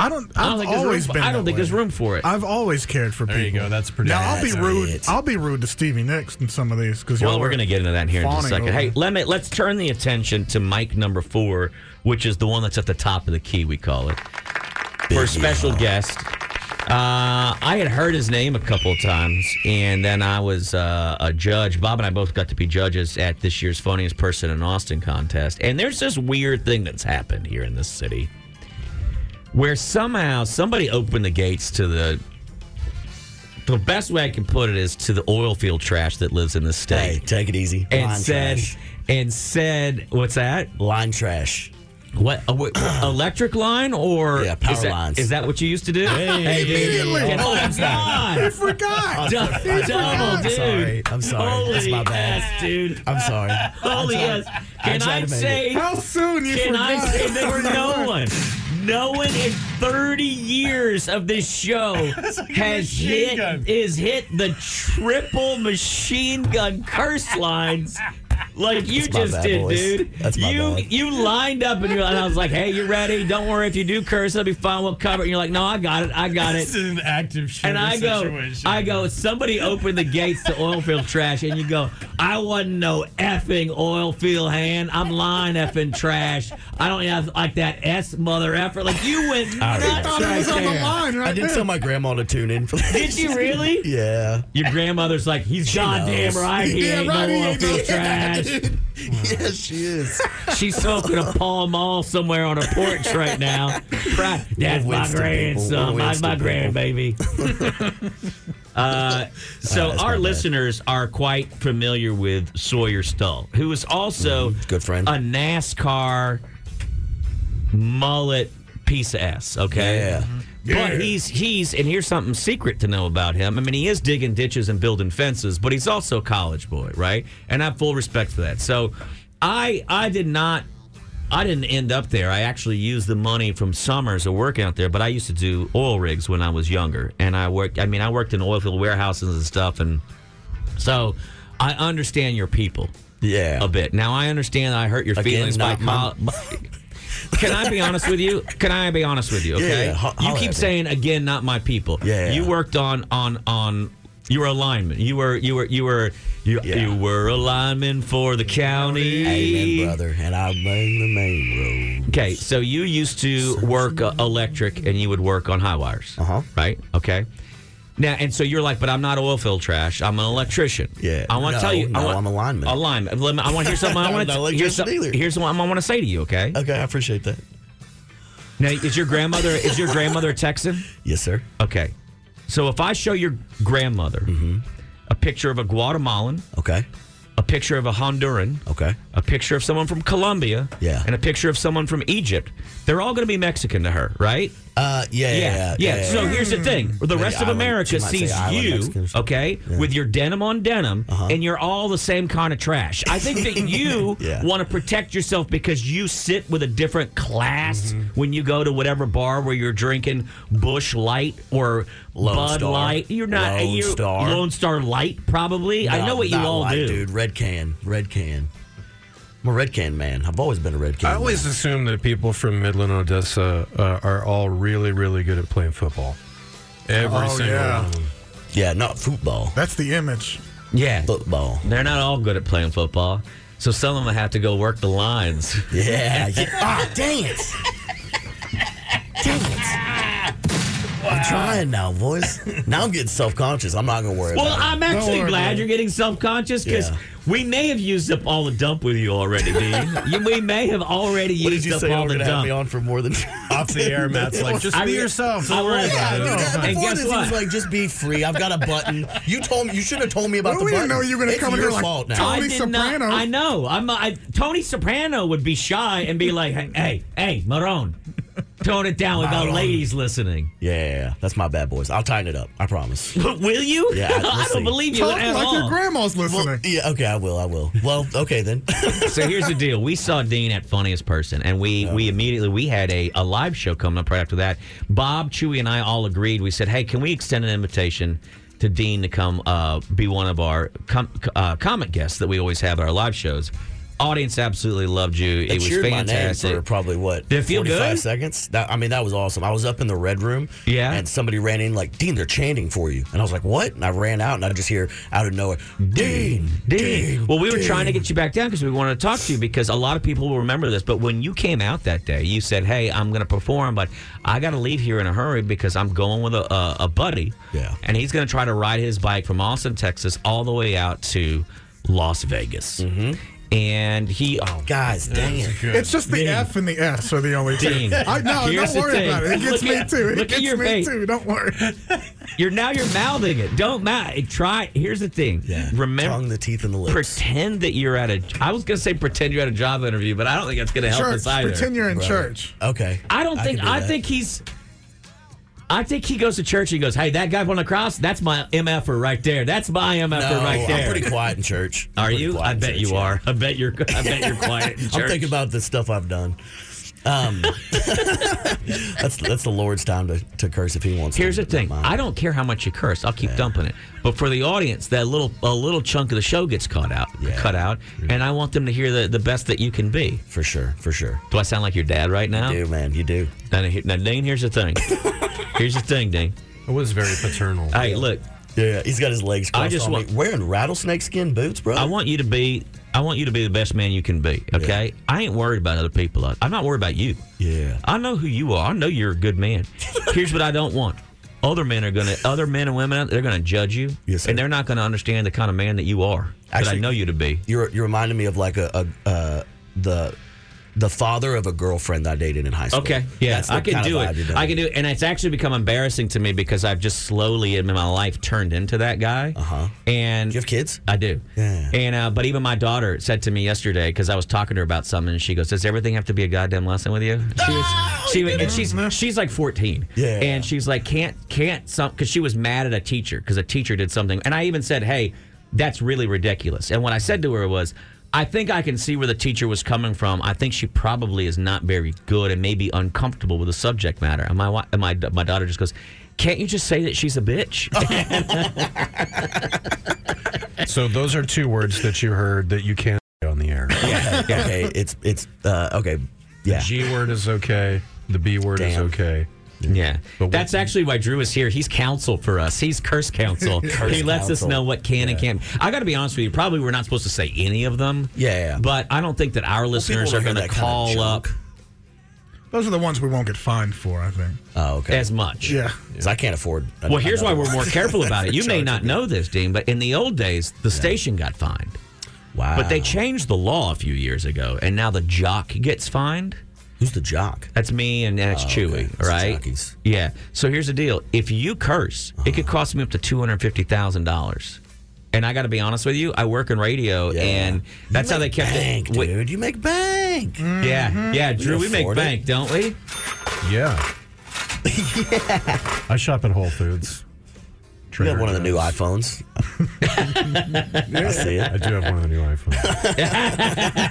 Speaker 3: I don't. I've
Speaker 2: there's room
Speaker 3: always
Speaker 2: for-
Speaker 3: been.
Speaker 2: I don't
Speaker 3: that
Speaker 2: think
Speaker 3: way.
Speaker 2: there's room for it.
Speaker 3: I've always cared for
Speaker 8: There
Speaker 3: people.
Speaker 8: you go. That's pretty-
Speaker 3: Now
Speaker 8: That's
Speaker 3: I'll be rude. I'll be rude to Stevie Nicks in some of these because
Speaker 2: well, we're going to get into that here in just a
Speaker 3: fawning
Speaker 2: second.
Speaker 3: over
Speaker 2: Hey,
Speaker 3: it.
Speaker 2: let me let's turn the attention to mic number four, which is the one that's at the top of the key. We call it for a special guest. Uh, I had heard his name a couple of times, and then I was uh, a judge. Bob and I both got to be judges at this year's Funniest Person in Austin contest. And there's this weird thing that's happened here in this city where somehow somebody opened the gates to the. The best way I can put it is to the oil field trash that lives in the state
Speaker 1: Hey, take it easy.
Speaker 2: and
Speaker 1: Line
Speaker 2: said
Speaker 1: trash.
Speaker 2: and said what's that
Speaker 1: line trash.
Speaker 2: what uh, wait, electric line or
Speaker 1: Yeah, power
Speaker 2: is that,
Speaker 1: lines.
Speaker 2: is that what you used to do hey, dude.
Speaker 3: Immediately.
Speaker 2: oh my god
Speaker 3: Forgot.
Speaker 2: Dou- double dude
Speaker 1: Sorry. I'm sorry.
Speaker 2: holy
Speaker 1: That's my bad.
Speaker 2: yes dude
Speaker 1: I'm sorry.
Speaker 2: holy yes can
Speaker 1: tried
Speaker 2: I,
Speaker 1: to make
Speaker 2: say
Speaker 3: How soon you
Speaker 2: can
Speaker 3: forgot?
Speaker 2: I say there were no one no one in 30 years of this show has hit is hit the triple machine gun curse lines like you
Speaker 1: my
Speaker 2: just
Speaker 1: bad,
Speaker 2: did,
Speaker 1: boys.
Speaker 2: dude.
Speaker 1: That's my
Speaker 2: you
Speaker 1: bad.
Speaker 2: you lined up and you and I was like, "Hey, you ready? Don't worry if you do curse, it'll be fine. We'll cover it." And you're like, "No, I got it. I got it."
Speaker 8: an active shooter
Speaker 2: And I go, I go. Somebody opened the gates to oil field trash, and you go. I wasn't no effing oil field hand. I'm lying effing trash. I don't have like that s mother effort. Like you went
Speaker 3: I
Speaker 2: nuts
Speaker 3: thought it
Speaker 2: right
Speaker 3: was on the
Speaker 2: there.
Speaker 3: line. Right
Speaker 1: I did
Speaker 3: there.
Speaker 1: tell my grandma to tune in for that.
Speaker 2: Did you really?
Speaker 1: Yeah.
Speaker 2: Your grandmother's like, he's goddamn
Speaker 1: knows.
Speaker 2: right. He ain't
Speaker 3: right,
Speaker 2: no
Speaker 3: he
Speaker 2: oil
Speaker 3: ain't
Speaker 2: field
Speaker 3: no-
Speaker 2: trash.
Speaker 1: yes, she is.
Speaker 2: She's smoking a Pall Mall somewhere on a porch right now. Right. That's
Speaker 1: We're
Speaker 2: my
Speaker 1: Winston
Speaker 2: grandson.
Speaker 1: people. We're
Speaker 2: My, my
Speaker 1: Winston people.
Speaker 2: grandbaby. uh, so our listeners are quite familiar with Sawyer Stull, who is also
Speaker 1: Mm, good friend.
Speaker 2: a NASCAR mullet piece of ass. Okay.
Speaker 1: Yeah.
Speaker 2: But he's he's and here's something secret to know about him. I mean, he is digging ditches and building fences, but he's also a college boy, right? And I have full respect for that. So, I I did not I didn't end up there. I actually used the money from summers of working out there, but I used to do oil rigs when I was younger, and I worked. I mean, I worked in oil field warehouses and stuff, and so I understand your people
Speaker 1: Yeah.
Speaker 2: a bit. Now I understand I hurt your
Speaker 1: Again,
Speaker 2: feelings by
Speaker 1: not my-
Speaker 2: call. Can I be honest with you? Can I be honest with you? Okay.
Speaker 1: yeah, ho-
Speaker 2: you
Speaker 1: holla
Speaker 2: keep
Speaker 1: at me.
Speaker 2: saying again, not my people.
Speaker 1: Yeah, yeah.
Speaker 2: You worked on on on. You were a lineman. You were you were you were you,
Speaker 1: Yeah.
Speaker 2: you were a lineman for the county.
Speaker 1: Amen, brother. And I made the main road.
Speaker 2: Okay, so you used to work uh, electric and you would work on high wires.
Speaker 1: Uh-huh.
Speaker 2: Right? Okay. Now, and so you're like, but I'm not oil field trash. I'm an electrician.
Speaker 1: Yeah.
Speaker 2: I want to
Speaker 1: No,
Speaker 2: tell you. I
Speaker 1: no,
Speaker 2: want,
Speaker 1: I'm a lineman.
Speaker 2: A lineman. Let me- I want to hear something. I
Speaker 1: I'm
Speaker 2: want
Speaker 1: not
Speaker 2: to
Speaker 1: an
Speaker 2: here's, some,
Speaker 1: electrician either. Uh,
Speaker 2: here's what I want to say to you. Okay.
Speaker 1: Okay, I appreciate that.
Speaker 2: Now, is your grandmother is your grandmother a Texan?
Speaker 1: Yes, sir.
Speaker 2: Okay. So if I show your grandmother
Speaker 1: Mm-hmm.
Speaker 2: a picture of a Guatemalan,
Speaker 1: Okay.
Speaker 2: a picture of a Honduran,
Speaker 1: Okay.
Speaker 2: a picture of someone from Colombia,
Speaker 1: Yeah.
Speaker 2: and a picture of someone from Egypt. They're all going to be Mexican to her, right?
Speaker 9: Uh, yeah, yeah,
Speaker 2: Yeah,
Speaker 9: yeah. Hmm.
Speaker 2: yeah. So here's the thing: the
Speaker 9: Maybe
Speaker 2: rest of
Speaker 9: island-
Speaker 2: America
Speaker 9: she might say
Speaker 2: sees
Speaker 9: island
Speaker 2: you,
Speaker 9: Mexicans.
Speaker 2: okay, with your denim on denim,
Speaker 9: Uh-huh.
Speaker 2: and you're all the same kind of trash. I think that you
Speaker 9: Yeah.
Speaker 2: want to protect yourself because you sit with a different class
Speaker 9: Mm-hmm.
Speaker 2: when you go to whatever bar where you're drinking Bush Light or
Speaker 9: Lone
Speaker 2: Bud
Speaker 9: Star.
Speaker 2: Light. You're not
Speaker 9: Lone
Speaker 2: you're
Speaker 9: Star.
Speaker 2: Lone Star Light, probably. I
Speaker 9: No,
Speaker 2: know what you
Speaker 9: not
Speaker 2: all
Speaker 9: light,
Speaker 2: do.
Speaker 9: dude. Red can, red can. I'm a red can man. I've always been a red can.
Speaker 8: I always
Speaker 9: man.
Speaker 8: assume that people from Midland, Odessa, uh, are all really, really good at playing football. Every
Speaker 3: Oh,
Speaker 8: single
Speaker 3: yeah.
Speaker 8: one of them.
Speaker 9: yeah, not football.
Speaker 3: That's the image.
Speaker 2: Yeah,
Speaker 9: Football.
Speaker 2: they're not all good at playing football, so some of them have to go work the lines.
Speaker 9: Yeah. yeah. Ah, dang it. Dang it. I'm trying now, boys. Now I'm getting self conscious. I'm not gonna worry
Speaker 2: Well,
Speaker 9: about
Speaker 2: I'm actually
Speaker 3: worry,
Speaker 2: glad
Speaker 3: dude.
Speaker 2: you're getting self conscious because
Speaker 9: Yeah.
Speaker 2: we may have used up all the dump with you already, Dean. You- we may have already
Speaker 9: it. What did
Speaker 2: used
Speaker 9: you
Speaker 2: up
Speaker 9: say?
Speaker 2: all
Speaker 9: I'm
Speaker 2: the
Speaker 9: gonna have me
Speaker 2: dump.
Speaker 9: on for more than
Speaker 8: Off the air, Matt's like, just
Speaker 2: I
Speaker 8: be
Speaker 2: re-
Speaker 8: yourself.
Speaker 2: I
Speaker 8: Don't worry
Speaker 2: was-
Speaker 8: about it.
Speaker 9: Yeah, dude,
Speaker 2: And
Speaker 9: before
Speaker 2: guess
Speaker 9: this,
Speaker 2: what?
Speaker 9: he was like, "Just be free. I've got a button. You told me. You should have told me about
Speaker 3: Well,
Speaker 9: the
Speaker 3: we didn't
Speaker 9: button.
Speaker 3: know you were gonna
Speaker 9: It's
Speaker 3: come in
Speaker 9: your
Speaker 3: here like,
Speaker 9: fault now.
Speaker 3: Tony
Speaker 2: I did
Speaker 3: Soprano.
Speaker 2: Not, I know. I'm. I, Tony Soprano would be shy and be like, "Hey, hey, hey Marone, tone it down without
Speaker 9: Marone.
Speaker 2: ladies listening."
Speaker 9: Yeah, yeah, yeah, that's my bad, boys. I'll tighten it up. I promise.
Speaker 2: But will you?
Speaker 9: Yeah, I-
Speaker 2: I
Speaker 9: let's
Speaker 2: don't
Speaker 9: see.
Speaker 2: believe you
Speaker 3: Talk
Speaker 2: at
Speaker 3: like
Speaker 2: all.
Speaker 3: your grandma's listening.
Speaker 9: yeah, okay, I will. I will. Well, okay then.
Speaker 2: So here's the deal. We saw Dean at Funniest Person, and we we immediately we had a, a live show coming up right after that. Bob, Chewy, and I all agreed. We said, "Hey, can we extend an invitation to Dean to come uh, be one of our com- uh, comic guests that we always have at our live shows?" Audience absolutely loved you. it
Speaker 9: They
Speaker 2: was
Speaker 9: cheered
Speaker 2: fantastic.
Speaker 9: My name for probably what?
Speaker 2: Did it feel
Speaker 9: 45
Speaker 2: good?
Speaker 9: seconds. That, I mean, that was awesome. I was up in the red room.
Speaker 2: Yeah.
Speaker 9: And somebody ran in like, Dean, they're chanting for you. And I was like, what? And I ran out and I just hear out of nowhere, Dean,
Speaker 2: Dean. Well, we were trying to get you back down because we wanted to talk to you because a lot of people will remember this. But when you came out that day, you said, "Hey, I'm going to perform, but I got to leave here in a hurry because I'm going with a, a, a buddy,
Speaker 9: Yeah.
Speaker 2: and he's going to try to ride his bike from Austin, Texas, all the way out to Las Vegas." Mm-hmm. And he, oh,
Speaker 9: Guys, dang it.
Speaker 3: It's just the F and the S are the only two.
Speaker 2: Ding.
Speaker 3: I, no,
Speaker 2: Here's the
Speaker 3: don't worry
Speaker 2: thing.
Speaker 3: about it. It gets
Speaker 2: Look
Speaker 3: me
Speaker 2: at-
Speaker 3: too. It
Speaker 2: look at
Speaker 3: gets
Speaker 2: your
Speaker 3: me
Speaker 2: face.
Speaker 3: too. Don't worry.
Speaker 2: you're now you're mouthing it. Don't mouth. it. Try. Here's the thing. Remember.
Speaker 9: Tongue, the teeth, and the lips.
Speaker 2: Pretend that you're at a. I was gonna say pretend you're at a job interview, but I don't think that's gonna help
Speaker 3: Church.
Speaker 2: us either.
Speaker 3: Pretend you're in church.
Speaker 9: Okay.
Speaker 2: I don't think.
Speaker 9: can do
Speaker 2: I,
Speaker 9: that.
Speaker 2: think he's. I think he goes to church and he goes, "Hey, that guy on the cross, that's my mf'er right there. That's my mf'er
Speaker 9: No,
Speaker 2: right there."
Speaker 9: I'm pretty quiet in church. I'm
Speaker 2: are
Speaker 9: pretty
Speaker 2: you?
Speaker 9: quiet
Speaker 2: I
Speaker 9: in
Speaker 2: bet
Speaker 9: church,
Speaker 2: you
Speaker 9: yeah.
Speaker 2: are. I bet you're. I bet you're quiet. In church.
Speaker 9: I'm thinking about the stuff I've done. Um, that's that's the Lord's time to, to curse if He wants.
Speaker 2: Here's
Speaker 9: to,
Speaker 2: the thing.
Speaker 9: Not mine.
Speaker 2: I don't care how much you curse. I'll keep dumping it. But for the audience, that little a little chunk of the show gets cut out, cut out, and I want them to hear the, the best that you can be.
Speaker 9: for sure, for sure.
Speaker 2: Do I sound like your dad right now?
Speaker 9: You do, man. You do.
Speaker 2: Now, he- now, Dean, here's the thing. here's the thing, Dean.
Speaker 8: It was very paternal.
Speaker 2: Hey, look,
Speaker 9: Yeah, he's got his legs. Crossed
Speaker 2: I just
Speaker 9: on
Speaker 2: want-
Speaker 9: me. wearing rattlesnake skin boots, bro.
Speaker 2: I want you to be. I want you to be the best man you can be. Okay. I ain't worried about other people. I'm not worried about you.
Speaker 9: Yeah.
Speaker 2: I know who you are. I know you're a good man. Here's what I don't want. Other men are gonna. Other men and women. out there, They're gonna judge you.
Speaker 9: Yes, sir.
Speaker 2: And they're not gonna understand the kind of man that you are. that I
Speaker 9: Actually-
Speaker 2: know you to be.
Speaker 9: You're you're reminding me of like a, a uh, the the father of a girlfriend I dated in high school.
Speaker 2: Okay. Yeah,
Speaker 9: That's the
Speaker 2: I can
Speaker 9: kind of
Speaker 2: do
Speaker 9: vibe you're
Speaker 2: it.
Speaker 9: doing.
Speaker 2: I can do it. And it's actually become embarrassing to me because I've just slowly in my life turned into that guy. Uh huh. And
Speaker 9: Do Uh-huh. you have kids?
Speaker 2: I do.
Speaker 9: Yeah.
Speaker 2: And uh, but even my daughter said to me yesterday because I was talking to her about something, and she goes, "Does everything have to be a goddamn lesson with you?" She was, she was- and she's she's like 14.
Speaker 9: Yeah.
Speaker 2: And she's like, "Can't can't some?" Because she was mad at a teacher because a teacher did something, and I even said, "Hey, that's really ridiculous." And what I said to her was. I think I can see where the teacher was coming from. I think she probably is not very good and maybe uncomfortable with the subject matter. And my wa- and my my daughter just goes, "Can't you just say that she's a bitch?"
Speaker 8: So those are two words that you heard that you can't say on the air.
Speaker 9: okay. It's it's uh, okay. Yeah.
Speaker 8: G word is okay. The B word is
Speaker 9: Damn.
Speaker 8: okay.
Speaker 2: Yeah,
Speaker 8: But
Speaker 2: that's actually why Drew is here. He's counsel for us. He's curse counsel. he lets us
Speaker 9: counsel.
Speaker 2: know what can and can't. I got to be honest with you. Probably we're not supposed to say any of them.
Speaker 9: Yeah, yeah, yeah.
Speaker 2: But I don't think that our listeners
Speaker 9: don't
Speaker 2: are
Speaker 9: hear
Speaker 2: going to
Speaker 9: that kind of
Speaker 2: call up
Speaker 9: junk.
Speaker 3: Those are the ones we won't get fined for, I think.
Speaker 9: Oh, okay.
Speaker 2: as much.
Speaker 3: Yeah.
Speaker 9: 'Cause I can't afford.
Speaker 2: Well, here's why we're more careful about it. You may not know this, Dean, but in the old days, the station got fined.
Speaker 9: Wow.
Speaker 2: But they changed the law a few years ago, and now the jock gets fined.
Speaker 9: Who's the jock?
Speaker 2: That's me and that's
Speaker 9: Oh, okay.
Speaker 2: Chewy,
Speaker 9: It's the
Speaker 2: right?
Speaker 9: jockeys. Uh-huh.
Speaker 2: Yeah. So here's the deal: if you curse, it could cost me up to two hundred fifty thousand dollars. And I got to be honest with you, I work in radio,
Speaker 9: Yeah.
Speaker 2: and that's how they kept
Speaker 9: Bank,
Speaker 2: it. Mm. we-
Speaker 9: dude. Mm-hmm. You make bank.
Speaker 2: Yeah, yeah, Drew, we make
Speaker 9: afford it.
Speaker 2: bank, don't we?
Speaker 8: Yeah. I shop at Whole Foods.
Speaker 9: You got
Speaker 8: Trader
Speaker 9: one of the new
Speaker 8: Joe's.
Speaker 9: iPhones. I see it.
Speaker 8: I do have one of the new iPhones.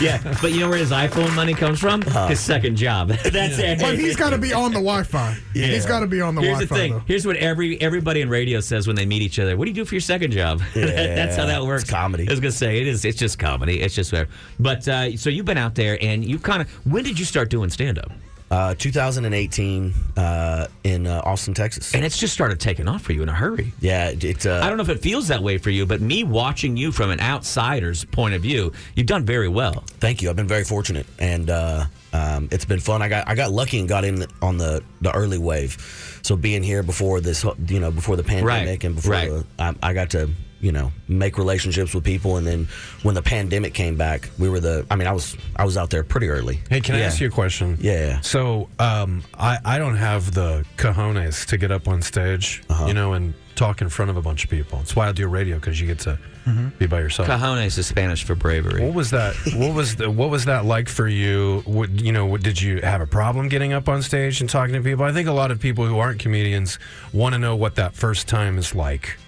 Speaker 2: Yeah, but you know where his iPhone money comes from?
Speaker 9: Uh-huh.
Speaker 2: his second job. That's it.
Speaker 3: But he's got to be on the Wi-Fi. He's got to be on the
Speaker 2: Here's the
Speaker 3: Wi-Fi.
Speaker 2: thing.
Speaker 3: though.
Speaker 2: Here's what every everybody in radio says when they meet each other. What do you do for your second job? That's how that works.
Speaker 9: it's comedy.
Speaker 2: I was gonna say it is. It's just comedy. It's just whatever. But uh, so you've been out there and you kind of. When did you start doing stand up?
Speaker 9: Uh, 2018 uh, in uh, Austin, Texas.
Speaker 2: And it's just started taking off for you in a hurry.
Speaker 9: Yeah, it- it's. Uh,
Speaker 2: I don't know if it feels that way for you, but me watching you from an outsider's point of view, you've done very well.
Speaker 9: Thank you. I've been very fortunate, and uh, um, it's been fun. I got I got lucky and got in on the, the early wave. So being here before this, whole- you know, before the pandemic
Speaker 2: Right.
Speaker 9: and before
Speaker 2: Right.
Speaker 9: the, I, I got to you know make relationships with people, and then when the pandemic came back, we were the. I mean, I was I was out there pretty early.
Speaker 8: Hey, can I
Speaker 9: Yeah.
Speaker 8: ask you a question?
Speaker 9: Yeah.
Speaker 8: So um, I, I don't have the cojones to get up on stage,
Speaker 9: Uh-huh.
Speaker 8: you know, and talk in front of a bunch of people. It's why I do radio because you get to
Speaker 9: Mm-hmm.
Speaker 8: be by yourself.
Speaker 2: Cajones is Spanish for bravery.
Speaker 8: What was that? What was the, what was that like for you? What, you know, what, did you have a problem getting up on stage and talking to people? I think a lot of people who aren't comedians want to know what that first time is like.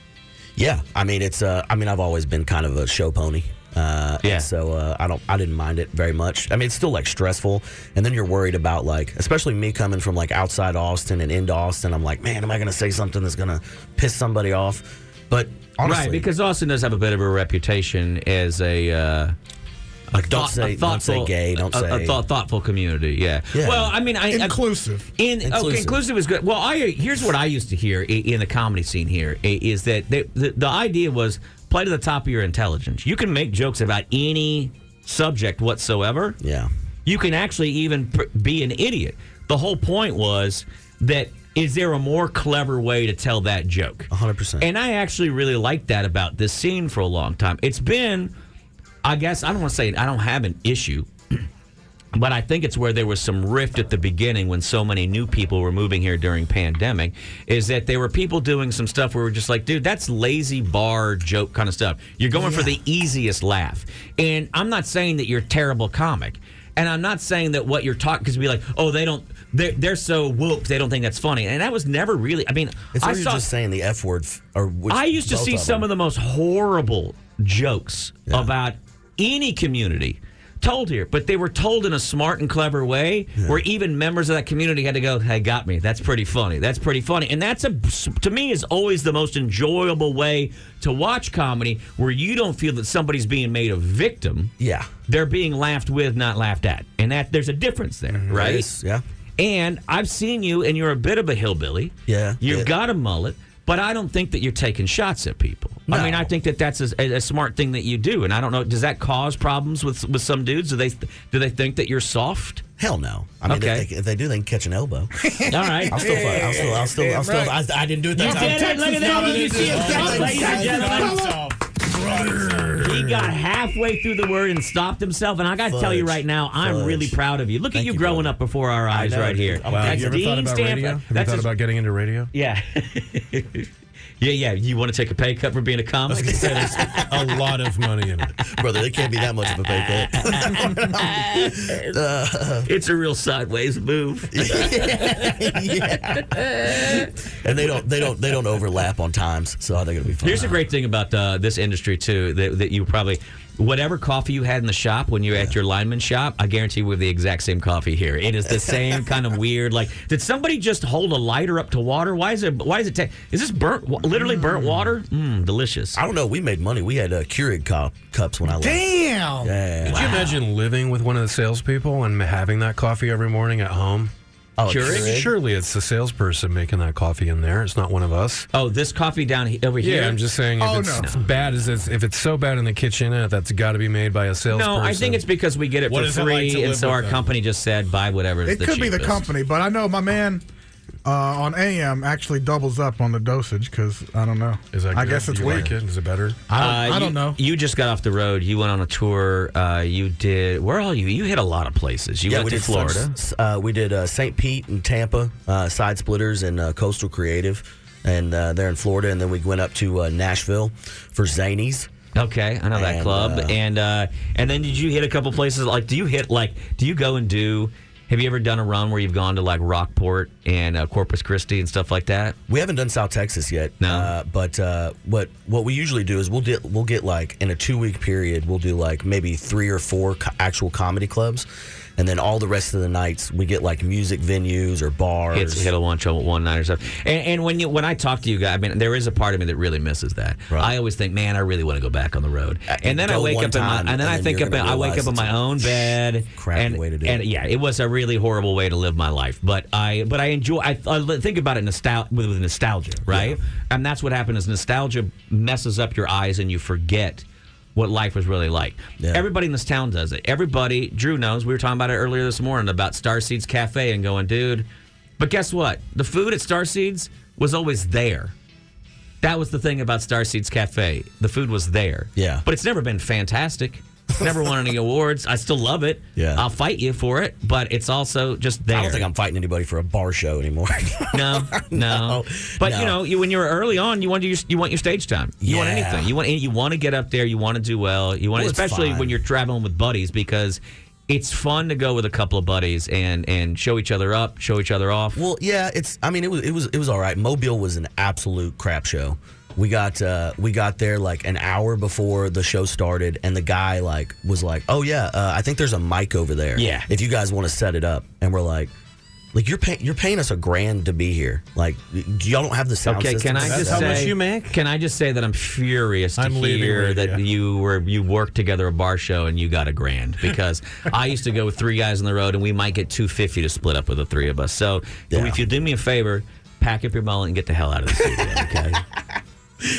Speaker 9: Yeah, I mean it's. Uh, I mean I've always been kind of a show pony. Uh, and
Speaker 2: Yeah.
Speaker 9: So uh, I don't. I didn't mind it very much. I mean it's still like stressful, and then you're worried about like, especially me coming from like outside Austin and into Austin. I'm like, man, am I gonna say something that's gonna piss somebody off? But honestly,
Speaker 2: right, because Austin does have a bit of a reputation as a. Uh,
Speaker 9: like, don't
Speaker 2: thought-
Speaker 9: say
Speaker 2: a
Speaker 9: don't say gay, don't
Speaker 2: a,
Speaker 9: say
Speaker 2: a thought, thoughtful community. Yeah.
Speaker 9: Yeah.
Speaker 2: Well, I mean, I
Speaker 3: Inclusive.
Speaker 2: I, in
Speaker 9: Inclusive.
Speaker 2: okay, inclusive is good. Well, I here's what I used to hear i- in the comedy scene here i- is that they, the the idea was play to the top of your intelligence. You can make jokes about any subject whatsoever.
Speaker 9: yeah,
Speaker 2: You can actually even pr- be an idiot. The whole point was that is there a more clever way to tell that
Speaker 9: Uh-huh.
Speaker 2: joke?
Speaker 9: 100%.
Speaker 2: And I actually really liked that about this scene for a long time. It's been, I guess, I don't want to say I don't have an issue, but I think it's where there was some rift at the beginning when so many new people were moving here during pandemic is that there were people doing some stuff where we're just like, dude, that's lazy bar joke kind of stuff. You're going for the easiest laugh. And I'm not saying that you're a terrible comic. And I'm not saying that what you're talking because be like, oh, they don't, they're, they're so woke, they don't think that's funny. And that was never really, I mean,
Speaker 9: it's
Speaker 2: I
Speaker 9: I you're
Speaker 2: saw
Speaker 9: just saying the f word. f- Or which,
Speaker 2: I used to
Speaker 9: both
Speaker 2: see some
Speaker 9: them.
Speaker 2: of the most horrible jokes about any community told here, but they were told in a smart and clever way where even members of that community had to go, hey, got me. That's pretty funny. That's pretty funny. And that's, a, to me, is always the most enjoyable way to watch comedy where you don't feel that somebody's being made a victim.
Speaker 9: Yeah.
Speaker 2: They're being laughed with, not laughed at. And that there's a difference there,
Speaker 9: Mm-hmm.
Speaker 2: right?
Speaker 9: is, yeah.
Speaker 2: And I've seen you, and you're a bit of a hillbilly.
Speaker 9: Yeah,
Speaker 2: You've
Speaker 9: yeah.
Speaker 2: got a mullet, but I don't think that you're taking shots at people. I
Speaker 9: No.
Speaker 2: mean, I think that that's a, a smart thing that you do. And I don't know, does that cause problems with with some dudes? Do they do they think that you're soft?
Speaker 9: Hell no. I mean,
Speaker 2: Okay.
Speaker 9: if, they, if they do, they can catch an elbow.
Speaker 2: All right.
Speaker 9: I'll still, fight. I'll still, I'll still, I'll still. I, I didn't do it that
Speaker 2: You
Speaker 9: time.
Speaker 2: did it. Look at that. You see it. Ladies and gentlemen, He got halfway through the word and stopped himself. And I got to tell you
Speaker 9: Fudge.
Speaker 2: right now, I'm
Speaker 9: Fudge.
Speaker 2: really proud of you. Look at
Speaker 9: Thank
Speaker 2: you
Speaker 9: you,
Speaker 2: growing
Speaker 9: brother.
Speaker 2: up before our eyes
Speaker 9: know,
Speaker 2: right
Speaker 9: dude.
Speaker 2: here.
Speaker 9: I'm Wow.
Speaker 8: Have you ever thought about radio? Have you
Speaker 2: That's
Speaker 8: thought
Speaker 2: his-
Speaker 8: about getting into radio?
Speaker 2: Yeah. yeah, yeah. You want to take a pay cut for being a comic?
Speaker 8: There's a lot of money in it.
Speaker 9: Brother, it can't be that much of a pay cut.
Speaker 2: it's a real sideways move.
Speaker 9: yeah. And they don't they don't they don't overlap on times, so I think it'll be fun.
Speaker 2: Here's a great thing about uh, this industry too that, that you probably whatever coffee you had in the shop when you're at your lineman shop, I guarantee we have the exact same coffee here. It is the same kind of weird. Like, did somebody just hold a lighter up to water? Why is it? Why is it? Ta- is this burnt? wa- Literally
Speaker 8: Mm.
Speaker 2: burnt water? Mmm, delicious.
Speaker 9: I don't know. We made money. We had uh, Keurig cup, cups when I left.
Speaker 3: Damn.
Speaker 9: Yeah.
Speaker 8: Could you imagine living with one of the salespeople and having that coffee every morning at home?
Speaker 9: Oh,
Speaker 2: Keurig?
Speaker 8: Surely it's the salesperson making that coffee in there. It's not one of us.
Speaker 2: Oh, this coffee down he- over here.
Speaker 8: Yeah, I'm just saying. If
Speaker 3: Oh,
Speaker 8: it's
Speaker 3: no.
Speaker 8: as bad as it's, if it's so bad in the kitchen, eh, that's got to be made by a salesperson.
Speaker 2: No, I think it's because we get it
Speaker 8: What
Speaker 2: for
Speaker 8: is it like
Speaker 2: free,
Speaker 8: to live
Speaker 2: and so
Speaker 8: with
Speaker 2: our
Speaker 8: them?
Speaker 2: company just said buy whatever.
Speaker 3: It could be the
Speaker 2: cheapest."
Speaker 3: company, but I know my man uh, on AM actually doubles up on the dosage because I don't know.
Speaker 8: Is that
Speaker 3: I
Speaker 8: good?
Speaker 3: guess it's
Speaker 8: you
Speaker 3: weak.
Speaker 8: Like it? Is it better?
Speaker 3: I don't,
Speaker 2: Uh,
Speaker 3: I
Speaker 2: you-
Speaker 3: don't know.
Speaker 2: You just got off the road. You went on a tour. Uh, you did. Where all you? You hit a lot of places. You
Speaker 9: Yeah,
Speaker 2: went
Speaker 9: we
Speaker 2: to
Speaker 9: did
Speaker 2: Florida.
Speaker 9: Suns- uh, we did uh, St. Pete and Tampa, uh, Side Splitters and uh, Coastal Creative, and uh, they're in Florida. And then we went up to uh, Nashville for Zanies.
Speaker 2: okay, I know that
Speaker 9: And,
Speaker 2: club.
Speaker 9: uh,
Speaker 2: and uh, and then did you hit a couple places? Like, do you hit like? Do you go and do? Have you ever done a run where you've gone to like Rockport and uh, Corpus Christi and stuff like that?
Speaker 9: We haven't done South Texas yet.
Speaker 2: No.
Speaker 9: Uh, but uh, what what we usually do is we'll get we'll get like in a two week period we'll do like maybe three or four co- actual comedy clubs, and then all the rest of the nights we get like music venues or bars.
Speaker 2: Hit, hit a lunch on one night or something. And, and when you when I talk to you guys, I mean, there is a part of me that really misses that.
Speaker 9: Right.
Speaker 2: I always think, man, I really want to go back on the road.
Speaker 9: Uh,
Speaker 2: And then I
Speaker 9: go
Speaker 2: wake
Speaker 9: one
Speaker 2: up in my,
Speaker 9: time,
Speaker 2: and then
Speaker 9: and
Speaker 2: I
Speaker 9: then
Speaker 2: think
Speaker 9: you're
Speaker 2: up, in,
Speaker 9: gonna
Speaker 2: I wake
Speaker 9: realize
Speaker 2: up in my
Speaker 9: it's a
Speaker 2: own bed.
Speaker 9: crappy
Speaker 2: and,
Speaker 9: way to do
Speaker 2: and
Speaker 9: it.
Speaker 2: yeah, it was a really horrible way to live my life. But I but I enjoy. I, I think about it nostal- with, with nostalgia, right? And that's what happens. Is nostalgia messes up your eyes and you forget. What life was really like.
Speaker 9: Yeah.
Speaker 2: Everybody in this town does it. Everybody, Drew knows. We were talking about it earlier this morning about Starseeds Cafe and going, dude, but guess what? The food at Starseeds was always there. That was the thing about Starseeds Cafe. The food was there.
Speaker 9: Yeah.
Speaker 2: But it's never been fantastic. It's never won any awards. I still love it.
Speaker 9: Yeah.
Speaker 2: I'll fight you for it, but it's also just there.
Speaker 9: I don't think I'm fighting anybody for a bar show anymore.
Speaker 2: No, no.
Speaker 9: No,
Speaker 2: But
Speaker 9: no.
Speaker 2: you know, you, when you're early on, you want your you want your stage time. You want
Speaker 9: Yeah.
Speaker 2: anything. You want you want to get up there. You want to do well. You want
Speaker 9: Well, it's
Speaker 2: especially
Speaker 9: fun.
Speaker 2: when you're traveling with buddies because it's fun to go with a couple of buddies and and show each other up, show each other off.
Speaker 9: Well, yeah, it's. I mean, it was it was it was all right. Mobile was an absolute crap show. We got uh, we got there like an hour before the show started, and the guy like was like, "Oh yeah, uh, I think there's a mic over there.
Speaker 2: Yeah.
Speaker 9: if you guys want to set it up." And we're like, "Like you're paying you're paying us a grand to be here. Like y- y'all don't have the sound."
Speaker 2: Okay,
Speaker 9: system
Speaker 2: can I
Speaker 9: set
Speaker 2: just
Speaker 9: up."
Speaker 8: how
Speaker 2: say,
Speaker 8: much you make?
Speaker 2: Can I just say that I'm furious to
Speaker 8: I'm leaving
Speaker 2: hear
Speaker 8: radio.
Speaker 2: that you were you worked together a bar show and you got a grand because I used to go with three guys on the road and we might get two fifty to split up with the three of us. So
Speaker 9: Yeah.
Speaker 2: if you do me a favor, pack up your mullet and get the hell out of the studio. Okay.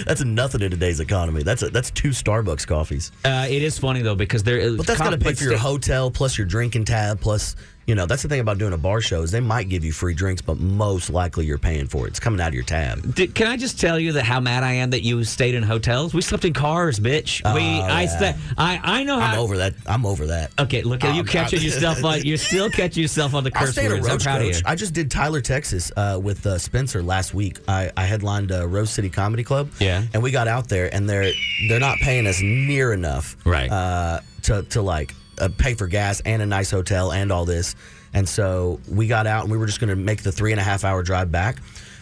Speaker 9: That's nothing in today's economy. That's a, that's two Starbucks coffees.
Speaker 2: uh, it is funny though because there is
Speaker 9: But that's got to pay for your hotel plus your drinking tab plus you know that's the thing about doing a bar show is they might give you free drinks, but most likely you're paying for it. It's coming out of your tab.
Speaker 2: Did, can I just tell you that how mad I am that you stayed in hotels? We slept in cars, bitch. we I sta- I I know how
Speaker 9: Oh, I'm over that. I'm over that.
Speaker 2: Uh, Okay, look at you
Speaker 9: I'm-
Speaker 2: catching
Speaker 9: I'm-
Speaker 2: yourself on. You're still catching yourself on the
Speaker 9: I
Speaker 2: curse
Speaker 9: stayed at a
Speaker 2: words. I'm
Speaker 9: roach
Speaker 2: proud of you.
Speaker 9: coach. I just did Tyler, Texas, uh, with uh, Spencer last week. I, I headlined uh, Rose City Comedy Club.
Speaker 2: Yeah.
Speaker 9: and we got out there, and they're they're not paying us near enough,
Speaker 2: Right.
Speaker 9: Uh, to to like uh, pay for gas and a nice hotel and all this, and so we got out and we were just going to make the three and a half hour drive back.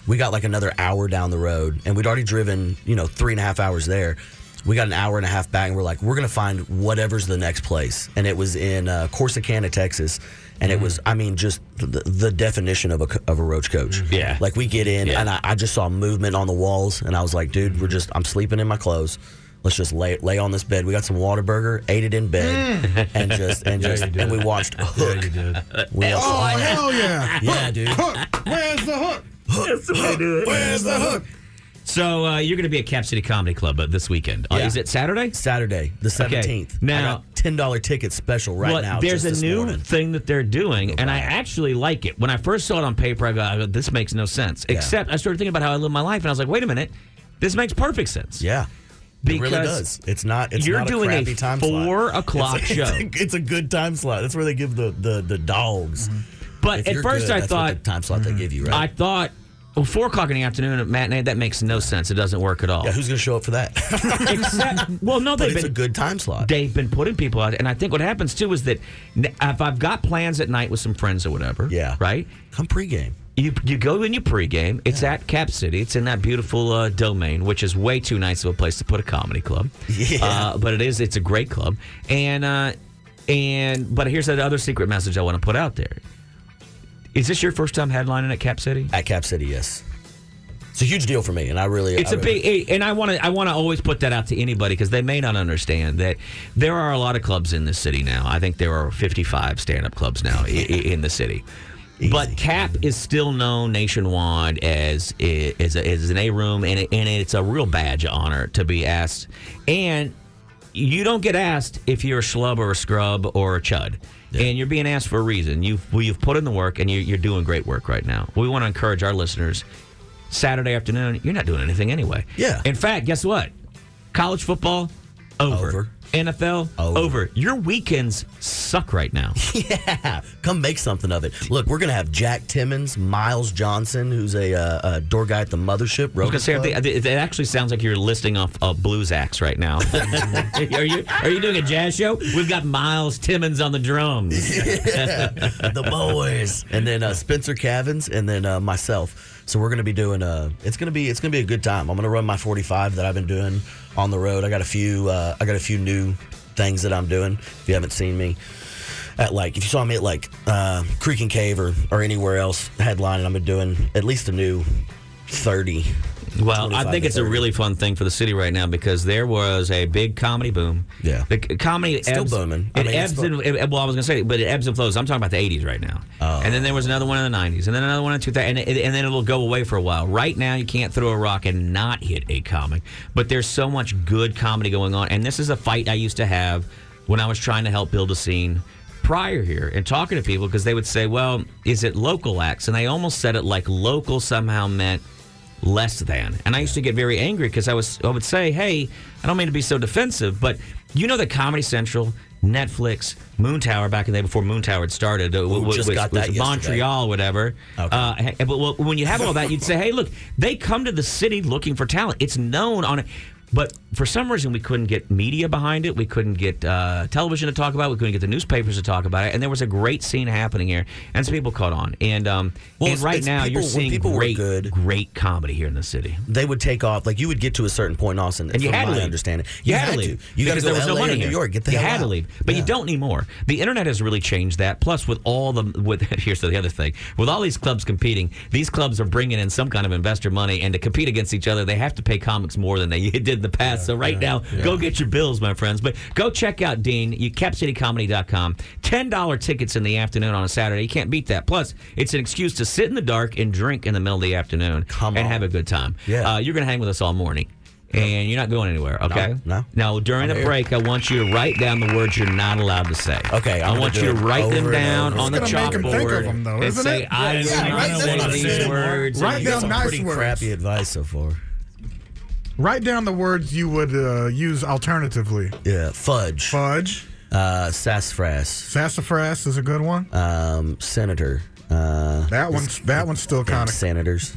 Speaker 9: We got like another hour down the road, and we'd already driven you know three and a half hours there. We got an hour and a half back, and we're like, we're gonna find whatever's the next place, and it was in uh, Corsicana, Texas, and it was, I mean, just the, the definition of a co- of a roach coach.
Speaker 2: Yeah.
Speaker 9: like we get in, and I, I just saw movement on the walls, and I was like, dude, we're just, I'm sleeping in my clothes. Let's just lay lay on this bed. We got some Whataburger, ate it in bed,
Speaker 2: Mm.
Speaker 9: and just and just
Speaker 8: you did.
Speaker 9: and we watched Hook. We also-
Speaker 3: Oh, hell yeah.
Speaker 9: yeah, dude.
Speaker 3: Hook. Where's the hook? Where's the hook?
Speaker 2: So uh, you're going to be at Cap City Comedy Club uh, this weekend. Uh,
Speaker 9: Yeah.
Speaker 2: is it Saturday?
Speaker 9: Saturday, the seventeenth.
Speaker 2: Now-
Speaker 9: ten dollar ticket special right
Speaker 2: well,
Speaker 9: now.
Speaker 2: there's
Speaker 9: just
Speaker 2: a
Speaker 9: this
Speaker 2: new
Speaker 9: morning.
Speaker 2: thing that they're doing, and I actually like it. When I first saw it on paper, I go, I go "This makes no sense." Except I started thinking about how I live my life, and I was like, "Wait a minute, this makes perfect sense."
Speaker 9: Yeah. it really
Speaker 2: Because
Speaker 9: does. It's not. It's
Speaker 2: you're
Speaker 9: not
Speaker 2: doing a
Speaker 9: a crappy time
Speaker 2: four
Speaker 9: slot.
Speaker 2: o'clock
Speaker 9: it's,
Speaker 2: show.
Speaker 9: It's a, it's a good time slot. That's where they give the the the dogs.
Speaker 2: Mm-hmm. But
Speaker 9: If
Speaker 2: at
Speaker 9: you're
Speaker 2: first,
Speaker 9: good,
Speaker 2: I
Speaker 9: that's
Speaker 2: thought Mm-hmm.
Speaker 9: what the time slot they give you,
Speaker 2: I
Speaker 9: right?
Speaker 2: thought well, four o'clock in the afternoon at matinee that makes no sense. It doesn't work at all.
Speaker 9: yeah, who's gonna show up for that?
Speaker 2: Except, well, no,
Speaker 9: but
Speaker 2: they've
Speaker 9: it's a
Speaker 2: been
Speaker 9: good time slot.
Speaker 2: they've been putting people out. And I think what happens too is that n- if I've got plans at night with some friends or whatever,
Speaker 9: Yeah.
Speaker 2: right.
Speaker 9: Come pregame.
Speaker 2: You you go in your pregame. It's at Cap City. It's in that beautiful uh, domain, which is way too nice of a place to put a comedy club.
Speaker 9: Yeah.
Speaker 2: uh, but it is. It's a great club. And uh, and but here's that other secret message I want to put out there. Is this your first time headlining at Cap City?
Speaker 9: at Cap City. Yes, it's a huge deal for me, and I really
Speaker 2: It's
Speaker 9: I
Speaker 2: a
Speaker 9: really-
Speaker 2: big, eh, and I want to. I want to always put that out to anybody because they may not understand that there are a lot of clubs in this city now. I think there are 55 stand-up clubs now i- i- in the city. But Cap is still known nationwide as i- as, a, as an A room, and, it, and it's a real badge of honor to be asked. And you don't get asked if you're a schlub or a scrub or a chud. And you're being asked for a reason. You've well, you've put in the work, and you're, you're doing great work right now. We want to encourage our listeners. Saturday afternoon, you're not doing anything anyway.
Speaker 9: Yeah.
Speaker 2: In fact, guess what? College football over.
Speaker 9: Over.
Speaker 2: NFL
Speaker 9: Over.
Speaker 2: over. Your weekends suck right now.
Speaker 9: Yeah, come make something of it. Look, we're gonna have Jack Timmons, Miles Johnson, who's a, uh, uh door guy at the mothership.
Speaker 2: I was gonna say, I think- I think- it actually sounds like you're listing off uh, blues acts right now. are you are you doing a jazz show? We've got Miles Timmons on the drums.
Speaker 9: the boys, and then uh, Spencer Cavins, and then uh, myself. So we're gonna be doing. Uh, it's gonna be it's gonna be a good time. I'm gonna run my 45 that I've been doing on the road. I got a few. Uh, I got a few new things that I'm doing. If you haven't seen me. At like, if you saw me at like uh, Creek and Cave or, or anywhere else headlining, I've been doing at least a new 30.
Speaker 2: Well,
Speaker 9: 25
Speaker 2: I think
Speaker 9: to
Speaker 2: it's a
Speaker 9: 30.
Speaker 2: really fun thing for the city right now because there was a big comedy boom.
Speaker 9: Yeah.
Speaker 2: the c- comedy
Speaker 9: still
Speaker 2: ebbs,
Speaker 9: booming. Oh.
Speaker 2: It
Speaker 9: I mean, it's
Speaker 2: ebbs and
Speaker 9: fu-
Speaker 2: it- well, I was gonna say, but it ebbs and flows. I'm talking about the '80s right now, and then there was another one in the '90s, and then another one in 2000, and, it, and then it'll go away for a while. Right now, you can't throw a rock and not hit a comic, but there's so much good comedy going on, and this is a fight I used to have when I was trying to help build a scene prior here and talking to people because they would say, "Well, is it local acts?" and I almost said it like local somehow meant less than. And I used to get very angry because I was I would say, "Hey, I don't mean to be so defensive, but you know that Comedy Central, Netflix, Moon Tower back in the day before Moon Tower had started, uh, w-
Speaker 9: just
Speaker 2: was,
Speaker 9: got
Speaker 2: was
Speaker 9: that yesterday.
Speaker 2: Montreal, whatever.
Speaker 9: Okay.
Speaker 2: Uh, hey, but well, when you have all that, you'd say, "Hey, look, they come to the city looking for talent. It's known on it." But for some reason, we couldn't get media behind it. We couldn't get uh, television to talk about. it. We couldn't get the newspapers to talk about it. And there was a great scene happening here, and some people caught on. And um,
Speaker 9: Well,
Speaker 2: and
Speaker 9: it's-
Speaker 2: right
Speaker 9: it's
Speaker 2: now,
Speaker 9: people-
Speaker 2: you're
Speaker 9: when
Speaker 2: seeing
Speaker 9: people were
Speaker 2: great,
Speaker 9: good-
Speaker 2: great comedy here in the city.
Speaker 9: they would take off. Like you would get to a certain point in Austin,
Speaker 2: And you
Speaker 9: from
Speaker 2: had to
Speaker 9: my
Speaker 2: leave.
Speaker 9: understanding.
Speaker 2: You, had, to leave.
Speaker 9: You got to
Speaker 2: because
Speaker 9: go
Speaker 2: there was
Speaker 9: LA
Speaker 2: no money
Speaker 9: or New
Speaker 2: here.
Speaker 9: York. Get the
Speaker 2: you
Speaker 9: hell
Speaker 2: had to
Speaker 9: out.
Speaker 2: leave, but
Speaker 9: Yeah.
Speaker 2: you don't anymore. The internet has really changed that. Plus, with all the with here's the other thing, with all these clubs competing, these clubs are bringing in some kind of investor money, and to compete against each other, they have to pay comics more than they did in the past. so right now, go get your bills, my friends. But go check out Dean. You capcitycomedy.com. Ten dollar tickets in the afternoon on a Saturday. You can't beat that. Plus, it's an excuse to sit in the dark and drink in the middle of the afternoon
Speaker 9: Come
Speaker 2: and
Speaker 9: on.
Speaker 2: have a good time.
Speaker 9: Yeah.
Speaker 2: Uh, you're gonna hang with us all morning. And you're not going anywhere, okay?
Speaker 9: no.
Speaker 2: Now, during the break, I want you to write down the words you're not allowed to say.
Speaker 9: Okay,
Speaker 2: I
Speaker 9: I'm gonna
Speaker 2: want
Speaker 9: do
Speaker 2: you to
Speaker 9: it
Speaker 2: write
Speaker 9: over
Speaker 2: them
Speaker 9: and
Speaker 2: down
Speaker 9: over.
Speaker 2: on the
Speaker 3: It's gonna make him
Speaker 2: chalkboard
Speaker 3: think of them, though,
Speaker 2: and
Speaker 3: isn't
Speaker 2: say,
Speaker 3: it?
Speaker 2: "I
Speaker 3: Yeah,
Speaker 2: do
Speaker 3: yeah,
Speaker 2: not
Speaker 3: write down
Speaker 2: want
Speaker 3: nice
Speaker 2: these
Speaker 3: words.
Speaker 2: words."
Speaker 3: Write
Speaker 2: And
Speaker 9: You
Speaker 2: you
Speaker 9: got
Speaker 3: down
Speaker 9: some
Speaker 3: nice
Speaker 9: pretty
Speaker 3: words.
Speaker 9: crappy advice so far.
Speaker 3: Write down the words you would uh, use alternatively.
Speaker 9: Yeah, fudge,
Speaker 3: Fudge,
Speaker 9: uh, sassafras,
Speaker 3: sassafras is a good one.
Speaker 2: Uh,
Speaker 9: um, senator. Uh,
Speaker 3: That one's that one's still
Speaker 9: damn
Speaker 3: kind of.
Speaker 9: senators.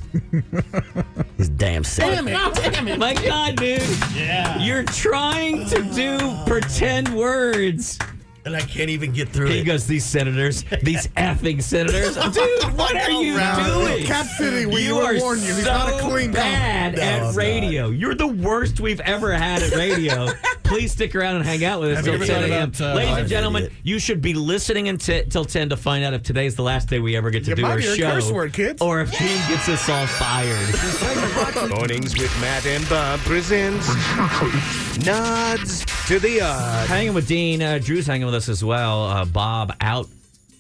Speaker 9: These damn senators.
Speaker 2: My God, dude. Yeah. You're trying to do pretend words.
Speaker 9: And I can't even get through
Speaker 2: He goes, these senators, these effing senators. Dude, what are you
Speaker 9: Round.
Speaker 2: doing?
Speaker 3: Cap City, we
Speaker 2: you
Speaker 3: were
Speaker 2: are
Speaker 3: warning you.
Speaker 2: so
Speaker 3: He's not a clean guy.
Speaker 2: bad
Speaker 9: No, I'm
Speaker 2: at
Speaker 9: not.
Speaker 2: radio. You're the worst we've ever had at radio. Please stick around and hang out with us
Speaker 8: Have you
Speaker 2: till
Speaker 8: ever
Speaker 2: 10 a.m.
Speaker 8: thought about, uh,
Speaker 2: Ladies
Speaker 9: I'm
Speaker 2: and
Speaker 9: an
Speaker 2: gentlemen,
Speaker 9: idiot.
Speaker 2: you should be listening until 10 to find out if today's the last day we ever get to
Speaker 3: You
Speaker 2: do
Speaker 3: might
Speaker 2: our
Speaker 3: hear a
Speaker 2: show,
Speaker 3: curse word, kids.
Speaker 2: or if Gene gets us all fired.
Speaker 7: Mornings with Matt and Bob presents Nods to the Odd.
Speaker 2: hanging with Dean. Uh, Drew's hanging with us as well. Uh, Bob out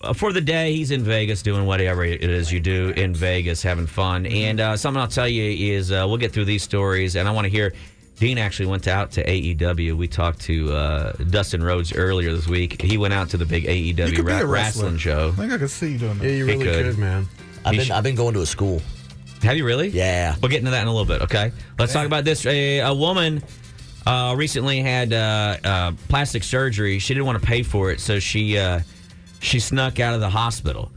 Speaker 2: uh, for the day. He's in Vegas doing whatever it is you do in Vegas, having fun.
Speaker 3: Mm-hmm.
Speaker 2: And uh, something I'll tell you is uh, we'll get through these stories, and I want to hear. Dean actually went out to AEW. We talked to uh, Dustin Rhodes earlier this week. He went out to the big
Speaker 3: You
Speaker 2: AEW
Speaker 3: could be
Speaker 2: ra-
Speaker 3: a wrestler.
Speaker 2: wrestling show.
Speaker 3: I think I could see you doing that.
Speaker 8: Yeah, you
Speaker 2: He
Speaker 8: really
Speaker 2: could.
Speaker 8: could, man.
Speaker 9: I've
Speaker 2: You
Speaker 9: been,
Speaker 2: should-
Speaker 9: I've been going to a school.
Speaker 2: Have you really?
Speaker 9: Yeah.
Speaker 2: We'll get into that in a little bit. Okay. Let's talk about this. A, a woman uh, recently had uh, uh, plastic surgery. She didn't want to pay for it, so she uh, she snuck out of the hospital.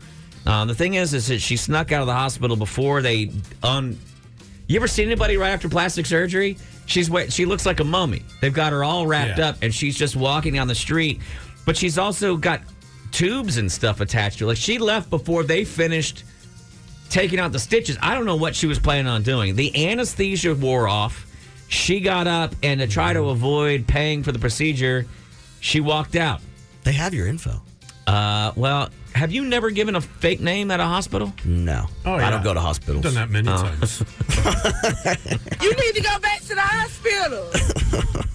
Speaker 2: Uh, the thing is, is that she snuck out of the hospital before they un. You ever seen anybody right after plastic surgery? She's wa- she looks like a mummy. They've got her all wrapped
Speaker 8: Yeah.
Speaker 2: up, and she's just walking down the street. But she's also got tubes and stuff attached to her. Like she left before they finished taking out the stitches. I don't know what she was planning on doing. The anesthesia wore off. She got up and to try to avoid paying for the procedure, she walked out.
Speaker 9: They have your info.
Speaker 2: Uh, well, have you never given a fake name at a hospital?
Speaker 9: No,
Speaker 8: Oh,
Speaker 9: I
Speaker 8: yeah.
Speaker 9: don't go to hospitals.
Speaker 8: Done that
Speaker 2: Oh.
Speaker 8: many times.
Speaker 10: You need to go back to the hospital.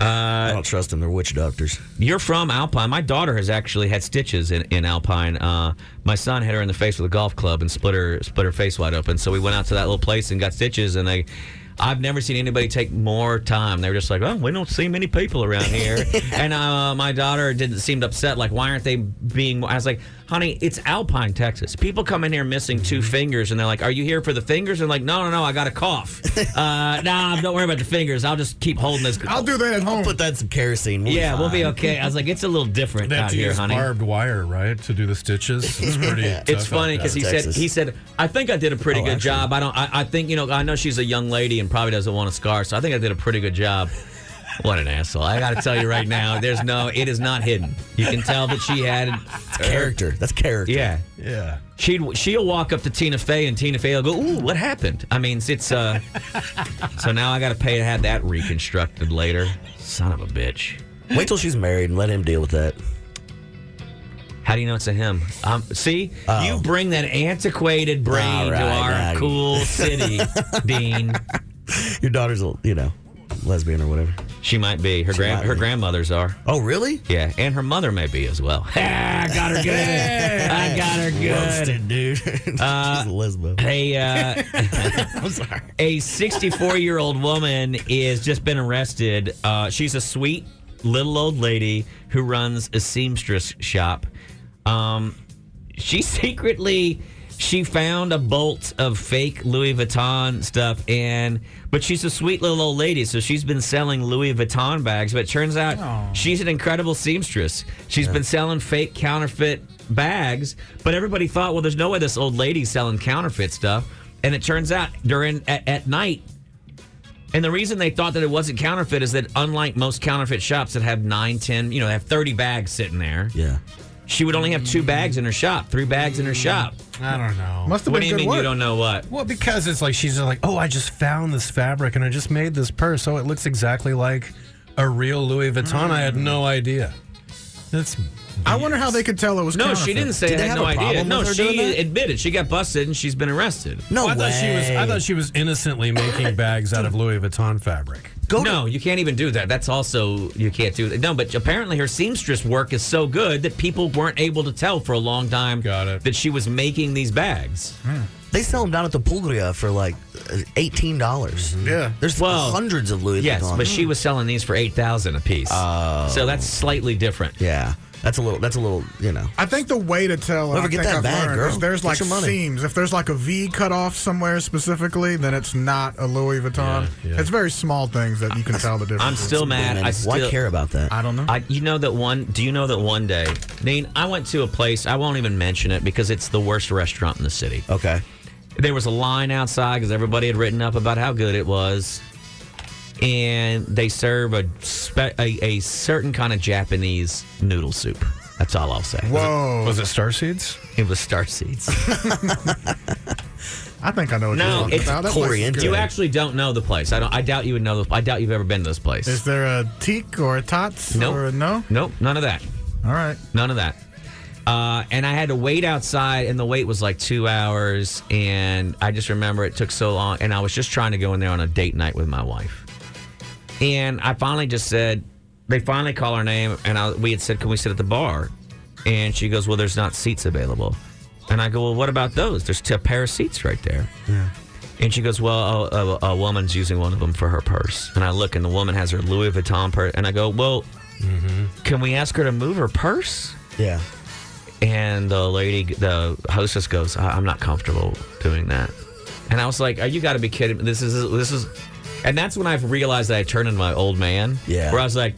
Speaker 9: I don't trust them. They're witch doctors.
Speaker 2: You're from Alpine. My daughter has actually had stitches in, in Alpine. Uh, my son hit her in the face with a golf club and split her split her face wide open. So we went out to that little place and got stitches. And they, I've never seen anybody take more time. They were just like, "Oh, we don't see many people around here." and uh, my daughter didn't seemed upset. Like, why aren't they being? more I was like, honey, it's Alpine, Texas. People come in here missing two fingers, and they're like, "Are you here for the fingers?" And like, "No, no, no, I got a cough. Uh, nah, don't worry about the fingers. I'll just keep holding this."
Speaker 3: I'll do that at home.
Speaker 9: put that in some kerosene. We'll be
Speaker 2: yeah, we'll be
Speaker 9: fine.
Speaker 2: okay. I was like, "It's a little different
Speaker 8: They have
Speaker 2: out
Speaker 8: to
Speaker 2: here,
Speaker 8: use
Speaker 2: honey."
Speaker 8: barbed wire, right, to do the stitches. It's pretty. tough
Speaker 2: It's
Speaker 8: out
Speaker 2: funny
Speaker 8: there.
Speaker 2: because he said he said I think I did a pretty
Speaker 8: Oh,
Speaker 2: good
Speaker 8: actually.
Speaker 2: job. I don't. I, I think you know. I know she's a young lady and probably doesn't want a scar, so I think I did a pretty good job. What an asshole! I got to tell you right now, there's no. It is not hidden. You can tell that she had
Speaker 9: character. That's character.
Speaker 2: Yeah,
Speaker 8: yeah.
Speaker 2: She'd she'll walk up to Tina Fey and Tina Fey will go, "Ooh, what happened?" I mean, it's uh. so now I got to pay to have that reconstructed later. Son of a bitch.
Speaker 9: Wait till she's married and let him deal with that.
Speaker 2: How do you know it's a him? Um, see,
Speaker 9: Oh.
Speaker 2: you bring that antiquated brain to
Speaker 9: Alright,
Speaker 2: our
Speaker 9: now you-
Speaker 2: cool city, Dean.
Speaker 9: Your daughter's, a, you know, lesbian or whatever.
Speaker 2: She might be. Her grand
Speaker 9: might
Speaker 2: her
Speaker 9: be.
Speaker 2: grandmothers are.
Speaker 9: Oh, really?
Speaker 2: Yeah, and her mother may be as well. I got her good. I got her good. Uh,
Speaker 9: Roasted, dude. She's a lesbo.
Speaker 2: A uh,
Speaker 9: I'm sorry.
Speaker 2: a 64 year old woman is just been arrested. Uh, she's a sweet little old lady who runs a seamstress shop. Um, she secretly she found a bolt of fake Louis Vuitton stuff, and but she's a sweet little old lady, so she's been selling Louis Vuitton bags. But it turns out she's an incredible seamstress. She's been selling fake counterfeit bags, but everybody thought, well, there's no way this old lady's selling counterfeit stuff. And it turns out during at, at night, and the reason they thought that it wasn't counterfeit is that unlike most counterfeit shops that have nine, ten, you know, they have thirty bags sitting there.
Speaker 9: Yeah.
Speaker 2: She would only have two bags in her shop, three bags in her shop.
Speaker 8: I don't know.
Speaker 3: Must have
Speaker 2: What
Speaker 3: been
Speaker 2: do you
Speaker 3: good
Speaker 2: mean
Speaker 3: work.
Speaker 2: you don't know what?
Speaker 8: Well, because it's like she's just like, oh, I just found this fabric and I just made this purse. Oh, it looks exactly like a real Louis Vuitton. I had no idea. That's
Speaker 3: I wonder how they could tell it was.
Speaker 2: No,
Speaker 3: counterfeit.
Speaker 2: she didn't say
Speaker 9: Did
Speaker 2: I
Speaker 9: they
Speaker 2: had
Speaker 9: have
Speaker 2: no
Speaker 9: a
Speaker 2: idea.
Speaker 9: problem
Speaker 2: No,
Speaker 9: with her doing
Speaker 2: she
Speaker 9: that?
Speaker 2: admitted she got busted and she's been arrested.
Speaker 9: No
Speaker 8: I
Speaker 9: way.
Speaker 8: thought she was. I thought she was innocently making bags out of Louis Vuitton fabric.
Speaker 9: Go to-
Speaker 2: no, you can't even do that. That's also you can't do that. No, but apparently her seamstress work is so good that people weren't able to tell for a long time
Speaker 8: Got it.
Speaker 2: that she was making these bags.
Speaker 9: They sell them down at the Pulgria for like eighteen dollars.
Speaker 3: Yeah.
Speaker 9: There's
Speaker 2: Mm-hmm. Well,
Speaker 9: hundreds of Louis
Speaker 2: Yes,
Speaker 9: Vuitton.
Speaker 2: but she was selling these for eight thousand a piece. Oh. So that's slightly different.
Speaker 9: yeah, that's a little. That's a little. You know.
Speaker 3: I think the way to tell, and
Speaker 9: Whoever
Speaker 3: I
Speaker 9: get
Speaker 3: think
Speaker 9: that
Speaker 3: I've
Speaker 9: bag,
Speaker 3: learned,
Speaker 9: girl.
Speaker 3: is there's
Speaker 9: Get
Speaker 3: like
Speaker 9: your money.
Speaker 3: seams. If there's like a V cut off somewhere specifically, then it's not a Louis Vuitton.
Speaker 8: Yeah, yeah.
Speaker 3: It's very small things that you can tell the difference.
Speaker 2: I'm still mad.
Speaker 9: Man,
Speaker 2: I
Speaker 9: why
Speaker 2: still
Speaker 9: care about that?
Speaker 3: I don't know.
Speaker 2: I, you know that one. Do you know that one day, Dean? I went to a place. I won't even mention it because it's the worst restaurant in the city.
Speaker 9: okay.
Speaker 2: There was a line outside because everybody had written up about how good it was, and they serve a spe- a, a certain kind of Japanese noodle soup. That's all I'll say.
Speaker 3: Whoa.
Speaker 8: Was it Starseeds?
Speaker 2: It was star seeds.
Speaker 3: I think I know what you're
Speaker 2: no,
Speaker 3: talking
Speaker 2: it's
Speaker 3: about. That place is
Speaker 9: Corriente.
Speaker 2: You
Speaker 3: good.
Speaker 2: actually don't know the place. I don't. I doubt you would know. The, I doubt you've ever been to this place.
Speaker 3: Is there a teak or a tots?
Speaker 2: Nope.
Speaker 3: Or a no?
Speaker 2: nope, none of that.
Speaker 3: All right.
Speaker 2: None of that. Uh, and I had to wait outside, and the wait was like two hours. And I just remember it took so long. And I was just trying to go in there on a date night with my wife. And I finally just said, they finally call her name, and I, we had said, "Can we sit at the bar?" And she goes, "Well, there's not seats available." And I go, "Well, what about those? There's t- a pair of seats right there." And she goes, "Well, a, a, a woman's using one of them for her purse." And I look, and the woman has her Louis Vuitton purse. And I go, "Well, can we ask her to move her purse?"
Speaker 9: Yeah.
Speaker 2: And the lady, the hostess goes, I- I'm not comfortable doing that. And I was like, Are you got to be kidding me? This is, this is, and that's when I've realized that I turned into my old man.
Speaker 9: Yeah.
Speaker 2: Where I was like,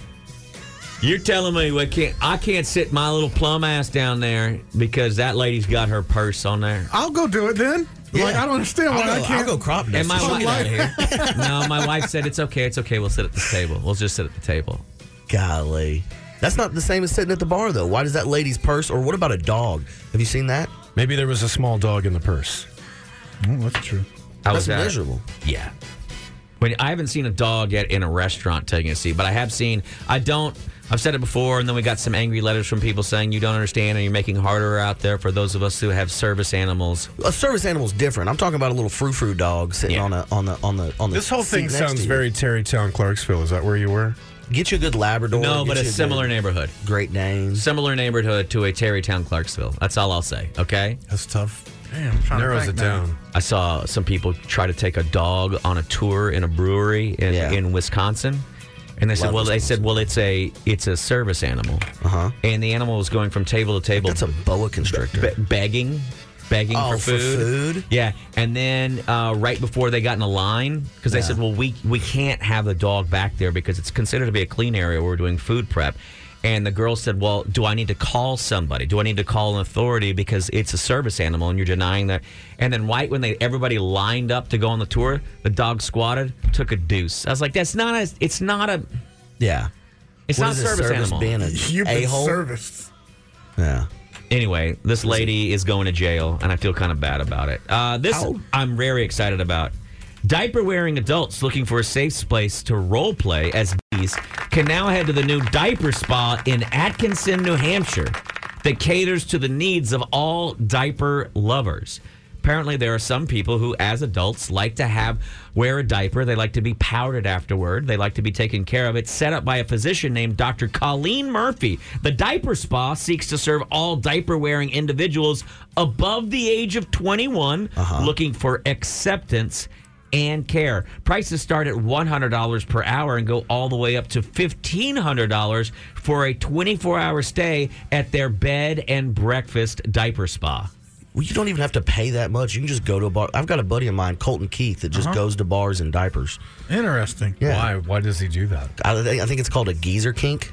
Speaker 2: You're telling me we can't, I can't sit my little plum ass down there because that lady's got her purse on there.
Speaker 3: I'll go do it then. Like,
Speaker 9: Yeah.
Speaker 3: I don't understand why
Speaker 9: I'll,
Speaker 3: I
Speaker 9: go,
Speaker 3: can't.
Speaker 9: I'll go crop dust.
Speaker 2: And my
Speaker 9: Oh,
Speaker 2: wife, no, my wife said, It's okay, it's okay, we'll sit at this table. We'll just sit at the table.
Speaker 9: Golly. That's not the same as sitting at the bar, though. Why does that lady's purse, or what about a dog? Have you seen that?
Speaker 8: Maybe there was a small dog in the purse.
Speaker 3: Mm, that's true.
Speaker 2: I
Speaker 9: That's
Speaker 2: was at-
Speaker 9: miserable.
Speaker 2: Yeah. When I haven't seen a dog yet in a restaurant taking a seat, but I have seen. I don't. I've said it before, and then we got some angry letters from people saying you don't understand, and you're making it harder out there for those of us who have service animals.
Speaker 9: A service animal's different. I'm talking about a little frou frou dog sitting
Speaker 2: Yeah.
Speaker 9: on a on the on the on the.
Speaker 8: This whole
Speaker 9: seat
Speaker 8: thing
Speaker 9: next
Speaker 8: sounds
Speaker 9: to you.
Speaker 8: very Terrytown, Clarksville. Is that where you were?
Speaker 9: Get you a good Labrador.
Speaker 2: No,
Speaker 9: get
Speaker 2: but a
Speaker 9: you
Speaker 2: similar
Speaker 9: good
Speaker 2: neighborhood,
Speaker 9: Great name.
Speaker 2: similar neighborhood to a Terrytown, Clarksville. That's all I'll say. Okay.
Speaker 8: That's tough.
Speaker 3: Damn, I'm trying
Speaker 8: Narrows
Speaker 3: to
Speaker 8: it
Speaker 3: think now.
Speaker 8: down.
Speaker 2: I saw some people try to take a dog on a tour in a brewery in,
Speaker 9: Yeah.
Speaker 2: in Wisconsin. And they said,
Speaker 11: Love
Speaker 2: well, they said, well, it's a it's a service animal.
Speaker 9: Uh-huh.
Speaker 2: Uh huh. And the animal was going from table to table. That's a
Speaker 9: boa constrictor.
Speaker 2: begging, begging
Speaker 9: Oh,
Speaker 2: for
Speaker 9: for
Speaker 2: food.
Speaker 9: food?
Speaker 2: Yeah. And then uh, right before they got in a line, because they
Speaker 9: Yeah.
Speaker 2: said, well, we we can't have the dog back there because it's considered to be a clean area where we're doing food prep. And the girl said, "Well, do I need to call somebody? Do I need to call an authority because it's a service animal and you're denying that?" And then right when they everybody lined up to go on the tour, the dog squatted, took a deuce. I was like, "That's not a. It's not a.
Speaker 9: Yeah.
Speaker 2: It's
Speaker 9: What
Speaker 2: not
Speaker 9: is
Speaker 2: a
Speaker 9: a
Speaker 2: service,
Speaker 9: service
Speaker 2: animal.
Speaker 9: being a You've been a-hole?
Speaker 3: serviced.
Speaker 9: Yeah.
Speaker 2: Anyway, this lady is going to jail, and I feel kind of bad about it. Uh, this I'm very excited about. Diaper wearing adults looking for a safe place to role play as bees can now head to the new diaper spa in Atkinson, New Hampshire, that caters to the needs of all diaper lovers. Apparently, there are some people who, as adults, like to have wear a diaper. They like to be powdered afterward. They like to be taken care of. It's set up by a physician named Dr. Colleen Murphy. The diaper spa seeks to serve all diaper wearing individuals above the age of 21
Speaker 9: Uh-huh.
Speaker 2: looking for acceptance and care. Prices start at $100 per hour and go all the way up to $1,500 for a 24 hour stay at their bed and breakfast diaper spa.
Speaker 9: Well, you don't even have to pay that much. You can just go to a bar. I've got a buddy of mine, Colton Keith, that just
Speaker 3: Uh-huh.
Speaker 9: goes to bars in diapers.
Speaker 3: Interesting.
Speaker 8: Why? Why does he do that?
Speaker 9: I, think- I think it's called a geezer kink.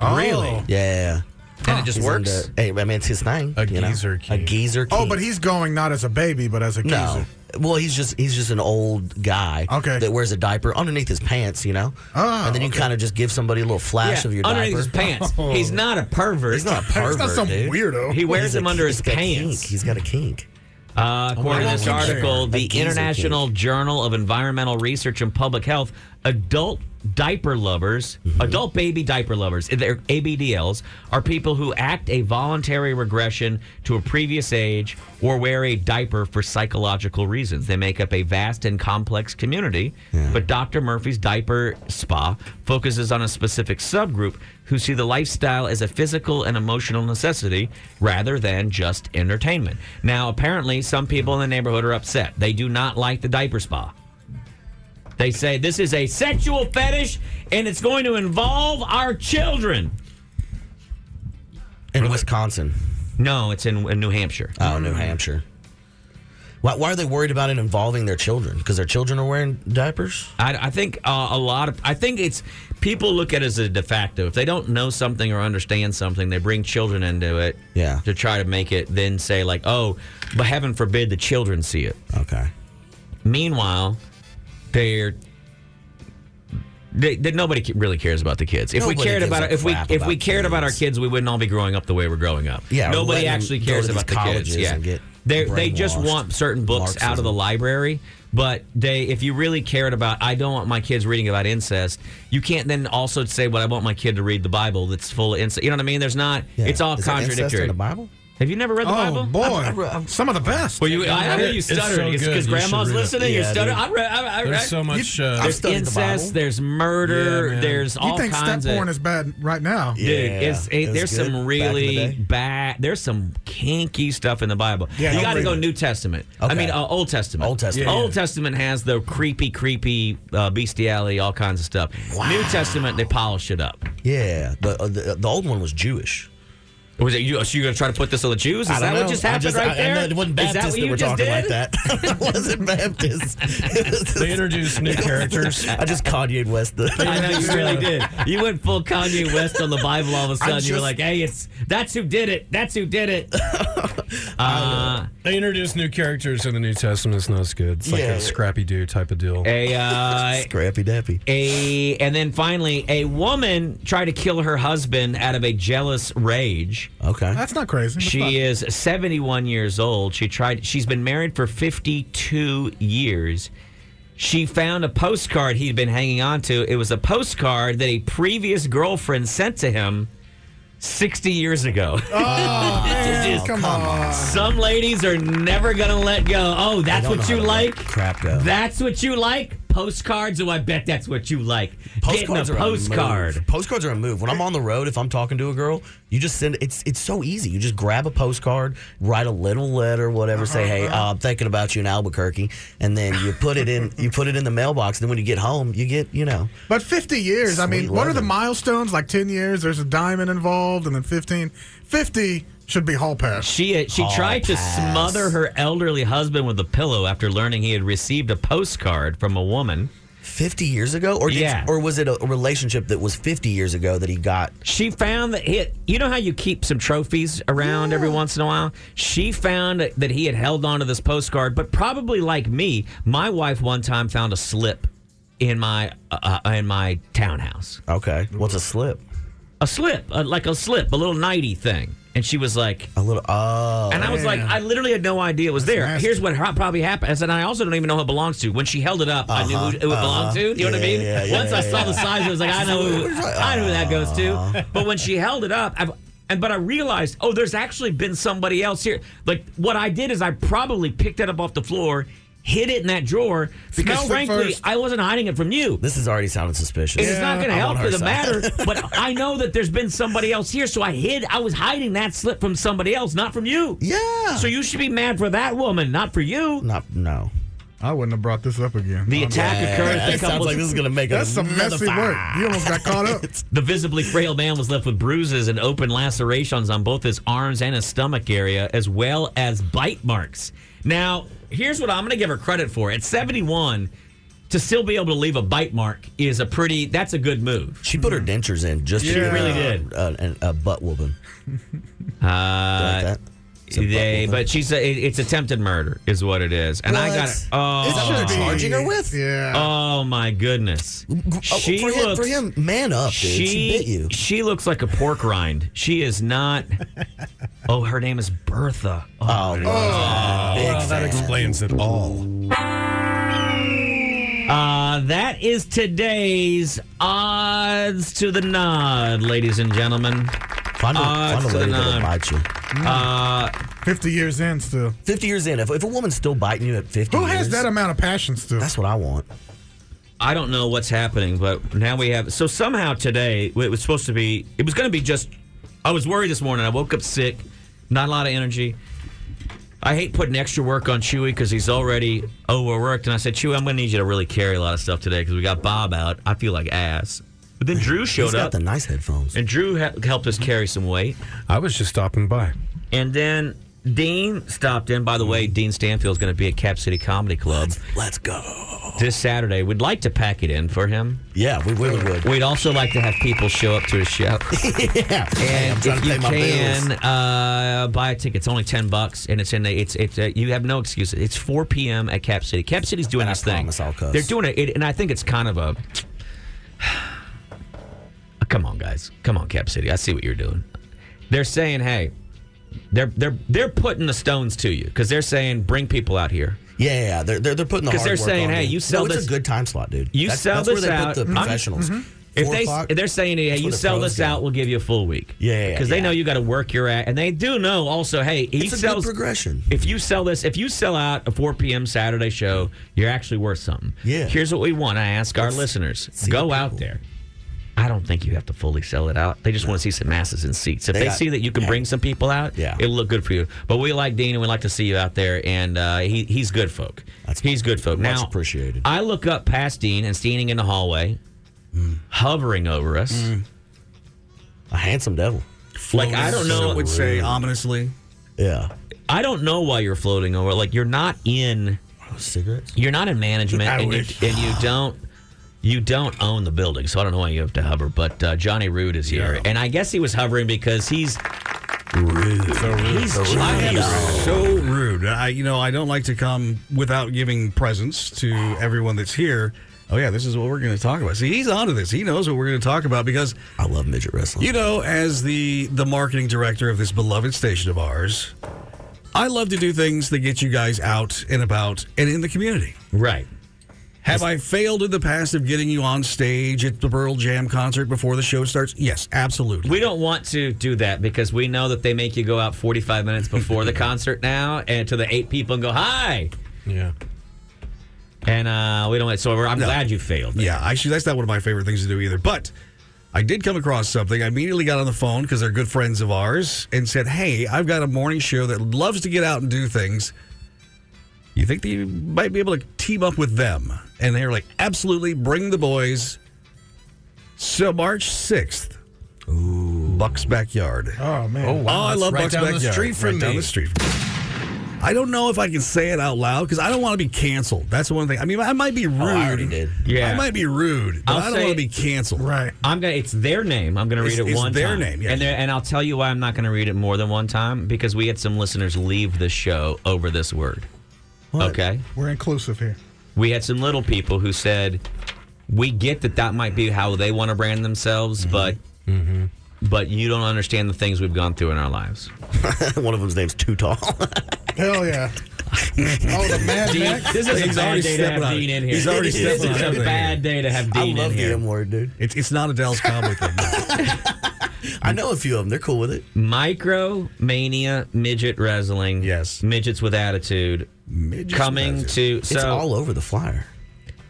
Speaker 3: Oh. Really?
Speaker 9: Yeah.
Speaker 3: And it just
Speaker 9: He's
Speaker 3: works?
Speaker 9: into- hey, I mean, it's his thing. A
Speaker 8: geezer
Speaker 9: kink. A geezer kink.
Speaker 3: Oh, but he's going not as a baby, but as a
Speaker 9: No.
Speaker 3: geezer.
Speaker 9: Well, he's just he's just an old guy. Okay. That wears a diaper underneath his pants, you know. Oh, and then you kind of just give somebody a little flash
Speaker 2: Yeah,
Speaker 9: of your
Speaker 2: underneath
Speaker 9: diaper.
Speaker 2: his pants. He's not a pervert.
Speaker 9: He's not a
Speaker 2: He's not
Speaker 9: pervert.
Speaker 2: some
Speaker 9: dude.
Speaker 2: weirdo. He wears
Speaker 9: He's
Speaker 2: them
Speaker 9: a-
Speaker 2: under
Speaker 9: he's
Speaker 2: his
Speaker 9: got
Speaker 2: pants.
Speaker 9: kink. He's got a kink.
Speaker 2: Uh, according to
Speaker 9: Oh my
Speaker 2: this
Speaker 9: God.
Speaker 2: article,
Speaker 9: Sure.
Speaker 2: the
Speaker 9: Like, he's a
Speaker 2: International Journal of Environmental Research and Public Health, adult diaper lovers,
Speaker 9: Mm-hmm.
Speaker 2: adult baby diaper lovers, eh, they're ABDLs, are people who act a voluntary regression to a previous age or wear a diaper for psychological reasons. They make up a vast and complex community, but Dr. Murphy's diaper spa focuses on a specific subgroup who see the lifestyle as a physical and emotional necessity rather than just entertainment. Now, apparently, some people in the neighborhood are upset. They do not like the diaper spa. They say this is a sexual fetish and it's going to involve our children.
Speaker 9: In Wisconsin.
Speaker 2: No, it's in, in New Hampshire.
Speaker 9: Oh, New Hampshire. Why, why are they worried about it involving their children? Because their children are wearing diapers.
Speaker 2: I, I think uh, a lot of I think it's people look at it as a de facto. If they don't know something or understand something, they bring children into it.
Speaker 9: Yeah.
Speaker 2: To try to make it then say like, oh, but heaven forbid the children see it.
Speaker 9: Okay.
Speaker 2: Meanwhile, they're they, that nobody ca- really cares about the kids. If we
Speaker 9: Nobody
Speaker 2: cared
Speaker 9: gives
Speaker 2: about
Speaker 9: a
Speaker 2: if we
Speaker 9: crap
Speaker 2: if we
Speaker 9: about
Speaker 2: cared about our kids, we wouldn't all be growing up the way we're growing up.
Speaker 9: Yeah,
Speaker 2: nobody
Speaker 9: let them
Speaker 2: actually
Speaker 9: go
Speaker 2: cares
Speaker 9: to
Speaker 2: about the
Speaker 9: these
Speaker 2: kids.
Speaker 9: colleges
Speaker 2: Yeah,
Speaker 9: and get
Speaker 2: they they just
Speaker 9: brainwashed.
Speaker 2: want certain books out of the
Speaker 9: Marxism.
Speaker 2: library. But they, if you really cared about, I don't want my kids reading about incest. You can't then also say, "Well, I want my kid to read the Bible that's full of incest." You know what I mean? There's not.
Speaker 9: Yeah.
Speaker 2: It's all
Speaker 9: Is there incest in
Speaker 2: contradictory.
Speaker 9: the Bible?
Speaker 2: Have you never read the
Speaker 3: oh,
Speaker 2: Bible?
Speaker 3: boy. Some of the best.
Speaker 2: Well, you- I hear you stuttering. It's 'cause grandma's listening. You're stuttering. I read- I- I- I-
Speaker 8: There's so much.
Speaker 2: You-
Speaker 8: uh,
Speaker 2: There's incest. there's murder.
Speaker 8: Yeah, man.
Speaker 2: there's
Speaker 8: You
Speaker 2: all
Speaker 3: you think
Speaker 2: kinds
Speaker 3: step
Speaker 2: of.
Speaker 3: porn is bad right now?
Speaker 2: Dude, it's, it, there's some really bad. There's some kinky stuff in the Bible.
Speaker 3: Yeah,
Speaker 2: you
Speaker 3: don't
Speaker 2: got to
Speaker 3: read
Speaker 2: go
Speaker 3: it.
Speaker 2: New Testament. I
Speaker 3: Okay.
Speaker 2: mean, uh, Old Testament. Old
Speaker 9: Testament.
Speaker 2: Old Testament has the creepy, creepy uh, bestiality, all kinds of stuff. New Testament, they polish it up.
Speaker 9: Yeah. The, uh, the the old one was Jewish.
Speaker 2: Was it you? So you're gonna try to put this on the Jews? Is
Speaker 9: I don't
Speaker 2: that
Speaker 9: know.
Speaker 2: what just
Speaker 9: I
Speaker 2: happened
Speaker 9: just-
Speaker 2: right
Speaker 9: I- I
Speaker 2: there?
Speaker 9: know it wasn't
Speaker 2: Is that
Speaker 9: Baptists
Speaker 2: what
Speaker 9: that
Speaker 2: you
Speaker 9: were
Speaker 2: just
Speaker 9: talking
Speaker 2: did?
Speaker 9: like that. It wasn't Baptist.
Speaker 8: they introduced new characters.
Speaker 9: I just Kanye West. The,
Speaker 2: I know you really did. You went full Kanye West on the Bible all of a
Speaker 9: I
Speaker 2: sudden. you were
Speaker 9: just-
Speaker 2: like, "Hey, it's that's who did it. That's who did it." Uh,
Speaker 8: They introduced new characters in the New Testament. It's not as good. It's like
Speaker 2: Yeah.
Speaker 8: a Scrappy Doo type of deal.
Speaker 2: a uh,
Speaker 9: Scrappy Dappy.
Speaker 2: a and then finally, a woman tried to kill her husband out of a jealous rage.
Speaker 9: Okay,
Speaker 3: That's not crazy. That's not-
Speaker 2: She is 71 years old. She tried she's been married for 52 years. She found a postcard he'd been hanging on to. It was a postcard that a previous girlfriend sent to him 60 years ago.
Speaker 3: Oh, man,
Speaker 2: Just-
Speaker 3: come on.
Speaker 2: Some ladies are never going to let go. Oh, that's
Speaker 9: don't
Speaker 2: what
Speaker 9: know
Speaker 2: you
Speaker 9: how to
Speaker 2: like?
Speaker 9: let crap go.
Speaker 2: That's what you like? postcards? Oh, I bet that's what you like. Getting a
Speaker 9: are
Speaker 2: postcard.
Speaker 9: move. Postcards are a move. When I'm on the road, if I'm talking to a girl, you just send. It's it's so easy. You just grab a postcard, write a little letter, whatever. Say, hey,
Speaker 2: Uh-huh.
Speaker 9: uh, I'm thinking about you in Albuquerque, and then you put it in. you put it in the mailbox. And then when you get home, you get you know.
Speaker 3: But 50 years, I mean,
Speaker 9: Sweet
Speaker 3: what are the
Speaker 9: loving.
Speaker 3: milestones? Like 10 years, there's a diamond involved, and then 15. 50 should be hall pass.
Speaker 2: She uh, she tried to smother her elderly husband with a pillow after learning he had received a postcard from a woman.
Speaker 9: 50 years ago or did,
Speaker 2: Yeah.
Speaker 9: or was it a relationship that was 50 years ago that he got
Speaker 2: She found that he, you know how you keep some trophies around every once in a while? She found that he had held on to this postcard, but probably like me, my wife one time found a slip in my uh, uh, in my townhouse.
Speaker 9: Okay. What's a slip?
Speaker 2: A slip, uh, like a slip, a little nighty thing. And she was like
Speaker 9: a little oh.
Speaker 2: And I was like,
Speaker 9: man.
Speaker 2: I literally had no idea it was there. Here's what ho- probably happened. I said, I also don't even know who it belongs to. When she held it up, I knew who it
Speaker 9: Uh-huh,
Speaker 2: belonged to. You know what I
Speaker 9: uh-huh.
Speaker 2: mean?
Speaker 9: Yeah, yeah,
Speaker 2: Once I
Speaker 9: yeah,
Speaker 2: saw
Speaker 9: yeah. Uh-huh.
Speaker 2: the size, I was like, I know who, I know who that goes to. But when she held it up, I've, and but I realized, oh, there's actually been somebody else here. Like what I did is I probably picked it up off the floor, hid it in that drawer because
Speaker 9: Smelled it
Speaker 2: frankly,
Speaker 9: first.
Speaker 2: I wasn't hiding it from you.
Speaker 9: This is already sounding suspicious.
Speaker 2: It's not going to
Speaker 9: I'm
Speaker 2: help
Speaker 9: on
Speaker 2: for
Speaker 9: her
Speaker 2: the
Speaker 9: side.
Speaker 2: matter, but I know that there's been somebody else here, so I hid. I was hiding that slip from somebody else, not from you.
Speaker 9: Yeah.
Speaker 2: So you should be mad for that woman, not for you.
Speaker 9: Not no.
Speaker 3: I wouldn't have brought this up again.
Speaker 2: The attack occurred. at the couple's-
Speaker 3: That's some messy work. You almost got caught up.
Speaker 2: The visibly frail man was left with bruises and open lacerations on both his arms and his stomach area, as well as bite marks. Now, here's what I'm going to give her credit for. At 71, to still be able to leave a bite mark is a pretty, that's a good move.
Speaker 9: She put her dentures in just
Speaker 2: She
Speaker 9: to get
Speaker 2: really
Speaker 9: a,
Speaker 2: did.
Speaker 9: A, a, a butt whooping.
Speaker 2: Uh, they, but she's a, it- it's attempted murder, is what it is, and I
Speaker 9: What?
Speaker 2: got
Speaker 9: Is
Speaker 2: it.
Speaker 9: that
Speaker 2: Oh,
Speaker 9: what they're charging her with?
Speaker 3: Yeah.
Speaker 2: Oh my goodness. She
Speaker 9: Oh, for, him, for
Speaker 2: looks.
Speaker 9: him, man up, dude. She,
Speaker 2: She
Speaker 9: bit you.
Speaker 2: she looks like a pork rind. She is not. Oh, her name is Bertha. Oh, my God.
Speaker 8: that explains it all.
Speaker 2: Uh, that is today's odds to the nod, ladies and gentlemen.
Speaker 9: Find a,
Speaker 2: odds
Speaker 9: find a
Speaker 2: to the
Speaker 9: lady that'll
Speaker 2: nod.
Speaker 9: bite you.
Speaker 2: Uh,
Speaker 3: 50 years in still.
Speaker 9: 50 years in. If, if a woman's still biting you at 50
Speaker 3: Who has
Speaker 9: years,
Speaker 3: that amount of passion still?
Speaker 9: That's what I want.
Speaker 2: I don't know what's happening, but now we have. So somehow today it was supposed to be. It was going to be just. I was worried this morning. I woke up sick, not a lot of energy. I hate putting extra work on Chewy because he's already overworked. And I said, Chewy, I'm going to need you to really carry a lot of stuff today because we got Bob out. I feel like ass. But then Drew showed
Speaker 9: He's got
Speaker 2: up,
Speaker 9: the nice headphones.
Speaker 2: and Drew he- helped us carry some weight.
Speaker 8: I was just stopping by.
Speaker 2: And then Dean stopped in. By the way, Dean Stanfield's going to be at Cap City Comedy Club
Speaker 9: Let's go.
Speaker 2: this Saturday. We'd like to pack it in for him.
Speaker 9: Yeah, we really would.
Speaker 2: We'd also like to have people show up to a show.
Speaker 9: yeah. Hey, I'm
Speaker 2: And
Speaker 9: trying
Speaker 2: if
Speaker 9: to
Speaker 2: you
Speaker 9: pay my
Speaker 2: can
Speaker 9: bills.
Speaker 2: uh, buy a ticket, it's only ten bucks, and it's in the it's it's uh, you have no excuse. It's four p.m. at Cap City. Cap City's doing
Speaker 9: And I
Speaker 2: this thing.
Speaker 9: promise I'll cuss.
Speaker 2: They're doing it, it, and I think it's kind of a. Come on, guys! Come on, Cap City! I see what you're doing. They're saying, hey, they're they're they're putting the stones to you because they're saying bring people out here.
Speaker 9: Yeah, yeah, yeah. They're, they're, they're putting the
Speaker 2: 'Cause
Speaker 9: hard
Speaker 2: they're
Speaker 9: work
Speaker 2: saying,
Speaker 9: on
Speaker 2: hey,
Speaker 9: it.
Speaker 2: you sell
Speaker 9: no,
Speaker 2: this-
Speaker 9: It's a good time slot, dude.
Speaker 2: You
Speaker 9: that's,
Speaker 2: sell
Speaker 9: that's
Speaker 2: this
Speaker 9: where they
Speaker 2: out-
Speaker 9: put the
Speaker 2: I'm- mm-hmm.
Speaker 9: professionals.
Speaker 2: If
Speaker 9: Four
Speaker 2: they
Speaker 9: o'clock,
Speaker 2: they're saying, hey,
Speaker 9: that's
Speaker 2: you
Speaker 9: when the
Speaker 2: sell
Speaker 9: pros
Speaker 2: this
Speaker 9: go.
Speaker 2: out, we'll give you a full week.
Speaker 9: Yeah, yeah, yeah,
Speaker 2: because they
Speaker 9: yeah.
Speaker 2: know you got to work your ass, and they do know also, hey, he
Speaker 9: It's a good
Speaker 2: sells
Speaker 9: progression.
Speaker 2: If you sell this, if you sell out a 4 p.m. Saturday show, you're actually worth something.
Speaker 9: Yeah.
Speaker 2: Here's what we want. I ask our listeners:
Speaker 9: the
Speaker 2: go
Speaker 9: people.
Speaker 2: out there. I don't think you have to fully sell it out. They just want to see some masses in seats. If
Speaker 9: They
Speaker 2: they,
Speaker 9: got-
Speaker 2: see that you can bring some people out,
Speaker 9: Yeah.
Speaker 2: it'll look good for you. But we like Dean, and we like to see you out there. And uh, he he's good folk.
Speaker 9: That's
Speaker 2: he's good folk.
Speaker 9: much
Speaker 2: now
Speaker 9: appreciated.
Speaker 2: I look up past Dean and standing in the hallway,
Speaker 9: Mm.
Speaker 2: hovering over us.
Speaker 9: a handsome devil.
Speaker 2: Like I don't know.
Speaker 7: would say ominously.
Speaker 9: Yeah.
Speaker 2: I don't know why you're floating over. Like you're not in.
Speaker 9: Oh, Cigarettes?
Speaker 2: You're not in management,
Speaker 3: I
Speaker 2: and you,
Speaker 3: wish.
Speaker 2: and you don't. You don't own the building, so I don't know why you have to hover. But uh, Johnny Rude is here, and I guess he was hovering because he's He's
Speaker 7: I am
Speaker 2: Johnny
Speaker 7: so rude. I, you know, I don't like to come without giving presents to everyone that's here. Oh yeah, this is what we're going to talk about. See, he's onto this. He knows what we're going to talk about because
Speaker 9: I love midget wrestling.
Speaker 7: you know, as the the marketing director of this beloved station of ours, I love to do things that get you guys out and about and in the community.
Speaker 2: right.
Speaker 7: Have I failed in the past of getting you on stage at the Pearl Jam concert before the show starts? Yes, absolutely.
Speaker 2: We don't want to do that because we know that they make you go out 45 minutes before the concert now, and to the eight people and go hi.
Speaker 8: Yeah.
Speaker 2: And uh, we don't let. So we're- I'm glad you failed.
Speaker 7: Yeah, actually, that's not one of my favorite things to do either. But I did come across something. I immediately got on the phone because they're good friends of ours and said, "Hey, I've got a morning show that loves to get out and do things. You think that you might be able to team up with them?" And they were like, "Absolutely, bring the boys." So March sixth, Buck's backyard.
Speaker 3: Oh man!
Speaker 7: Oh, I love
Speaker 3: right
Speaker 7: Buck's
Speaker 3: down
Speaker 7: backyard.
Speaker 3: The street from
Speaker 7: right down
Speaker 3: me.
Speaker 7: the street. I don't know if I can say it out loud because I don't want to be canceled. That's the one thing. I mean, I might be rude. I already did.
Speaker 2: Yeah.
Speaker 7: I might be rude, but
Speaker 2: I'll
Speaker 7: I'll I do
Speaker 2: say-
Speaker 7: not want to be canceled.
Speaker 3: Right.
Speaker 2: I'm gonna. It's their name. I'm gonna read
Speaker 7: It's-
Speaker 2: it
Speaker 7: it's
Speaker 2: one
Speaker 7: their
Speaker 2: time.
Speaker 7: name, yeah.
Speaker 2: And there, and I'll tell you why I'm not gonna read it more than one time because we had some listeners leave the show over this word. Okay.
Speaker 3: We're inclusive here.
Speaker 2: We had some little people who said, "We get that that might be how they want to brand themselves, but Mm-hmm. but you don't understand the things we've gone through in our lives."
Speaker 9: One of them's name's Too Tall.
Speaker 3: Hell yeah! oh, the Mad
Speaker 2: Dean,
Speaker 3: Max.
Speaker 2: this is a bad day to have Dean in here.
Speaker 7: He's already
Speaker 2: This is
Speaker 7: stepping on
Speaker 2: a
Speaker 7: it.
Speaker 2: bad day to have
Speaker 9: I
Speaker 2: Dean
Speaker 9: love
Speaker 2: in
Speaker 9: the
Speaker 2: here.
Speaker 9: M word, dude.
Speaker 7: It's, it's not Adele's comedy thing.
Speaker 2: Mm.
Speaker 9: I know a few of them. They're cool with it.
Speaker 2: Micro mania midget wrestling. Yes. Midgets with attitude.
Speaker 9: Midgets
Speaker 2: coming
Speaker 9: with
Speaker 2: to
Speaker 9: attitude.
Speaker 2: so
Speaker 9: It's all over the flyer.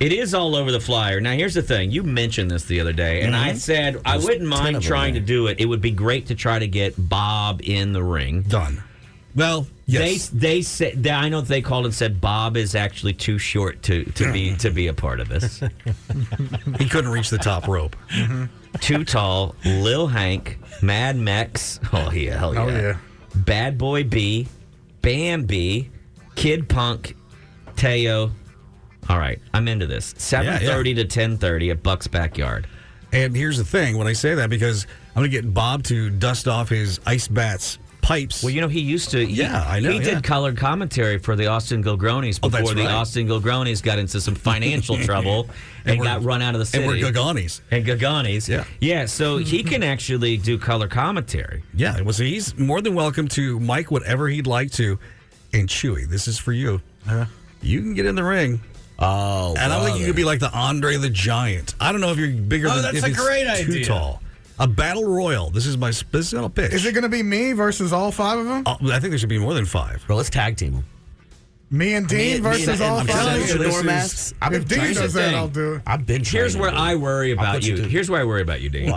Speaker 2: It is all over the flyer. Now here's the thing. You mentioned this the other day, and I
Speaker 9: Mhm.
Speaker 2: said I
Speaker 9: There's
Speaker 2: wouldn't
Speaker 9: 10
Speaker 2: mind
Speaker 9: of them
Speaker 2: trying to
Speaker 9: there.
Speaker 2: do it. It would be great to try to get Bob in the ring.
Speaker 7: Done. Well, yes.
Speaker 2: They they said they, I know they called and said Bob is actually too short to, to be to be a part of this.
Speaker 7: he couldn't reach the top rope.
Speaker 2: Too tall, Lil Hank, Mad Mex. Oh yeah, hell yeah.
Speaker 3: Oh, yeah.
Speaker 2: Bad Boy B, Bambi, Kid Punk, Teo. All right, I'm into this.
Speaker 7: Yeah,
Speaker 2: 7:30
Speaker 7: yeah.
Speaker 2: to 10:30 at Buck's backyard.
Speaker 7: And here's the thing when I say that, because I'm going to get Bob to dust off his ice bats pipes. Well,
Speaker 2: you know, he used to.
Speaker 7: yeah, I know.
Speaker 2: He
Speaker 7: yeah.
Speaker 2: did colored commentary for the Austin Gilgronis
Speaker 7: Oh, that's
Speaker 2: before the
Speaker 7: right.
Speaker 2: Austin Gilgronis got into some financial trouble
Speaker 7: And
Speaker 2: and,
Speaker 7: we're-
Speaker 2: got run out of the city.
Speaker 7: and we're Gilgronis.
Speaker 2: And Gaganis. Yeah. Yeah, so he can actually do color commentary.
Speaker 7: Yeah, well, so he's more than welcome to Mike whatever he'd like to. And Chewy, this is for you. You can get in the ring.
Speaker 9: Oh,
Speaker 7: and I think you could be like the Andre the Giant. I don't know if you're bigger
Speaker 3: Oh,
Speaker 7: than
Speaker 3: that's
Speaker 7: if
Speaker 3: a
Speaker 7: it's
Speaker 3: great
Speaker 7: too
Speaker 3: idea.
Speaker 7: tall. A battle royal. This is my sp- this is not a pitch.
Speaker 3: Is it going to be me versus all five of them?
Speaker 7: Uh, I think there should be more than five.
Speaker 9: Bro, let's tag team them.
Speaker 3: Me and Dean
Speaker 9: and-
Speaker 3: versus
Speaker 9: me and-
Speaker 3: all
Speaker 9: I'm telling
Speaker 3: five.
Speaker 9: you,
Speaker 3: of them?
Speaker 9: Shador masks. I've been
Speaker 3: if Dean
Speaker 9: trying to
Speaker 3: does that,
Speaker 9: think.
Speaker 3: I'll do it.
Speaker 9: I've been.
Speaker 2: Here's
Speaker 9: training,
Speaker 2: where
Speaker 9: dude.
Speaker 2: I worry
Speaker 9: I'll
Speaker 2: about
Speaker 9: put
Speaker 2: you.
Speaker 9: to-
Speaker 2: Here's where I worry about you, Dave.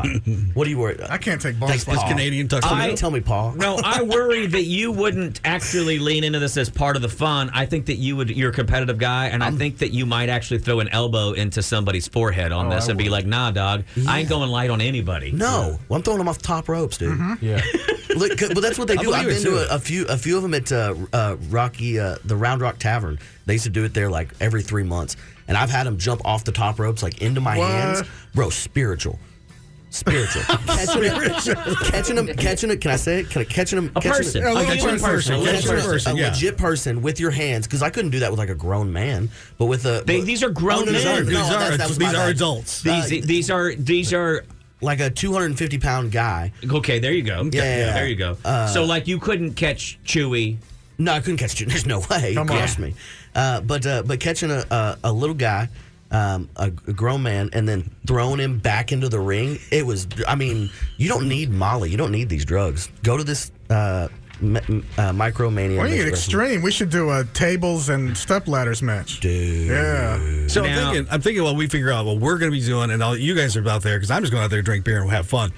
Speaker 9: What do you worry? about?
Speaker 3: I can't take bumps.
Speaker 9: Thanks,
Speaker 3: like
Speaker 9: Paul.
Speaker 3: that.
Speaker 7: Canadian tux.
Speaker 9: Somebody tell me, Paul.
Speaker 2: No, I worry that you wouldn't actually lean into this as part of the fun. I think that you would. You're a competitive guy, and i think that you might actually throw an elbow into somebody's forehead on this and be like, "Nah, dog, I ain't going light on anybody."
Speaker 9: No, well, I'm throwing them off the top ropes, dude.
Speaker 3: Mm-hmm.
Speaker 8: Yeah.
Speaker 9: Look, 'cause- but that's what they
Speaker 7: I
Speaker 9: do. I've
Speaker 7: believe
Speaker 9: been
Speaker 7: it,
Speaker 9: to
Speaker 7: too.
Speaker 9: a, a few, a few of them at uh, uh, Rocky, uh, the Round Rock Tavern. They used to do it there like every three months, and I've had them jump off the top ropes like into my
Speaker 3: What?
Speaker 9: hands, bro. Spiritual, spiritual, catching them, catching them, catching it. Can I say it? Can I catching them?
Speaker 2: A person.
Speaker 3: A
Speaker 7: Okay,
Speaker 3: little person.
Speaker 7: one person.
Speaker 2: A little
Speaker 7: Yes, one
Speaker 2: person.
Speaker 7: person,
Speaker 9: a
Speaker 7: yeah.
Speaker 9: legit person with your hands because I couldn't do that with like a grown man, but with a
Speaker 2: They-
Speaker 9: but- Oh,
Speaker 2: these are grown
Speaker 9: no, these
Speaker 2: men.
Speaker 9: are-
Speaker 7: These
Speaker 9: no,
Speaker 7: are-
Speaker 9: that- that was my
Speaker 7: these are
Speaker 9: bad. e,
Speaker 7: adults.
Speaker 2: these these are these are
Speaker 9: like a 250 pound guy.
Speaker 2: okay. There you go.
Speaker 9: Yeah, yeah,
Speaker 2: there
Speaker 9: yeah.
Speaker 2: you go. so like you couldn't catch Chewy.
Speaker 9: No, I couldn't catch you. There's no way.
Speaker 3: Come
Speaker 9: Come
Speaker 3: on.
Speaker 9: Trust me. Uh, but uh, but catching a, a, a little guy, um, a, a grown man, and then throwing him back into the ring. It was. I mean, you don't need Molly. You don't need these drugs. Go to this uh, m- m- uh, micromania.
Speaker 3: When you get
Speaker 9: Mixed Wrestling.
Speaker 3: extreme, we should do a tables and step ladders match.
Speaker 9: Dude.
Speaker 3: Yeah.
Speaker 7: So
Speaker 2: Now-
Speaker 7: I'm thinking, I'm thinking, well, we figure out what we're going to be doing, and all you guys are out there because I'm just going out there to drink beer and have fun.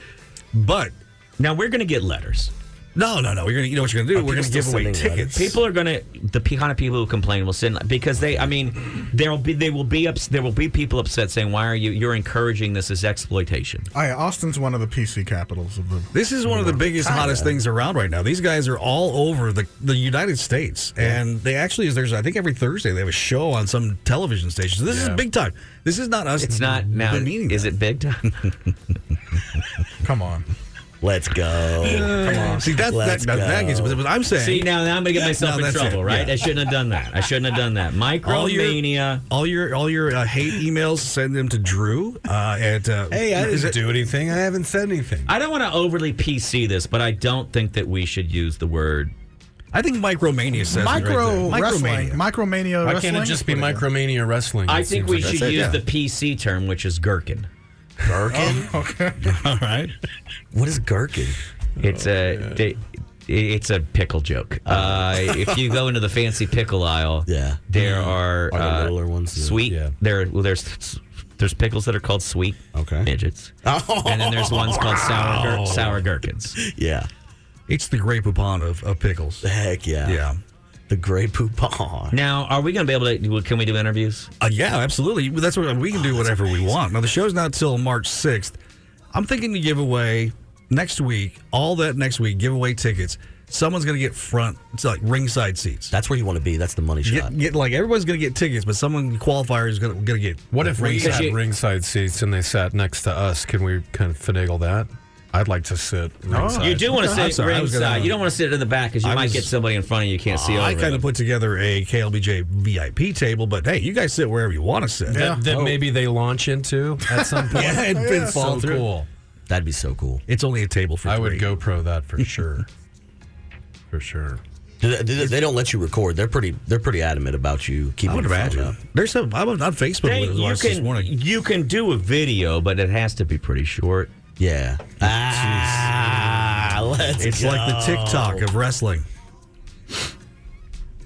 Speaker 7: But
Speaker 2: Now we're gonna get letters.
Speaker 7: no, no, no, we're going to, you know what you're going to do? We're going to
Speaker 9: people
Speaker 7: give
Speaker 9: still
Speaker 7: away
Speaker 9: sending
Speaker 7: tickets.
Speaker 2: People are gonna the pe- kind of people who complain will send because they. I mean, there'll be they will be ups, there will be people upset saying why are you you're encouraging this as exploitation.
Speaker 3: Oh, yeah, Austin's one of the PC capitals of the.
Speaker 7: This is one of the biggest, hottest things around right now. These guys are all over the, the United States, and they actually is there's I think every Thursday they have a show on some television station. So this is big time. This is not us.
Speaker 2: It's not now.
Speaker 7: demeaning
Speaker 2: Is
Speaker 7: them.
Speaker 2: it big time?
Speaker 3: Come on.
Speaker 9: Let's go.
Speaker 7: See that that,
Speaker 9: Let's
Speaker 7: that, that
Speaker 9: go.
Speaker 7: gets but what I'm saying.
Speaker 2: See now, now I'm gonna get
Speaker 7: Yeah,
Speaker 2: myself
Speaker 7: no,
Speaker 2: in
Speaker 7: that's
Speaker 2: trouble,
Speaker 7: it,
Speaker 2: right?
Speaker 7: yeah.
Speaker 2: I shouldn't have done that. I shouldn't have done that.
Speaker 7: All your-
Speaker 2: Micromania.
Speaker 7: all your all your uh, hate emails, send them to Drew uh, at. Uh,
Speaker 8: Hey, I
Speaker 7: is
Speaker 8: didn't
Speaker 7: it-
Speaker 8: do anything. I haven't said anything.
Speaker 2: I don't want to overly PC this, but I don't think that we should use the word.
Speaker 7: I think Micromania says it right there.
Speaker 3: Micro wrestling.
Speaker 7: Micromania.
Speaker 3: Micromania
Speaker 8: Why
Speaker 3: wrestling.
Speaker 8: can't it just be Micromania Wrestling?
Speaker 2: I
Speaker 8: It
Speaker 2: think
Speaker 8: seems
Speaker 2: we
Speaker 8: like
Speaker 2: should
Speaker 7: it,
Speaker 2: use
Speaker 7: yeah.
Speaker 2: the PC term, which is gherkin.
Speaker 9: Gherkin.
Speaker 8: Oh.
Speaker 3: Okay.
Speaker 7: All right.
Speaker 9: What is gherkin?
Speaker 2: It's a. they- it's a pickle joke. Uh, if you go into the fancy pickle aisle, yeah, there are,
Speaker 9: Are there
Speaker 2: uh,
Speaker 9: littler ones?
Speaker 2: sweet.
Speaker 9: Yeah.
Speaker 2: There, well, there's there's pickles that are called sweet okay. Oh. midgets, and then there's ones called sour gir-
Speaker 7: Wow.
Speaker 2: sour gherkins.
Speaker 7: Yeah. It's the Grey Poupon of, of pickles. Heck yeah. Yeah. The Grey Poupon.
Speaker 2: Now, are we going to be able to? Can we do interviews?
Speaker 7: Uh, yeah, absolutely. That's what we can do whatever we want. Now the show's not till March sixth. I'm thinking to give away next week, all that next week, giveaway tickets. Someone's gonna get front, it's like ringside seats. That's where you want to be. That's the money
Speaker 8: shot.
Speaker 7: Get, get- like everybody's gonna get tickets, but someone qualifier is gonna, gonna get.
Speaker 8: What if we
Speaker 7: ringside
Speaker 8: had ringside seats and they sat next to us? Can we kind of finagle that? I'd like to sit. ringside.
Speaker 2: you do want to sit ringside. you don't want to sit in the back because you
Speaker 7: I
Speaker 2: might
Speaker 7: was-
Speaker 2: get somebody in front of you you can't see. Over
Speaker 7: I kind
Speaker 2: them.
Speaker 7: of put together a KLBJ VIP table, but hey, you guys sit wherever you want to sit.
Speaker 8: That, that maybe they launch into at some point.
Speaker 7: yeah, and,
Speaker 8: That's
Speaker 7: and fall
Speaker 8: so
Speaker 7: through.
Speaker 8: cool.
Speaker 7: That'd be so cool. It's only a table for
Speaker 8: I would GoPro that for sure. for sure.
Speaker 9: Do they, do they, they don't let you record. They're pretty. They're pretty adamant about you keeping.
Speaker 7: I would
Speaker 9: your phone
Speaker 7: imagine.
Speaker 9: up.
Speaker 7: There's some. I'm on Facebook
Speaker 9: Hey,
Speaker 7: with it
Speaker 9: you
Speaker 7: once this
Speaker 9: can-
Speaker 7: morning.
Speaker 2: You can do a video, but it has to be pretty short.
Speaker 9: Yeah.
Speaker 2: Ah,
Speaker 7: let's It's like the go. TikTok of wrestling.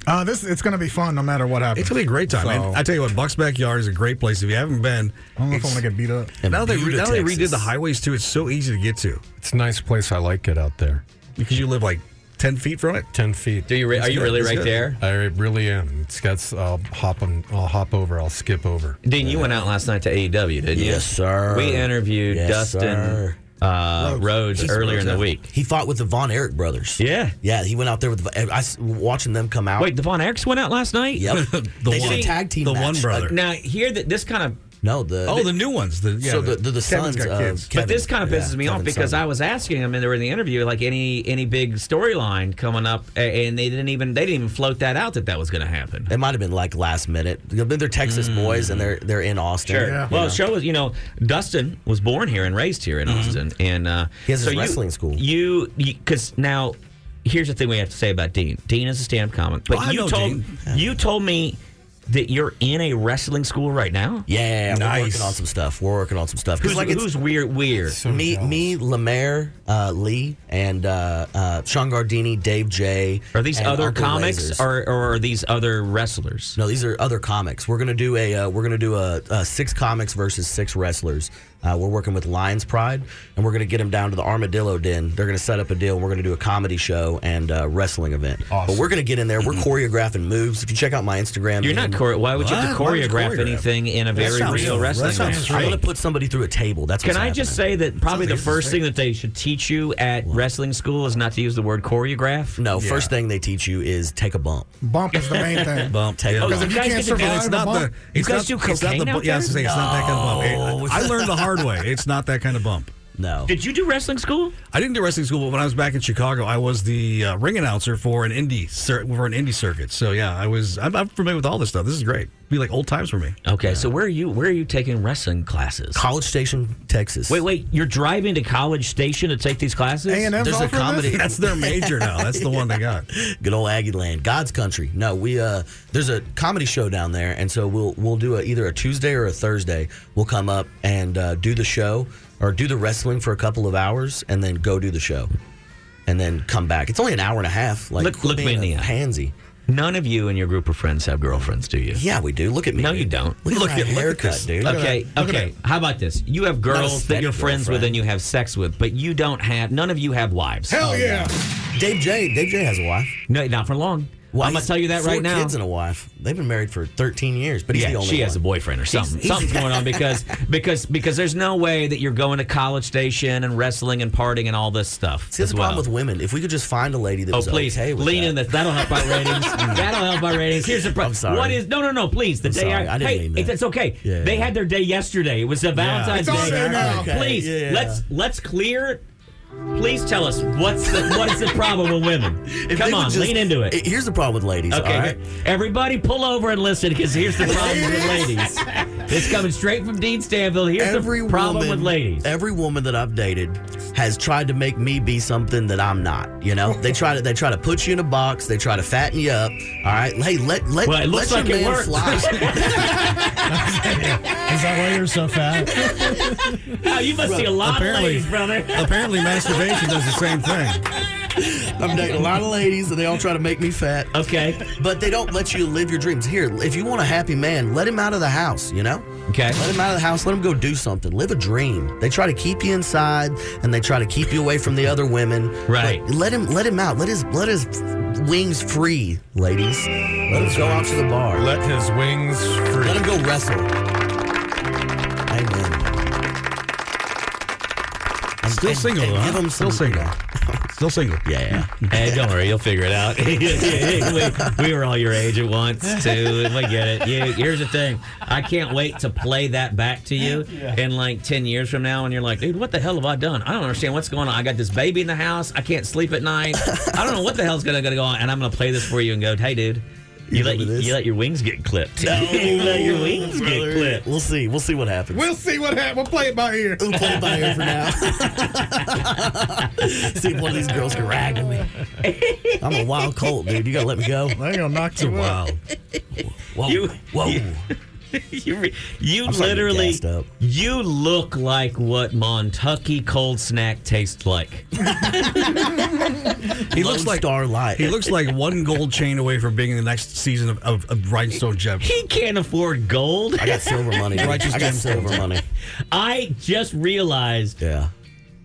Speaker 3: Uh, this it's going to be fun no matter what happens.
Speaker 7: It's gonna be a great time.
Speaker 3: So-
Speaker 7: And I tell you what, Bucks Backyard is a great place if you haven't been.
Speaker 3: I don't know if I
Speaker 7: It's-
Speaker 3: want to get beat up.
Speaker 7: now they re- now they redid the highways too. It's so easy to get to
Speaker 8: It's a nice place. I like it out there
Speaker 7: because you live like ten feet from it.
Speaker 8: Ten feet.
Speaker 7: Do you re- are you really right there?
Speaker 8: I really am. It's got. s- I'll hop. On, I'll hop over. I'll skip over.
Speaker 2: Dean, you went out last night to AEW, didn't you?
Speaker 8: Yes, sir.
Speaker 2: We interviewed
Speaker 8: Yes,
Speaker 2: Dustin
Speaker 8: sir.
Speaker 2: uh, Rhodes
Speaker 9: He's-
Speaker 2: earlier in the
Speaker 9: yeah.
Speaker 2: week.
Speaker 9: He fought with the Von Erich brothers.
Speaker 2: Yeah,
Speaker 9: yeah. He went out there with the, I s- watching them come out.
Speaker 2: Wait, the Von Erichs went out last night.
Speaker 9: Yep. The They did a one- tag team the match. one brother.
Speaker 2: Uh, now here that this kind of
Speaker 9: no the
Speaker 7: Oh, the new ones. The, uh, yeah,
Speaker 9: so the the, the
Speaker 7: Kevin's
Speaker 9: sons
Speaker 7: got
Speaker 9: of
Speaker 7: kids.
Speaker 9: Kevin,
Speaker 2: but this kind of
Speaker 9: yeah,
Speaker 2: pisses me off
Speaker 9: Kevin's
Speaker 2: because
Speaker 9: son.
Speaker 2: I was asking them, and they were in the interview, like any any big storyline coming up, a- and they didn't even they didn't even float that out that that was going to happen.
Speaker 9: It might have been like last minute. They're they're Texas boys and they're they're in Austin.
Speaker 2: Sure.
Speaker 9: You
Speaker 2: Well,
Speaker 9: know?
Speaker 2: show us. You know, Dustin was born here and raised here in
Speaker 9: Mm-hmm.
Speaker 2: Austin, and uh,
Speaker 9: He has his
Speaker 2: you-
Speaker 9: wrestling school.
Speaker 2: You, because now, here's the thing we have to say about Dean. Dean is a stand-up comic, but
Speaker 9: Oh, I
Speaker 2: you
Speaker 9: know
Speaker 2: told
Speaker 9: Dean.
Speaker 2: you told me that you're in a wrestling school right now.
Speaker 9: Yeah, we're working on some stuff. We're working on some stuff. 'Cause,
Speaker 2: Who's,
Speaker 9: like, it's-
Speaker 2: who's weird? Weird.
Speaker 9: me, me, Lemaire, uh, Lee, and uh, uh, Sean Gardini, Dave J.
Speaker 2: Are these
Speaker 9: and
Speaker 2: other
Speaker 9: Uncle
Speaker 2: comics,
Speaker 9: Lasers.
Speaker 2: or, or are these other wrestlers?
Speaker 9: No, these are other comics. We're gonna do a uh, we're gonna do a, a six comics versus six wrestlers. Uh, we're working with Lions Pride, and we're gonna get them down to the Armadillo Den. They're gonna set up a deal. and We're gonna do a comedy show and uh, wrestling event. But we're gonna get in there. We're choreographing moves. If you check out my Instagram,
Speaker 2: Mm-hmm. You're not chore- why would you have to What? Why would you choreograph choreograph? anything in a That very sounds- real wrestling that sounds match?
Speaker 9: I'm
Speaker 2: fake.
Speaker 9: gonna put somebody through a table. That's
Speaker 2: Can
Speaker 9: what's
Speaker 2: I just say
Speaker 9: happening.
Speaker 2: that probably the first thing that they should teach you at wrestling school is not to use the word choreograph?
Speaker 9: No, first thing they teach you is take a bump.
Speaker 3: Bump is the main thing.
Speaker 9: Bump, take a
Speaker 3: Oh,
Speaker 9: bump.
Speaker 3: because if you
Speaker 7: guys
Speaker 3: can't
Speaker 7: get to
Speaker 3: survive,
Speaker 7: dance,
Speaker 3: a
Speaker 7: not the-
Speaker 3: bump-
Speaker 7: it's not- it's not the bu- yeah, I was gonna say, it's not that kind of bump. It- I learned the hard way. It's not that kind of bump.
Speaker 9: No.
Speaker 2: Did you do wrestling school?
Speaker 7: I didn't do wrestling school, but when I was back in Chicago, I was the uh, ring announcer for an indie cir- for an indie circuit. So yeah, I was. I'm, I'm familiar with all this stuff. This is great. Be like old times for me.
Speaker 2: Okay, so where are you? Where are you taking wrestling classes?
Speaker 9: College Station, Texas.
Speaker 2: Wait, wait, you're driving to College Station to take these classes?
Speaker 9: There's a comedy. one they got. Good old Aggie Land, God's country. No, we uh, there's a comedy show down there, and so we'll we'll do a, either a Tuesday or a Thursday. We'll come up and uh, do the show or do the wrestling for a couple of hours, and then go do the show, and then come back. It's only an hour and a half. Like
Speaker 2: look,
Speaker 9: quit
Speaker 2: look me
Speaker 9: being
Speaker 2: in the
Speaker 9: a
Speaker 2: eye.
Speaker 9: pansy.
Speaker 2: None of you and your group of friends have girlfriends, do you?
Speaker 9: Yeah, we do. Look at me.
Speaker 2: No, you don't.
Speaker 9: Look at Look my at- look at haircut, this. dude.
Speaker 2: Okay,
Speaker 9: Look at that. Look at
Speaker 2: okay. How about this? You have
Speaker 9: Not a
Speaker 2: girls that
Speaker 9: sex
Speaker 2: you're friends with
Speaker 9: girlfriend.
Speaker 2: and you have sex with, but you don't have. None of you have wives.
Speaker 9: Oh, no. Dave J. Dave J. has a wife.
Speaker 2: No, not for long.
Speaker 9: Well,
Speaker 2: I'm gonna
Speaker 9: he's
Speaker 2: tell you that
Speaker 9: four
Speaker 2: right now.
Speaker 9: Kids and a wife. They've been married for 13 years, but he's
Speaker 2: yeah,
Speaker 9: the only
Speaker 2: she
Speaker 9: one.
Speaker 2: has a boyfriend or
Speaker 9: He's-
Speaker 2: something.
Speaker 9: he's-
Speaker 2: Something's going on because because because there's no way that you're going to college station and wrestling and partying and all this stuff.
Speaker 9: See, that's
Speaker 2: as
Speaker 9: the
Speaker 2: well.
Speaker 9: problem with women. If we could just find a lady that
Speaker 2: Oh
Speaker 9: was
Speaker 2: please,
Speaker 9: okay with
Speaker 2: lean
Speaker 9: that. Mm.
Speaker 2: in that. That'll help our ratings. That'll help our ratings. Here's the problem.
Speaker 9: I'm sorry.
Speaker 2: What is? No, no, no. Please, the
Speaker 9: I'm
Speaker 2: day.
Speaker 9: sorry.
Speaker 2: I,
Speaker 9: I didn't
Speaker 2: hey,
Speaker 9: mean that.
Speaker 2: it's, it's okay.
Speaker 9: Yeah.
Speaker 2: They had their day yesterday. It was a Valentine's
Speaker 9: It's
Speaker 2: Day.
Speaker 9: on there now. Okay.
Speaker 2: Please,
Speaker 9: Yeah.
Speaker 2: let's let's clear. Please tell us what's the, what is the problem with women? Come
Speaker 9: If they would
Speaker 2: on,
Speaker 9: just-
Speaker 2: lean into it.
Speaker 9: Here's the problem with ladies.
Speaker 2: Okay,
Speaker 9: all right?
Speaker 2: everybody, pull over and listen because here's the problem with
Speaker 9: Ladies.
Speaker 2: ladies. It's coming straight from Dean Stanville. Here's the problem with ladies.
Speaker 9: Every woman that I've dated has tried to make me be something that I'm not. You know, they try to they try to put you in a box. They try to fatten you up. All right, hey, let let
Speaker 2: Well, it
Speaker 9: let
Speaker 2: looks
Speaker 9: your
Speaker 2: like it
Speaker 9: man
Speaker 2: worked.
Speaker 9: fly.
Speaker 7: Is that why you're so fat?
Speaker 2: Oh, you must see a lot of ladies, brother.
Speaker 7: Apparently, masturbation does the same thing.
Speaker 9: I'm dating a lot of ladies, and they all try to make me fat.
Speaker 2: Okay.
Speaker 9: But they don't let you live your dreams. Here, if you want a happy man, let him out of the house, you know?
Speaker 2: Okay.
Speaker 9: Let him out of the house. Let him go do something. Live a dream. They try to keep you inside, and they try to keep you away from the other women.
Speaker 2: Right.
Speaker 9: But let him. Let him out. Let his. Let his wings free, ladies. Let him go out to the bar.
Speaker 8: Let his wings free.
Speaker 9: Let him go wrestle. Amen. I'm
Speaker 7: still single.
Speaker 9: and
Speaker 7: huh?
Speaker 9: give him
Speaker 7: still
Speaker 9: some-
Speaker 7: single. Still single.
Speaker 2: Yeah. Hey, don't worry, you'll figure it out. we, we were all your age at once, too. We get it. You, here's the thing: I can't wait to play that back to you in like ten years from now, and you're like, dude, what the hell have I done? I don't understand what's going on. I got this baby in the house. I can't sleep at night. I don't know what the hell's gonna, gonna go on, and I'm gonna play this for you and go, hey, dude. You, let, you let your wings get clipped. you let your wings
Speaker 9: brother.
Speaker 2: get clipped.
Speaker 9: We'll see. We'll see what happens.
Speaker 3: We'll see what happens. We'll play it by ear.
Speaker 9: We'll play it by ear for now. see if one of these girls can rag on me. I'm a wild colt, dude. You gotta let me go.
Speaker 3: They gonna knock you out.
Speaker 9: Whoa,
Speaker 2: You-
Speaker 9: whoa.
Speaker 2: you re- you
Speaker 9: I'm starting to get
Speaker 2: literally
Speaker 9: gassed up.
Speaker 2: you look like what Montucky cold snack tastes like.
Speaker 7: He looks like
Speaker 9: Starlight.
Speaker 7: he looks like one gold chain away from being in the next season of, of, of Rhinestone Gems.
Speaker 2: He can't afford gold.
Speaker 9: I got silver money. dude.
Speaker 7: Righteous
Speaker 9: I got
Speaker 7: gemstones.
Speaker 9: silver money.
Speaker 2: I just realized
Speaker 9: Yeah.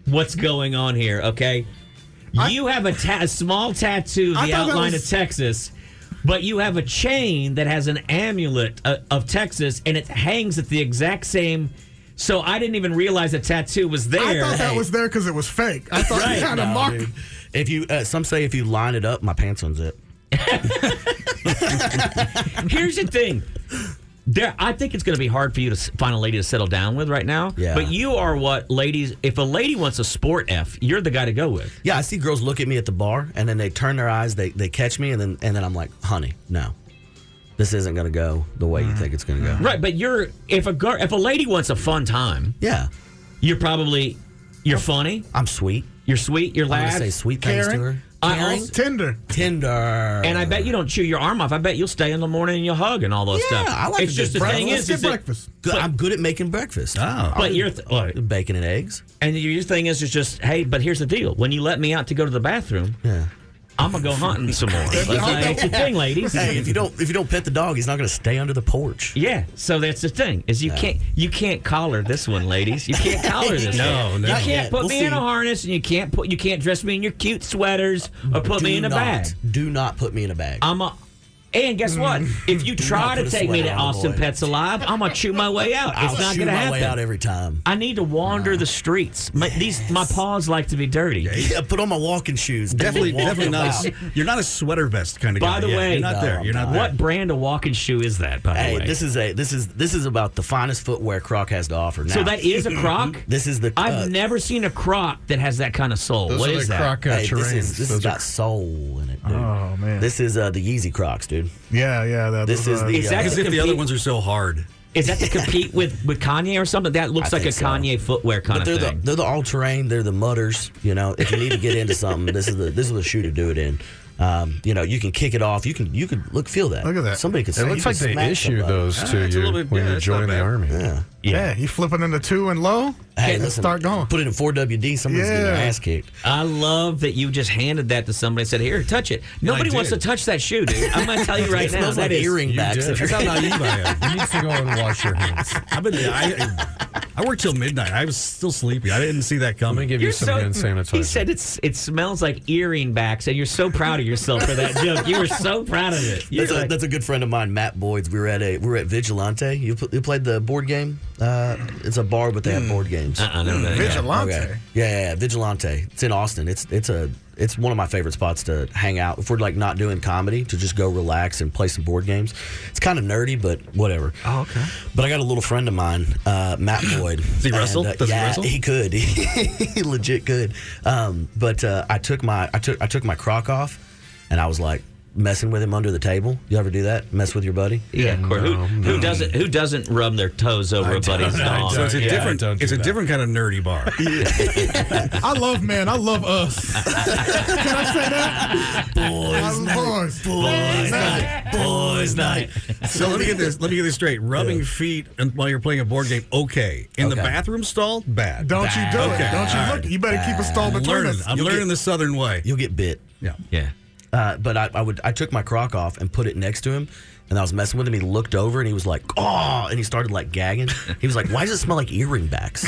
Speaker 2: what's going on here. Okay, you have a, ta- a small tattoo of
Speaker 3: I
Speaker 2: the
Speaker 3: thought that
Speaker 2: outline
Speaker 3: was-
Speaker 2: of Texas. But you have a chain that has an amulet uh, of Texas, and it hangs at the exact same. So I didn't even realize a tattoo was there.
Speaker 3: I thought that was there because it was fake. I thought
Speaker 2: Right.
Speaker 3: you had a
Speaker 9: No,
Speaker 3: mark.
Speaker 9: dude. If you, uh, some say if you line it up, my pants unzip.
Speaker 2: Here's the thing. There, I think it's going to be hard for you to s- find a lady to settle down with right now.
Speaker 9: Yeah.
Speaker 2: But you are what ladies. If a lady wants a sport F, you're the guy to go with.
Speaker 9: Yeah, I see girls look at me at the bar, and then they turn their eyes, they they catch me, and then and then I'm like, honey, no, this isn't gonna go the way you think it's gonna go.
Speaker 2: Right. But you're if a girl if a lady wants a fun time,
Speaker 9: Yeah,
Speaker 2: you're probably you're funny,
Speaker 9: I'm sweet.
Speaker 2: you're sweet, you're
Speaker 9: I'm gonna say
Speaker 2: loud.
Speaker 9: sweet things to
Speaker 3: Karen?
Speaker 9: her.
Speaker 2: I
Speaker 9: Karen?
Speaker 2: also-
Speaker 3: Tinder.
Speaker 9: Tinder.
Speaker 2: And I bet you don't chew your arm off. I bet you'll stay in the morning and you'll hug and all those
Speaker 9: Yeah,
Speaker 2: stuff.
Speaker 9: I like
Speaker 2: it's
Speaker 9: a
Speaker 2: just
Speaker 9: good
Speaker 2: the thing
Speaker 3: Let's
Speaker 2: is,
Speaker 3: get
Speaker 2: is that-
Speaker 3: breakfast.
Speaker 9: Good, I'm good at making breakfast.
Speaker 7: Oh.
Speaker 2: but your th- look,
Speaker 9: Bacon and eggs.
Speaker 2: and your thing is is just hey. But here's the deal: when you let me out to go to the bathroom,
Speaker 9: Yeah.
Speaker 2: I'm gonna go hunting some more. That's like- that's the thing, ladies.
Speaker 9: Hey, if you don't if you don't pet the dog, he's not going to stay under the porch.
Speaker 2: Yeah, so that's the thing is you can't you can't collar this one, ladies. You can't collar this.
Speaker 7: No,
Speaker 2: one.
Speaker 7: no.
Speaker 2: You
Speaker 7: Not
Speaker 2: can't
Speaker 9: yet.
Speaker 2: put
Speaker 9: We'll
Speaker 2: me
Speaker 9: see.
Speaker 2: in a harness, and you can't put you can't dress me in your cute sweaters or put
Speaker 9: Do
Speaker 2: me in a
Speaker 9: not-
Speaker 2: bag.
Speaker 9: Do not put me in a bag.
Speaker 2: I'm a. And guess what? If you try
Speaker 9: Mm. not
Speaker 2: to
Speaker 9: put a
Speaker 2: take me
Speaker 9: sweater
Speaker 2: to
Speaker 9: on,
Speaker 2: Austin
Speaker 9: boy.
Speaker 2: Pets Alive, I'm gonna chew my way out. It's
Speaker 9: I'll
Speaker 2: not
Speaker 9: chew
Speaker 2: gonna
Speaker 9: my
Speaker 2: happen.
Speaker 9: way out every time.
Speaker 2: I need to wander the streets. My, These my paws like to be dirty.
Speaker 9: Yeah, put on my walking shoes.
Speaker 7: Definitely,
Speaker 9: Walking
Speaker 7: definitely not.
Speaker 9: about.
Speaker 7: A, you're not a sweater vest kind of guy.
Speaker 2: By the
Speaker 7: Yeah,
Speaker 2: way,
Speaker 7: you're not there. You're not there.
Speaker 2: What brand of walking shoe is that? By the
Speaker 9: Hey,
Speaker 2: way,
Speaker 9: this is a this is this is about the finest footwear Croc has to offer. Now,
Speaker 2: so that is a croc.
Speaker 9: this is the
Speaker 2: I've
Speaker 9: uh,
Speaker 2: never seen a croc that has that kind of soul.
Speaker 8: Those
Speaker 2: what
Speaker 8: are
Speaker 2: is
Speaker 8: the
Speaker 2: that?
Speaker 8: croc uh,
Speaker 9: hey,
Speaker 8: terrains.
Speaker 9: this is this has
Speaker 8: Those
Speaker 9: got soul in it, dude.
Speaker 3: Oh, man.
Speaker 9: This is uh, the Yeezy Crocs, dude.
Speaker 3: Yeah, yeah. That,
Speaker 9: This is the
Speaker 2: Is that
Speaker 9: uh,
Speaker 7: As if the other ones are so hard.
Speaker 2: Is that to compete with, with Kanye or something? That looks
Speaker 9: I
Speaker 2: like a
Speaker 9: think so.
Speaker 2: Kanye footwear kind
Speaker 9: But
Speaker 2: of
Speaker 9: they're
Speaker 2: thing.
Speaker 9: the they're the all terrain. They're the mutters. You know, if you need to get into something, this is the this is the shoe to do it in. Um, you know, you can kick it off. You can you could look feel that.
Speaker 3: Look at that.
Speaker 9: Somebody could.
Speaker 8: It
Speaker 9: you
Speaker 8: looks
Speaker 9: can
Speaker 8: like they
Speaker 9: smack
Speaker 8: issue
Speaker 9: somebody.
Speaker 8: those to
Speaker 7: it's a
Speaker 8: you
Speaker 7: little bit-
Speaker 8: when
Speaker 7: yeah,
Speaker 8: you
Speaker 7: it's not
Speaker 8: join the
Speaker 7: bad.
Speaker 8: army.
Speaker 3: yeah, you flipping into two and low?
Speaker 9: Hey,
Speaker 3: Let's
Speaker 9: listen,
Speaker 3: start going.
Speaker 9: Put it in four WD. Somebody's getting their
Speaker 3: Yeah.
Speaker 9: ass kicked.
Speaker 2: I love that you just handed that to somebody and said, "Here, touch it." Nobody wants to
Speaker 7: did.
Speaker 2: touch that shoe, dude. I'm going to tell you right
Speaker 9: it
Speaker 2: now.
Speaker 9: smells
Speaker 2: that
Speaker 9: like
Speaker 2: is-
Speaker 9: earring backs.
Speaker 7: That's
Speaker 9: If you're
Speaker 7: how naive I am.
Speaker 8: You need to go and wash your hands.
Speaker 7: I've been. I, I worked till midnight. I was still sleepy. I didn't see that
Speaker 8: I'm gonna
Speaker 7: coming.
Speaker 8: give you
Speaker 2: You're
Speaker 8: some
Speaker 2: so,
Speaker 8: hand sanitizer.
Speaker 2: he said it's it smells like earring backs, and you're so proud of yourself for that joke. You were so proud of it. You're
Speaker 9: That's a,
Speaker 2: like-
Speaker 9: that's a good friend of mine, Matt Boyd's. We were at a we were at Vigilante. You, pl- you played the board game. Uh, it's a bar, but they have board games.
Speaker 2: uh-uh, no, no, no.
Speaker 3: Vigilante.
Speaker 9: Okay. Yeah, yeah, yeah, Vigilante. It's in Austin. It's it's a it's one of my favorite spots to hang out if we're like not doing comedy to just go relax and play some board games. It's kind of nerdy, but whatever.
Speaker 2: Oh, okay.
Speaker 9: But I got a little friend of mine, uh, Matt Boyd. Does
Speaker 7: he wrestle? Does he
Speaker 9: yeah,
Speaker 7: wrestle?
Speaker 9: could. he legit could. Um, but uh, I took my I took I took my croc off, and I was like, messing with him under the table? You ever do that? Mess with your buddy?
Speaker 2: Yeah, of course. who, who doesn't who doesn't rub their toes over a buddy's dog?
Speaker 7: So it's a
Speaker 2: Yeah.
Speaker 7: different. It's a different kind of nerdy bar.
Speaker 3: I love man. I love us. Can I say that? Boys Boys,
Speaker 7: Boys
Speaker 3: night.
Speaker 7: Boys night. So let me get this. Let me get this straight. Rubbing feet and while you're playing a board game, okay. In the
Speaker 3: Okay.
Speaker 7: bathroom stall, bad.
Speaker 3: Don't you do it.
Speaker 7: Okay.
Speaker 3: Don't you
Speaker 7: All
Speaker 3: look. You better keep a stall between
Speaker 7: Learn.
Speaker 3: us.
Speaker 7: I'm
Speaker 9: You'll
Speaker 7: learning
Speaker 9: get-
Speaker 7: the southern way.
Speaker 9: You'll get bit.
Speaker 7: Yeah.
Speaker 2: Yeah.
Speaker 9: Uh, but I, I would I took my crock off and put it next to him and I was messing with him. He looked over and he was like, oh, and he started like gagging. He was like, why does it smell like earring backs?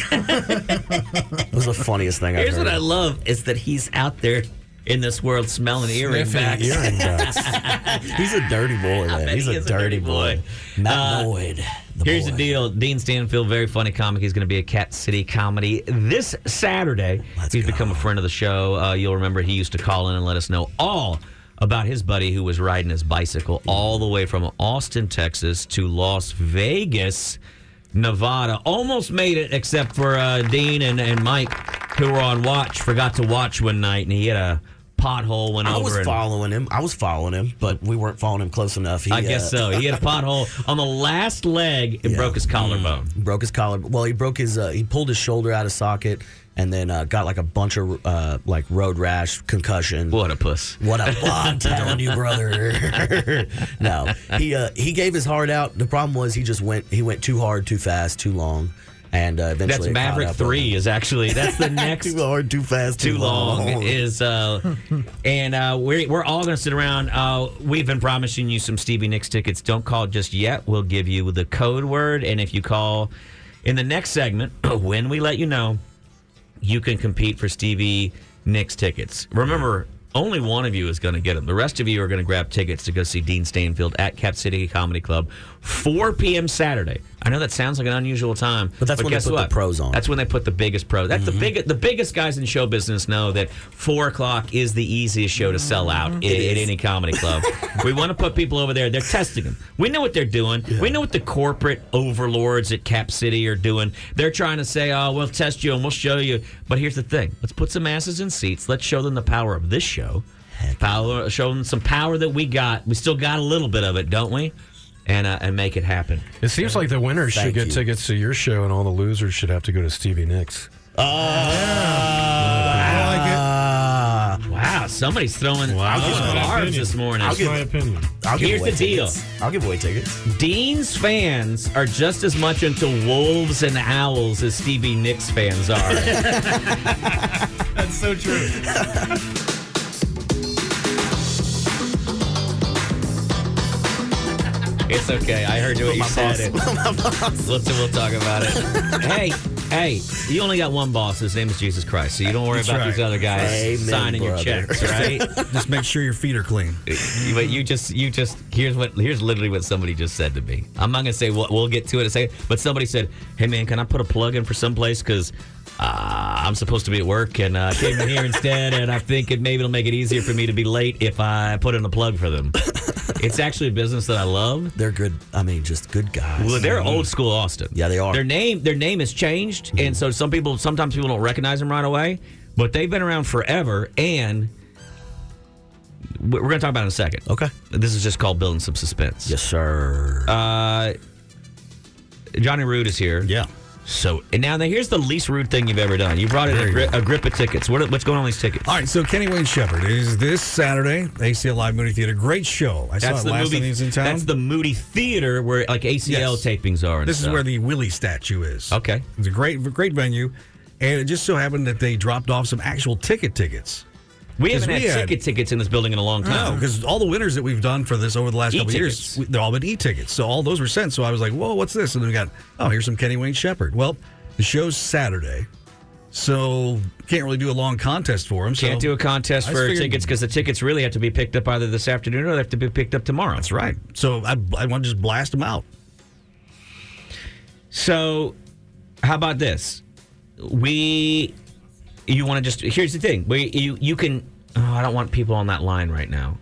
Speaker 9: it was the funniest thing I've
Speaker 2: Here's
Speaker 9: heard.
Speaker 2: what I love is that he's out there in this world smelling earring
Speaker 9: Sniffing
Speaker 2: backs.
Speaker 9: earring He's a dirty boy, man.
Speaker 2: bet
Speaker 9: He's
Speaker 2: he
Speaker 9: a
Speaker 2: is a
Speaker 9: dirty
Speaker 2: dirty
Speaker 9: boy.
Speaker 2: Uh,
Speaker 9: Matt Lloyd.
Speaker 2: Here's the deal. Dean Stanfield, very funny comic. He's going to be at Cat City Comedy this Saturday. he's become a friend of the show. Uh, you'll remember he used to call in and let us know all about his buddy who was riding his bicycle all the way from Austin, Texas to Las Vegas, Nevada. Almost made it, except for uh, Dean and, and Mike, who were on watch, forgot to watch one night, and he had a pothole went
Speaker 9: I
Speaker 2: over.
Speaker 9: was
Speaker 2: and-
Speaker 9: following him. I was following him, but we weren't following him close enough. He,
Speaker 2: I guess
Speaker 9: uh,
Speaker 2: so. He had a pothole on the last leg and broke his collarbone.
Speaker 9: broke his collar. Well, he broke his. Uh, he pulled his shoulder out of socket, and then uh, got like a bunch of uh, like road rash, concussion.
Speaker 2: What a puss!
Speaker 9: What a. Well, I'm telling you, brother. no, he uh, he gave his heart out. The problem was he just went. He went too hard, too fast, too long, and uh, eventually
Speaker 2: That's
Speaker 9: it caught
Speaker 2: Maverick
Speaker 9: up with him.
Speaker 2: Three is actually that's the next
Speaker 9: too hard, too fast,
Speaker 2: too long, is uh and uh we're we're all gonna sit around. Uh we've been promising you some Stevie Nicks tickets. Don't call just yet. We'll give you the code word and if you call in the next segment, when we let you know, you can compete for Stevie Nicks tickets. Remember, only one of you is going to get them. The rest of you are going to grab tickets to go see Dean Stanfield at Cap City Comedy Club, 4 p.m. Saturday. I know that sounds like an unusual time,
Speaker 9: But that's when they
Speaker 2: guess
Speaker 9: put the
Speaker 2: what?
Speaker 9: pros on.
Speaker 2: That's when they put the biggest pros. That's
Speaker 8: Mm-hmm.
Speaker 2: the big, the biggest guys in show business know that four o'clock is the easiest show to sell out
Speaker 8: Mm-hmm.
Speaker 2: i- at any comedy club. we want to put people over there. They're testing them. We know what they're doing. We know what the corporate overlords at Cap City are doing. They're trying to say, "Oh, we'll test you and we'll show you." But here's the thing: let's put some asses in seats. Let's show them the power of this show. Power, show them some power that we got. We still got a little bit of it, don't we? And uh, and make it happen.
Speaker 8: It seems like the winners should get tickets to your show, and all the losers should have to go to Stevie Nicks.
Speaker 9: I
Speaker 2: like it. Wow, somebody's throwing
Speaker 8: Wow.
Speaker 2: throwing
Speaker 8: That's my
Speaker 2: barbs
Speaker 8: opinion.
Speaker 2: this morning.
Speaker 8: I'll give- That's my opinion. I'll give
Speaker 2: Here's
Speaker 8: away
Speaker 2: the
Speaker 8: tickets.
Speaker 2: deal.
Speaker 9: I'll give away tickets.
Speaker 2: Dean's fans are just as much into wolves and owls as Stevie Nicks fans are.
Speaker 3: That's so true.
Speaker 2: it's okay. I heard what you said. It. We'll, we'll talk about it. hey, hey, you only got one boss. His name is Jesus Christ. So you don't worry
Speaker 7: That's
Speaker 2: about
Speaker 7: right.
Speaker 2: these other guys
Speaker 7: Amen,
Speaker 2: signing
Speaker 7: brother.
Speaker 2: your checks, right?
Speaker 7: Just make sure your feet are clean.
Speaker 2: You- But you just, you just, here's what, here's literally what somebody just said to me. I'm not gonna say what we'll get to it in a second, but somebody said, "Hey man, can I put a plug in for someplace? Because uh, I'm supposed to be at work and uh, I came in here instead, and I think it maybe it'll make it easier for me to be late if I put in a plug for them. it's actually a business that I love.
Speaker 9: They're good. I mean, just good guys. Mm-hmm.
Speaker 2: Well,
Speaker 7: Mm-hmm.
Speaker 2: they're old school Austin. Yeah,
Speaker 9: they are.
Speaker 2: Their name, their name has changed,
Speaker 7: Mm-hmm.
Speaker 2: and so some people, sometimes people don't recognize them right away, but they've been around forever, and we're going to talk about it in a second.
Speaker 9: Okay.
Speaker 2: This is just called building some suspense.
Speaker 9: Yes, sir.
Speaker 2: Uh, Johnny Rude is here.
Speaker 7: Yeah.
Speaker 2: So and now, now here's the least rude thing you've ever done. You brought in a, gri- a grip of tickets. What, what's going on with these tickets?
Speaker 7: All right, so Kenny Wayne Shepherd is this Saturday, ACL Live Movie Theater. Great show. I saw it last time he was in town.
Speaker 2: That's the Moody Theater where like ACL tapings are. And
Speaker 7: This is
Speaker 2: stuff.
Speaker 7: where the Willie statue is.
Speaker 2: Okay.
Speaker 7: It's a great, great venue, and it just so happened that they dropped off some actual ticket tickets.
Speaker 2: we
Speaker 7: 'Cause
Speaker 2: haven't had
Speaker 7: we had-
Speaker 2: ticket tickets in this building in a long time.
Speaker 7: No, because all the winners that we've done for this over the last couple of years,
Speaker 2: E-tickets.
Speaker 7: we- they're all been e-tickets. So all those were sent. So I was like, "Whoa, what's this?" And then we got, "Oh, here's some Kenny Wayne Shepherd." Well, the show's Saturday, so can't really do a long contest for him.
Speaker 2: Can't
Speaker 7: so
Speaker 2: do a contest
Speaker 7: I
Speaker 2: for
Speaker 7: figured-
Speaker 2: tickets because the tickets really have to be picked up either this afternoon or they have to be picked up tomorrow. That's
Speaker 7: right. So I, I want to just blast them out.
Speaker 2: So, how about this? We, you want to just? Here's the thing. We you you can. Oh, I don't want people on that line right now.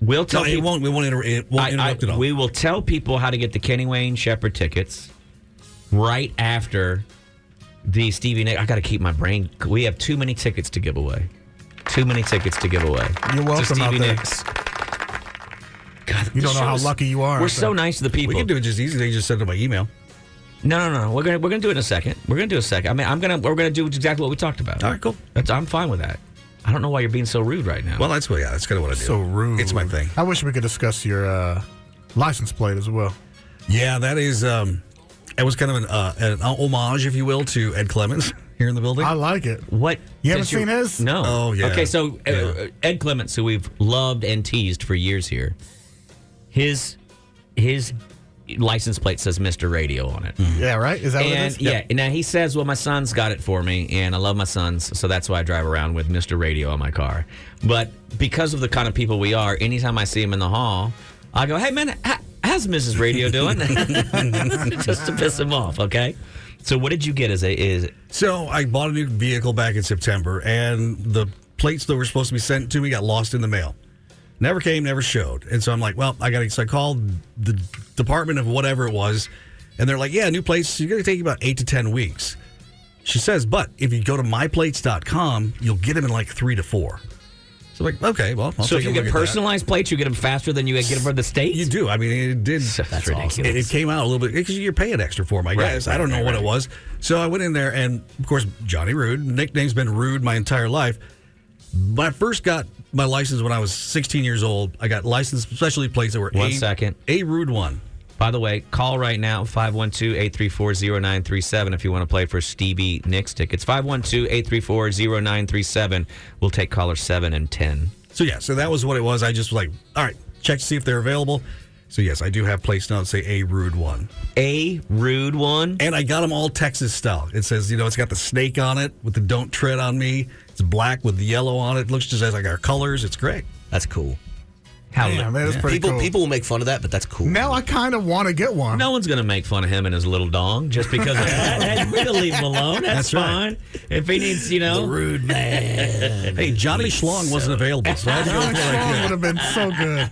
Speaker 2: We'll tell.
Speaker 7: No, it
Speaker 2: people-
Speaker 7: won't. We won't, inter- it won't
Speaker 2: I- I-
Speaker 7: interrupt it all.
Speaker 2: We will tell people how to get the Kenny Wayne Shepherd tickets right after the Stevie Nicks. I got to keep my brain. We have too many tickets to give away. Too many tickets to give away.
Speaker 7: You're welcome
Speaker 2: So Stevie
Speaker 7: out there.
Speaker 2: Nicks,
Speaker 3: You don't
Speaker 2: This
Speaker 3: know
Speaker 2: show
Speaker 3: how
Speaker 2: is-
Speaker 3: lucky you are.
Speaker 2: We're so, nice to the people.
Speaker 7: We can do it just easy. They just send it by email.
Speaker 2: No, no, no. We're gonna we're gonna do it in a second. We're gonna do a second. I mean, I'm gonna we're gonna do exactly what we talked about. All
Speaker 7: right, cool.
Speaker 2: That's I'm fine with that. I don't know why you're being so rude right now.
Speaker 7: Well, that's what. Yeah, that's kind of what I do.
Speaker 3: So rude.
Speaker 7: It's my thing.
Speaker 3: I wish we could discuss your uh, license plate as well.
Speaker 7: Yeah, that is. Um, it was kind of an uh, an homage, if you will, to Ed Clements here in the building. I
Speaker 3: like it.
Speaker 2: What
Speaker 7: you
Speaker 2: haven't Does your- seen his? No.
Speaker 7: Oh yeah.
Speaker 2: Okay, so uh,
Speaker 7: Yeah.
Speaker 2: uh, Ed Clements, who we've loved and teased for years here, his his license plate says Mr. Radio on it.
Speaker 3: Yeah, right? Is that
Speaker 2: and,
Speaker 3: what it is?
Speaker 2: Yeah. and Now he says, "Well, my son's got it for me, and I love my sons, so that's why I drive around with Mister Radio on my car." But because of the kind of people we are, anytime I see him in the hall, I go, "Hey, man, h- how's Mrs. Radio doing?" Just to piss him off. Okay. So what did you get? As a is
Speaker 7: So I bought a new vehicle back in September, and the plates that were supposed to be sent to me got lost in the mail. Never came, never showed. And so I'm like, well, I got to. So I called the department of whatever it was, and they're like, yeah, new plates. You're going to take about eight to ten weeks. She says, but if you go to myplates.com, you'll get them in like three to four. So I'm like, okay, well, I'll
Speaker 2: so
Speaker 7: take
Speaker 2: if you
Speaker 7: a look
Speaker 2: get
Speaker 7: at that.
Speaker 2: personalized plates, you get them faster than you get them from the states. You
Speaker 7: do. I mean, it did.
Speaker 2: That's ridiculous.
Speaker 7: It, it came out a little bit because you're paying extra for them, I
Speaker 2: Right,
Speaker 7: guess.
Speaker 2: right,
Speaker 7: I don't know
Speaker 2: right,
Speaker 7: what
Speaker 2: right.
Speaker 7: it was. So I went in there, and of course, Johnny Rude, nickname's been Rude my entire life. When I first got my license when I was 16 years old, I got licensed specialty plates that were
Speaker 2: One
Speaker 7: a,
Speaker 2: second.
Speaker 7: a rude one.
Speaker 2: By the way, call right now 512-834-0937 if you want to play for Stevie Nicks tickets. 512-834-0937. We'll take caller 7 and 10.
Speaker 7: So yeah, so that was what it was. I just was like, all right, check to see if they're available. So yes, I do have plates now that say a rude one.
Speaker 2: A rude one,
Speaker 7: and I got them all Texas style. It says, you know, it's got the snake on it with the "Don't Tread on Me." It's black with the yellow on it. Looks just as like our colors. It's great.
Speaker 9: That's cool.
Speaker 2: How
Speaker 3: Damn, that is
Speaker 2: Yeah.
Speaker 3: pretty
Speaker 9: people
Speaker 3: cool.
Speaker 9: people will make fun of that, but that's cool.
Speaker 3: Now I kind of want to get one.
Speaker 2: No one's going to make fun of him and his little dong just because of that. That's- We're going to leave him alone. That's,
Speaker 7: That's
Speaker 2: fine.
Speaker 7: right.
Speaker 2: If he needs, you know.
Speaker 7: The rude
Speaker 2: man.
Speaker 7: Hey, Johnny Schlong wasn't available, so uh, I had to go with what I could.
Speaker 3: would have been so good.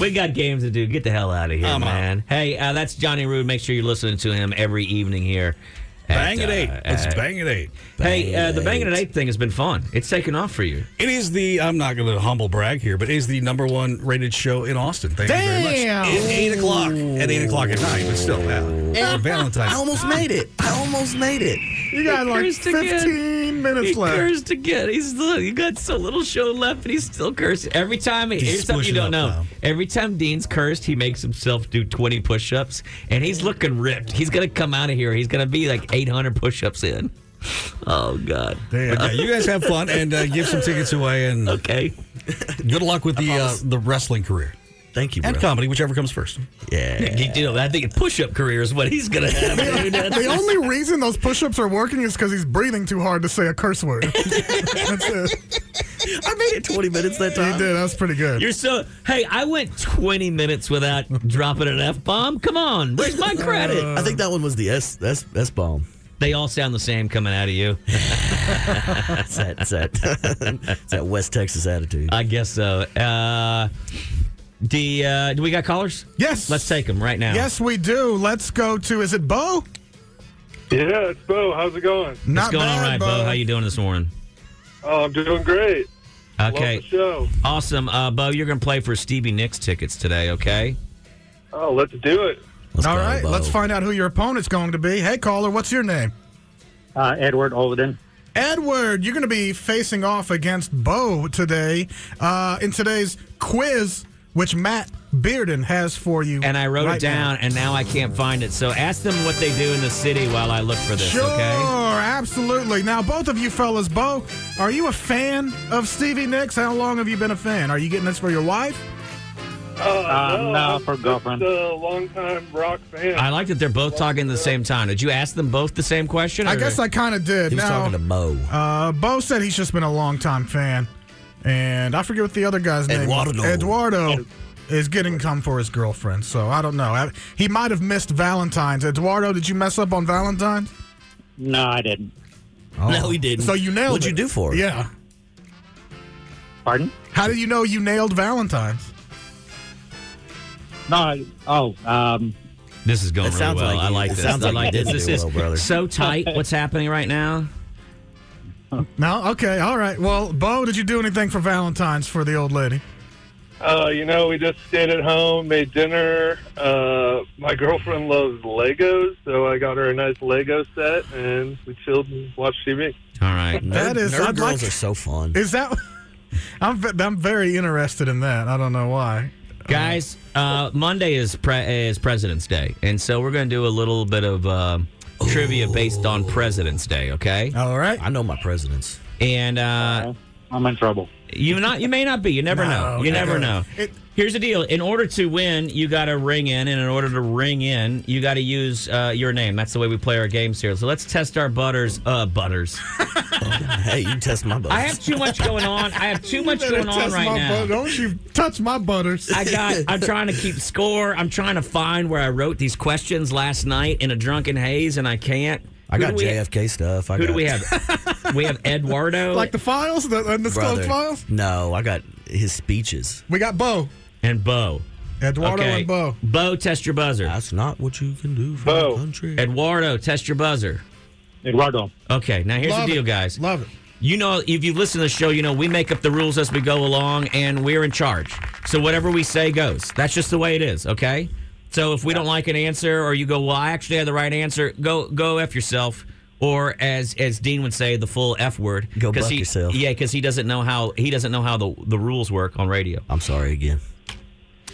Speaker 2: we got games to do. Get the hell out of here, man. Hey, uh, that's Johnny Rude. Make sure you're listening to him every evening here. uh,
Speaker 7: Bang at eight. It's bang at eight.
Speaker 2: Hey,
Speaker 7: Bang
Speaker 2: uh,
Speaker 7: at
Speaker 2: the bang at eight thing has been fun. It's taken off for you.
Speaker 7: It is the. I'm not going to humble brag here, but it is the number one rated show in Austin. Thank you very
Speaker 9: Damn.
Speaker 7: much. At eight o'clock. At eight o'clock at night, but still, yeah.
Speaker 9: And-
Speaker 7: Valentine's.
Speaker 9: I almost made it. I almost made it.
Speaker 3: You got like
Speaker 2: cursed again.
Speaker 3: 15 minutes
Speaker 2: He
Speaker 3: left.
Speaker 2: cursed again. He's look, you got so little show left, and he's still cursing. Every time,
Speaker 7: He's
Speaker 2: here's something you
Speaker 7: splishing
Speaker 2: don't
Speaker 7: up
Speaker 2: know.
Speaker 7: now.
Speaker 2: Every time Dean's cursed, he makes himself do 20 push-ups, and he's looking ripped. He's gonna come out of here. He's gonna be like 800 push-ups in. Oh God!
Speaker 7: But yeah, you guys have fun and uh, give some tickets away. And
Speaker 2: okay,
Speaker 7: good luck with the uh, the wrestling career.
Speaker 9: Thank you.
Speaker 7: And comedy, whichever comes first.
Speaker 9: Yeah.
Speaker 2: You know, I think a push-up career is what he's gonna have. dude. That's-
Speaker 3: the only reason those push-ups are working is because he's breathing too hard to say a curse word. That's it.
Speaker 9: I made it 20 minutes that
Speaker 3: time. You did. That's pretty good.
Speaker 2: You're so hey. I went 20 minutes without dropping an f bomb. Come on, where's my credit?
Speaker 7: Uh.
Speaker 9: I think that one was the S S S bomb.
Speaker 2: They all sound the same coming out of you.
Speaker 9: That's that. That's that. it's that West Texas attitude.
Speaker 2: I guess so. Uh, the uh, do we got callers?
Speaker 3: Yes.
Speaker 2: Let's take them right now.
Speaker 3: Yes, we do. Let's go to. Is it Bo?
Speaker 12: Yeah, it's Bo. How's it going?
Speaker 3: Not
Speaker 2: What's going
Speaker 3: bad,
Speaker 2: on, right, Bo?
Speaker 3: Bo.
Speaker 2: How you doing this morning?
Speaker 12: Oh, I'm doing great.
Speaker 2: Okay.
Speaker 12: Love the show.
Speaker 2: Awesome, uh, Bo. You're gonna play for Stevie Nicks tickets today, okay?
Speaker 12: Oh, let's do it.
Speaker 3: All right. Let's find out who your opponent's going to be. Hey, caller, what's your name?
Speaker 13: Uh, Edward Olden.
Speaker 3: Edward, you're going to be facing off against Bo today uh, in today's quiz, which Matt Bearden has for you.
Speaker 2: And I wrote
Speaker 3: right
Speaker 2: it down,
Speaker 3: now.
Speaker 2: and now I can't find it. So ask them what they do in the city while I look for this,
Speaker 3: Sure,
Speaker 2: okay?
Speaker 3: absolutely. Now, both of you fellas, Bo, are you a fan of Stevie Nicks? How long have you been a fan? Are you getting this for your wife?
Speaker 12: Oh,
Speaker 3: Uh, no,
Speaker 12: I'm
Speaker 3: for
Speaker 12: just
Speaker 3: girlfriend.
Speaker 12: a longtime rock fan.
Speaker 2: I like that they're both talking at the same time. Did you ask them both the same question?
Speaker 3: I
Speaker 2: or-
Speaker 3: guess I kind of did. now,
Speaker 9: Mo.
Speaker 3: Uh, Bo said he's just been a long time fan, and I forget what the other guy's
Speaker 9: Eduardo.
Speaker 3: name. is. Eduardo is getting come for his girlfriend, so I don't know. I- He might have missed Valentine's. Eduardo, did you mess up on Valentine's?
Speaker 13: No, I didn't.
Speaker 3: Oh.
Speaker 9: No, he didn't.
Speaker 3: So you nailed
Speaker 9: What'd you
Speaker 3: it.
Speaker 9: do for her?
Speaker 3: Yeah.
Speaker 13: Pardon?
Speaker 3: How did you know you nailed Valentine's?
Speaker 13: No. I, oh, um,
Speaker 2: This is going
Speaker 13: It
Speaker 2: really
Speaker 13: sounds
Speaker 2: well.
Speaker 13: like
Speaker 2: I
Speaker 13: you-
Speaker 2: like
Speaker 13: it
Speaker 2: this.
Speaker 13: sounds
Speaker 2: I
Speaker 13: like
Speaker 2: like
Speaker 13: you
Speaker 2: this.
Speaker 13: didn't
Speaker 2: This
Speaker 13: do
Speaker 2: is
Speaker 13: well, brother.
Speaker 2: so tight. What's happening right now?
Speaker 3: No? Okay. All right. Well, Bo, did you do anything for Valentine's for the old lady?
Speaker 4: Uh, you know, we just stayed at home, made dinner. Uh, my girlfriend loves Legos, so I got her a nice Lego set, and we chilled and watched TV.
Speaker 2: All right.
Speaker 3: That is-
Speaker 9: nerd
Speaker 3: I'd
Speaker 9: girls
Speaker 3: like-
Speaker 9: are so fun.
Speaker 3: Is that? I'm ve- I'm very interested in that. I don't know why.
Speaker 2: Guys, uh, Monday is pre- is President's Day, and so we're going to do a little bit of uh, trivia based on President's Day. Okay.
Speaker 3: All right.
Speaker 9: I know my presidents.
Speaker 2: And
Speaker 3: uh-huh.
Speaker 2: uh,
Speaker 14: I'm in trouble.
Speaker 2: You not? You may not be. You never
Speaker 9: No,
Speaker 2: know. You
Speaker 9: no.
Speaker 2: never know. Here's the deal. In order to win, you got to ring in, and in order to ring in, you got to use uh, your name. That's the way we play our games here. So let's test our butters. Uh, butters.
Speaker 9: hey, you test my butters.
Speaker 2: I have too much going on. I have too
Speaker 3: You
Speaker 2: much
Speaker 3: better
Speaker 2: going on
Speaker 3: test
Speaker 2: right
Speaker 3: my
Speaker 2: now.
Speaker 3: butter- Don't you touch my butters?
Speaker 2: I got. I'm trying to keep score. I'm trying to find where I wrote these questions last night in a drunken haze, and I can't.
Speaker 9: I
Speaker 2: Who
Speaker 9: got
Speaker 2: do we have?
Speaker 9: JFK stuff. I
Speaker 2: Who
Speaker 9: got,
Speaker 2: do we have? we have Eduardo.
Speaker 3: like the files, the undisclosed
Speaker 9: Brother.
Speaker 3: files.
Speaker 9: No, I got his speeches.
Speaker 3: We got Bo.
Speaker 2: and Bo.
Speaker 3: Eduardo and Bo.
Speaker 2: Bo, test your buzzer.
Speaker 9: That's not what you can do for
Speaker 2: Bo.
Speaker 9: the country.
Speaker 2: Eduardo, test your buzzer.
Speaker 14: Eduardo.
Speaker 2: Okay, now here's
Speaker 9: Love
Speaker 2: the deal,
Speaker 9: it.
Speaker 2: guys.
Speaker 3: Love it.
Speaker 2: You know, if you've listened to the show, you know we make up the rules as we go along, and we're in charge. So whatever we say goes. That's just the way it is. Okay. So if we don't like an answer, or you go, "Well, I actually had the right answer," go go f yourself, or as as Dean would say, the full f word.
Speaker 9: Go
Speaker 2: 'Cause
Speaker 9: buck
Speaker 2: he-
Speaker 9: yourself.
Speaker 2: Yeah, because he doesn't know how he doesn't know how the the rules work on radio.
Speaker 9: I'm sorry again.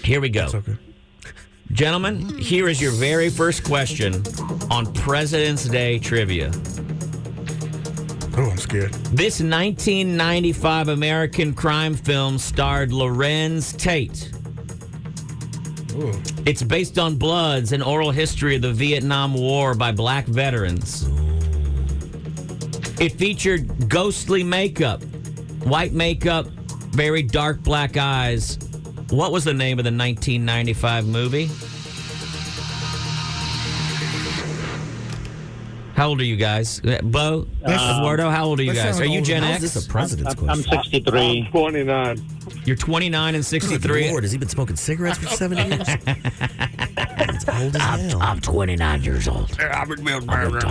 Speaker 2: Here we go. Gentlemen, here is your very first question on President's Day trivia.
Speaker 3: Oh, I'm scared.
Speaker 2: This 1995 American crime film starred Lorenz Tate. It's based on Bloods, an oral history of the Vietnam War by black veterans. It featured ghostly makeup, white makeup, very dark black eyes. What was the name of the 1995 movie? How old are you guys? Uh, Bo,
Speaker 14: Um,
Speaker 2: Eduardo, how old are you
Speaker 14: that
Speaker 2: guys?
Speaker 14: sounds
Speaker 2: Are you
Speaker 14: old.
Speaker 2: Gen
Speaker 14: How
Speaker 2: X?
Speaker 14: is this a president's I'm- I'm question? 63.
Speaker 2: I'm 29. You're 29 and 63.
Speaker 9: Lord, has he been smoking cigarettes for seven years?
Speaker 2: I'm, I'm 29 years old.
Speaker 9: I'm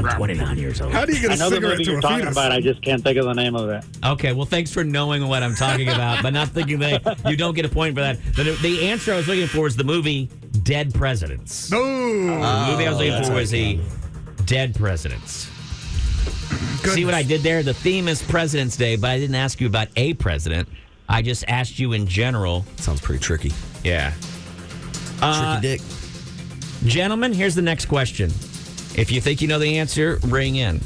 Speaker 9: 29 years old.
Speaker 3: How do you get
Speaker 14: I
Speaker 3: a
Speaker 14: know the
Speaker 3: cigarette
Speaker 14: movie
Speaker 3: to
Speaker 14: you're
Speaker 3: a
Speaker 14: talking
Speaker 3: fetus?
Speaker 14: about. I just can't think of the name of it.
Speaker 2: Okay, well, thanks for knowing what I'm talking about, but not thinking that you don't get a point for that. The, the answer I was looking for is the movie Dead Presidents.
Speaker 3: No.
Speaker 2: the movie I was looking for was the Dead Presidents. See what I did there? The theme is President's Day, but I didn't ask you about a president. I just asked you in general.
Speaker 9: Sounds pretty tricky.
Speaker 2: Yeah. tricky
Speaker 9: dick.
Speaker 2: Gentlemen, here's the next question. If you think you know the answer, ring in.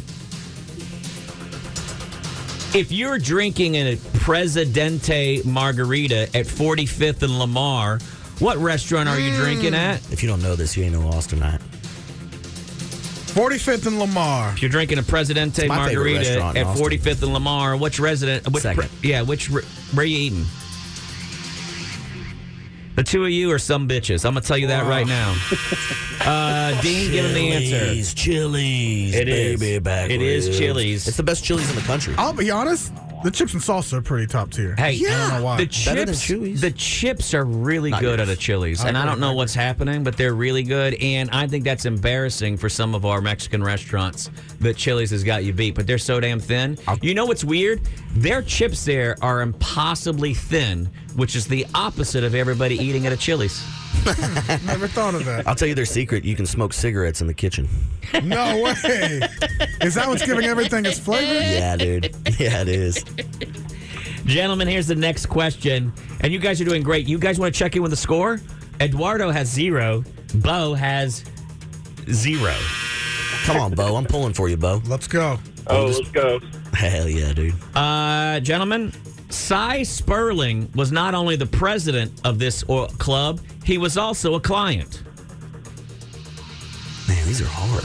Speaker 2: If you're drinking a Presidente margarita at 45th and Lamar, what restaurant are you
Speaker 9: Hmm.
Speaker 2: drinking at?
Speaker 9: If you don't know this, you ain't no Austinite.
Speaker 3: 45th and Lamar.
Speaker 2: If you're drinking a Presidente
Speaker 9: It's my favorite
Speaker 2: margarita
Speaker 9: restaurant in
Speaker 2: at
Speaker 9: Austin.
Speaker 2: 45th and Lamar, which resident? Which pre-
Speaker 9: Second.
Speaker 2: yeah, which re- where you eating? The two of you are some bitches. I'm gonna tell you that right now. Uh, Dean, give him the answer.
Speaker 9: Chili's, Chili's,
Speaker 2: It is.
Speaker 9: baby back.
Speaker 2: It is
Speaker 9: ribs.
Speaker 2: Chili's.
Speaker 9: It's the best Chili's in the country.
Speaker 3: I'll be honest. The chips and salsa are pretty top tier.
Speaker 2: Hey,
Speaker 3: I don't know why.
Speaker 2: the chips. The chips are really
Speaker 3: Not
Speaker 2: good
Speaker 3: yours.
Speaker 2: at a Chili's,
Speaker 3: I
Speaker 2: and I
Speaker 3: agree,
Speaker 2: don't know what's happening, but they're really good. And I think that's embarrassing for some of our Mexican restaurants that Chili's has got you beat, but they're so damn thin. you know what's weird? Their chips there are impossibly thin, which is the opposite of everybody eating at a Chili's.
Speaker 3: Never thought of that.
Speaker 9: I'll tell you their secret. You can smoke cigarettes in the kitchen.
Speaker 3: No way. Is that what's giving everything its flavor?
Speaker 9: Yeah, dude. Yeah, it is.
Speaker 2: Gentlemen, here's the next question. And you guys are doing great. You guys want to check in with the score? Eduardo has zero. Bo has zero.
Speaker 9: Come on, Bo. I'm pulling for you, Bo.
Speaker 3: Let's go.
Speaker 4: Oh, let's go.
Speaker 9: Hell yeah, dude.
Speaker 2: Uh, gentlemen, Cy Sperling was not only the president of this or- club, he was also a client.
Speaker 9: Man, these are hard.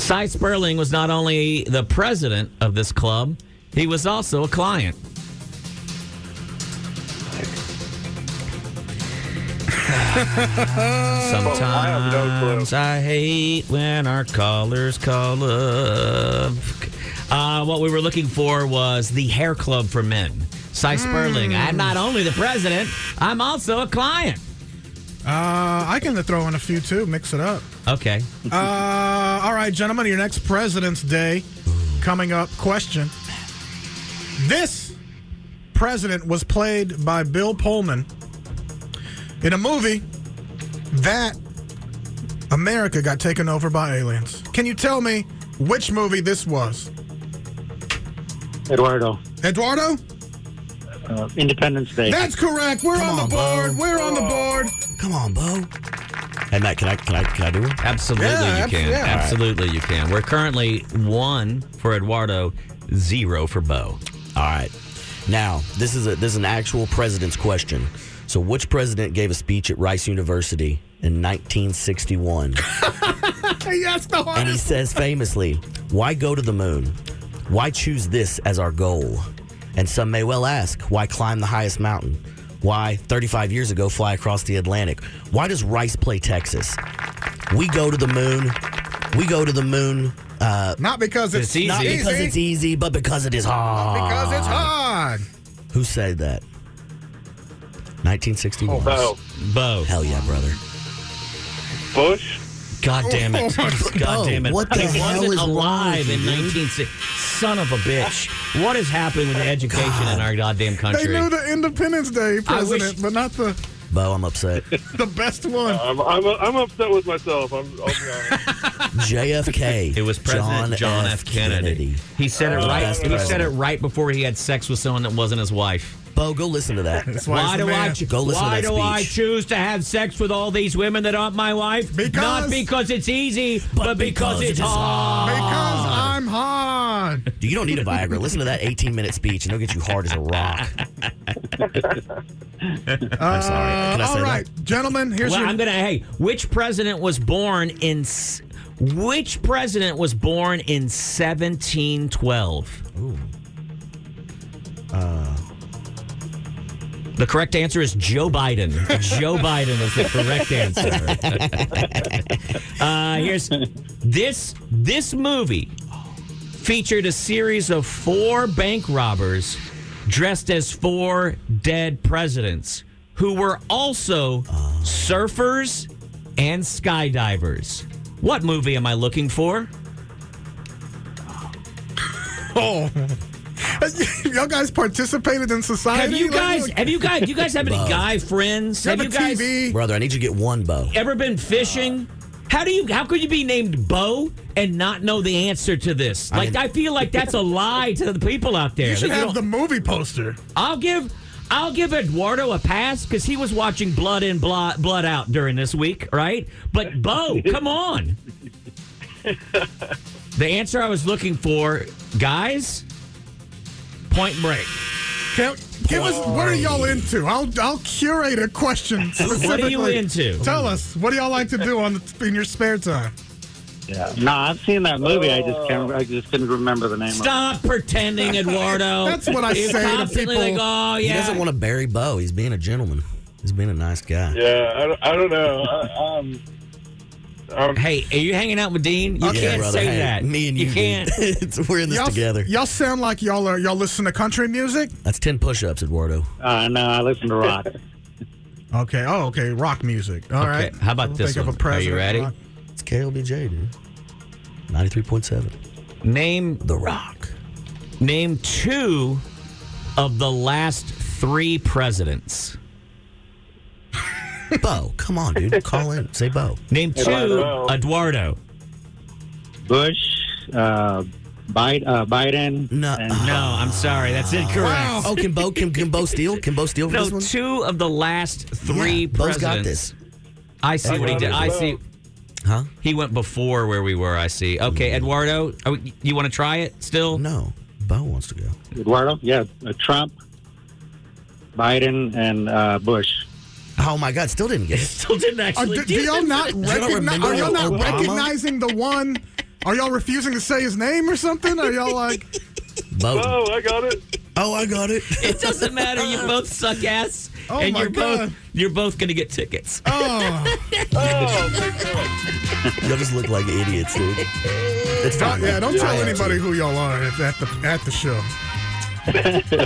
Speaker 2: Cy Sperling was not only the president of this club, he was also a client. Sometimes I hate when our callers call up. Uh, what we were looking for was the hair club for men. Cy Sperling. I'm not only the president, I'm also a client.
Speaker 3: Uh, I can throw in a few too. Mix it up.
Speaker 2: Okay.
Speaker 3: Uh, all right, gentlemen, your next President's Day coming up question. This president was played by Bill Pullman in a movie that America got taken over by aliens. Can you tell me which movie this was?
Speaker 4: Eduardo.
Speaker 3: Eduardo?
Speaker 4: Uh, Independence Day.
Speaker 3: That's correct. We're on, the board. We're on the board.
Speaker 9: Come on, Bo.
Speaker 2: Hey Matt, can I can I can I do it? Absolutely,
Speaker 3: Yeah,
Speaker 2: you can.
Speaker 3: abs- yeah.
Speaker 2: Absolutely, you can. We're currently one for Eduardo, zero for Bo.
Speaker 9: All right. Now, this is a this is an actual president's question. So, which president gave a speech at Rice University in 1961?
Speaker 3: That's the hardest.
Speaker 9: and he says famously, "Why go to the moon? Why choose this as our goal?" And some may well ask, "Why climb the highest mountain? Why 35 years ago fly across the Atlantic? Why does Rice play Texas? We go to the moon. We go to the moon." Uh,
Speaker 3: not because
Speaker 9: it's, not
Speaker 3: easy.
Speaker 9: because it's easy, but because it is hard.
Speaker 3: Because it's hard.
Speaker 9: Who said that? 1961.
Speaker 3: Oh, Bo.
Speaker 2: Bo.
Speaker 9: Hell yeah, brother.
Speaker 15: Bush.
Speaker 2: God damn it!
Speaker 9: Oh, my
Speaker 2: God
Speaker 9: God.
Speaker 2: damn it!
Speaker 9: What the
Speaker 2: he
Speaker 9: hell
Speaker 2: wasn't
Speaker 9: is wrong
Speaker 2: alive
Speaker 9: with
Speaker 2: in
Speaker 9: you, dude?
Speaker 2: 1960. Son of a bitch! What is happening
Speaker 9: Oh,
Speaker 2: with education in our goddamn country?
Speaker 3: They knew the Independence Day
Speaker 2: I wish-
Speaker 3: president, but not the
Speaker 9: Bo, I'm upset.
Speaker 3: the best one.
Speaker 15: I'm, I'm, I'm upset with myself. I'm, I'll be honest.
Speaker 9: JFK.
Speaker 2: It was President John, F. Kennedy. He said it
Speaker 9: Oh,
Speaker 2: right.
Speaker 9: that's
Speaker 2: He said it
Speaker 9: president.
Speaker 2: right before he had sex with someone that wasn't his wife.
Speaker 9: Bo, go listen to that. That's why he's
Speaker 2: why
Speaker 9: the
Speaker 2: do I
Speaker 9: man.
Speaker 2: cho-
Speaker 9: Go listen to
Speaker 2: why
Speaker 9: that
Speaker 2: do I
Speaker 9: speech.
Speaker 2: choose to have sex with all these women that aren't my wife?
Speaker 3: Because-
Speaker 2: not because it's easy, but, because, it's hard.
Speaker 3: Because I'm hard.
Speaker 9: Dude, You don't need a Viagra. Listen to that 18 minute speech, and it'll get you hard as a rock. I'm sorry.
Speaker 3: Uh,
Speaker 9: Can I
Speaker 3: all
Speaker 9: say
Speaker 3: right, gentlemen. Here's
Speaker 2: well,
Speaker 3: your.
Speaker 2: I'm gonna. Hey, which president was born in? s- Which president was born in 1712?
Speaker 9: Uh,
Speaker 2: The correct answer is Joe Biden. Joe Biden is the correct answer. uh, here's this this movie featured a series of four bank robbers dressed as four dead presidents who were also surfers and skydivers. What movie am I looking for?
Speaker 3: Oh. Y'all guys participated in society.
Speaker 2: Have you
Speaker 3: Like,
Speaker 2: guys?
Speaker 3: look.
Speaker 2: Have you guys? Do you guys have any
Speaker 9: Love.
Speaker 2: guy friends?
Speaker 3: You
Speaker 2: Have
Speaker 3: have
Speaker 2: you
Speaker 3: a
Speaker 2: guys
Speaker 3: TV.
Speaker 9: brother, I need you to get one, Bo.
Speaker 2: ever been fishing? How do you? How could you be named Bo and not know the answer to this?
Speaker 9: I
Speaker 2: Like
Speaker 9: mean-
Speaker 2: I feel like that's a lie to the people out there.
Speaker 3: You should
Speaker 2: That you
Speaker 3: have the
Speaker 2: don't-
Speaker 3: movie poster.
Speaker 2: I'll give. I'll give Eduardo a pass because he was watching Blood in Blood, Blood Out during this week, right? But Bo, come on. the answer I was looking for, guys, Point Break.
Speaker 3: Can, give us what are y'all into? I'll I'll curate a question specifically.
Speaker 2: What are you into?
Speaker 3: Tell us what do y'all like to do on the, in your spare time?
Speaker 4: Yeah. No, I've seen that movie. I just can't. I just couldn't remember the name.
Speaker 2: Stop pretending, Eduardo.
Speaker 3: That's what I
Speaker 2: You're
Speaker 3: say to
Speaker 2: constantly
Speaker 3: people.
Speaker 2: Like, oh, yeah.
Speaker 9: He doesn't want to bury Bo. He's being a gentleman. He's being a nice guy.
Speaker 15: Yeah, I don't, I don't know. I, um, um,
Speaker 2: Hey, are you hanging out with Dean? You
Speaker 9: Okay,
Speaker 2: can't
Speaker 9: brother.
Speaker 2: say
Speaker 9: Hey,
Speaker 2: that.
Speaker 9: Me and you,
Speaker 2: You can't.
Speaker 9: dude. It's- We're in this
Speaker 3: y'all,
Speaker 9: together.
Speaker 3: Y'all sound like y'all are y'all listen to country music.
Speaker 9: That's 10 push ups, Eduardo.
Speaker 4: of it. Uh, no, I listen to rock.
Speaker 3: Okay. Oh, okay. Rock music. All
Speaker 2: Okay,
Speaker 3: right.
Speaker 2: how about
Speaker 3: We'll
Speaker 2: this
Speaker 3: think of
Speaker 2: one?
Speaker 3: a
Speaker 2: Are you
Speaker 3: president.
Speaker 2: ready?
Speaker 3: Rock.
Speaker 9: It's KLBJ, dude. 93.7.
Speaker 2: Name
Speaker 9: The Rock.
Speaker 2: name two of the last three presidents.
Speaker 9: Bo, come on, dude. Call in. Say Bo.
Speaker 2: Name two
Speaker 15: Eduardo.
Speaker 2: Eduardo.
Speaker 4: Bush, uh, Biden, uh, Biden.
Speaker 9: No.
Speaker 4: and-
Speaker 2: No, I'm sorry, that's incorrect.
Speaker 9: Oh, can Bo, can, can Bo steal? Can Bo steal for this
Speaker 2: No,
Speaker 9: one?
Speaker 2: two of the last three
Speaker 9: Yeah, Bo's
Speaker 2: presidents.
Speaker 9: got this.
Speaker 2: I see what he did. I
Speaker 15: Eduardo.
Speaker 2: see.
Speaker 9: Huh?
Speaker 2: He went before where we were. I see. Okay, Eduardo, are we- you want to try it still?
Speaker 9: No. Bo wants to go.
Speaker 4: Eduardo, yeah, uh, Trump, Biden, and uh, Bush.
Speaker 9: Oh, my God. Still didn't get it.
Speaker 2: Still didn't
Speaker 3: Are,
Speaker 2: actually.
Speaker 3: Oh, do, do y'all not recognize?
Speaker 9: remember
Speaker 3: Are y'all not
Speaker 9: Obama?
Speaker 3: recognizing the one? Are y'all refusing to say his name or something? Are y'all like?
Speaker 9: Bo.
Speaker 15: oh, I got it.
Speaker 9: Oh, I got it.
Speaker 2: It doesn't matter. You both suck ass,
Speaker 3: Oh
Speaker 2: and
Speaker 3: my
Speaker 2: you're
Speaker 3: God.
Speaker 2: both you're both gonna get tickets.
Speaker 3: Oh,
Speaker 15: Oh, my God.
Speaker 9: Y'all just look like idiots, dude. It's fine.
Speaker 3: yeah. Don't tell
Speaker 9: I am,
Speaker 3: anybody
Speaker 9: too.
Speaker 3: who y'all are at, at the at the show.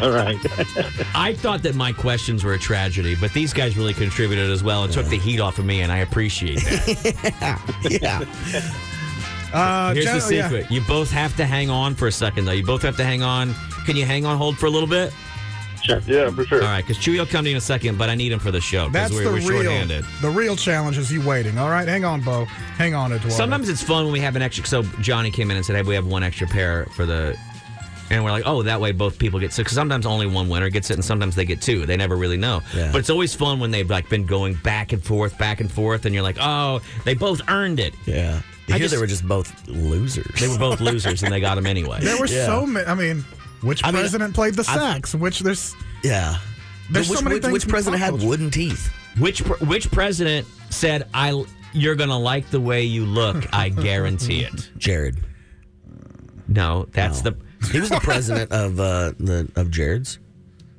Speaker 4: All right.
Speaker 2: I thought that my questions were a tragedy, but these guys really contributed as well and took the heat off of me, and I appreciate that.
Speaker 9: Yeah.
Speaker 3: Uh,
Speaker 2: Here's the
Speaker 3: Jen- yeah.
Speaker 2: secret: you both have to hang on for a second, though. You both have to hang on. Can you hang on hold for a little bit?
Speaker 16: Sure.
Speaker 4: Yeah, for sure.
Speaker 2: All right, because Chewy will come to you in a second, but I need him for the show because
Speaker 3: That's
Speaker 2: we're,
Speaker 3: the
Speaker 2: we're
Speaker 3: real
Speaker 2: shorthanded.
Speaker 3: the real challenge is you waiting. All right, hang on, Bo. Hang on, Eduardo.
Speaker 2: Sometimes it's fun when we have an extra. So Johnny came in and said, "Hey, we have one extra pair for the," and we're like, "Oh, that way both people get six." Because sometimes only one winner gets it, and sometimes they get two. They never really know. But it's always fun when they've like been going back and forth, back and forth, and you're like, "Oh, they both earned it."
Speaker 9: Yeah,
Speaker 2: I
Speaker 9: Here
Speaker 2: just-
Speaker 9: they were just both losers.
Speaker 2: They were both losers, and they got them anyway.
Speaker 3: there were so many. I mean, which
Speaker 9: I mean,
Speaker 3: president played the
Speaker 9: I-
Speaker 3: sax? Which there's
Speaker 9: yeah.
Speaker 3: There's
Speaker 9: But
Speaker 3: so
Speaker 9: which-
Speaker 3: many
Speaker 9: which-
Speaker 3: things
Speaker 9: which
Speaker 3: in
Speaker 9: president
Speaker 3: pop
Speaker 9: had
Speaker 3: culture.
Speaker 9: wooden teeth?
Speaker 2: Which pr- which president said, "I you're gonna like the way you look"? I guarantee it.
Speaker 9: Jared.
Speaker 2: No, that's the.
Speaker 9: He was the president of uh, the of Jared's,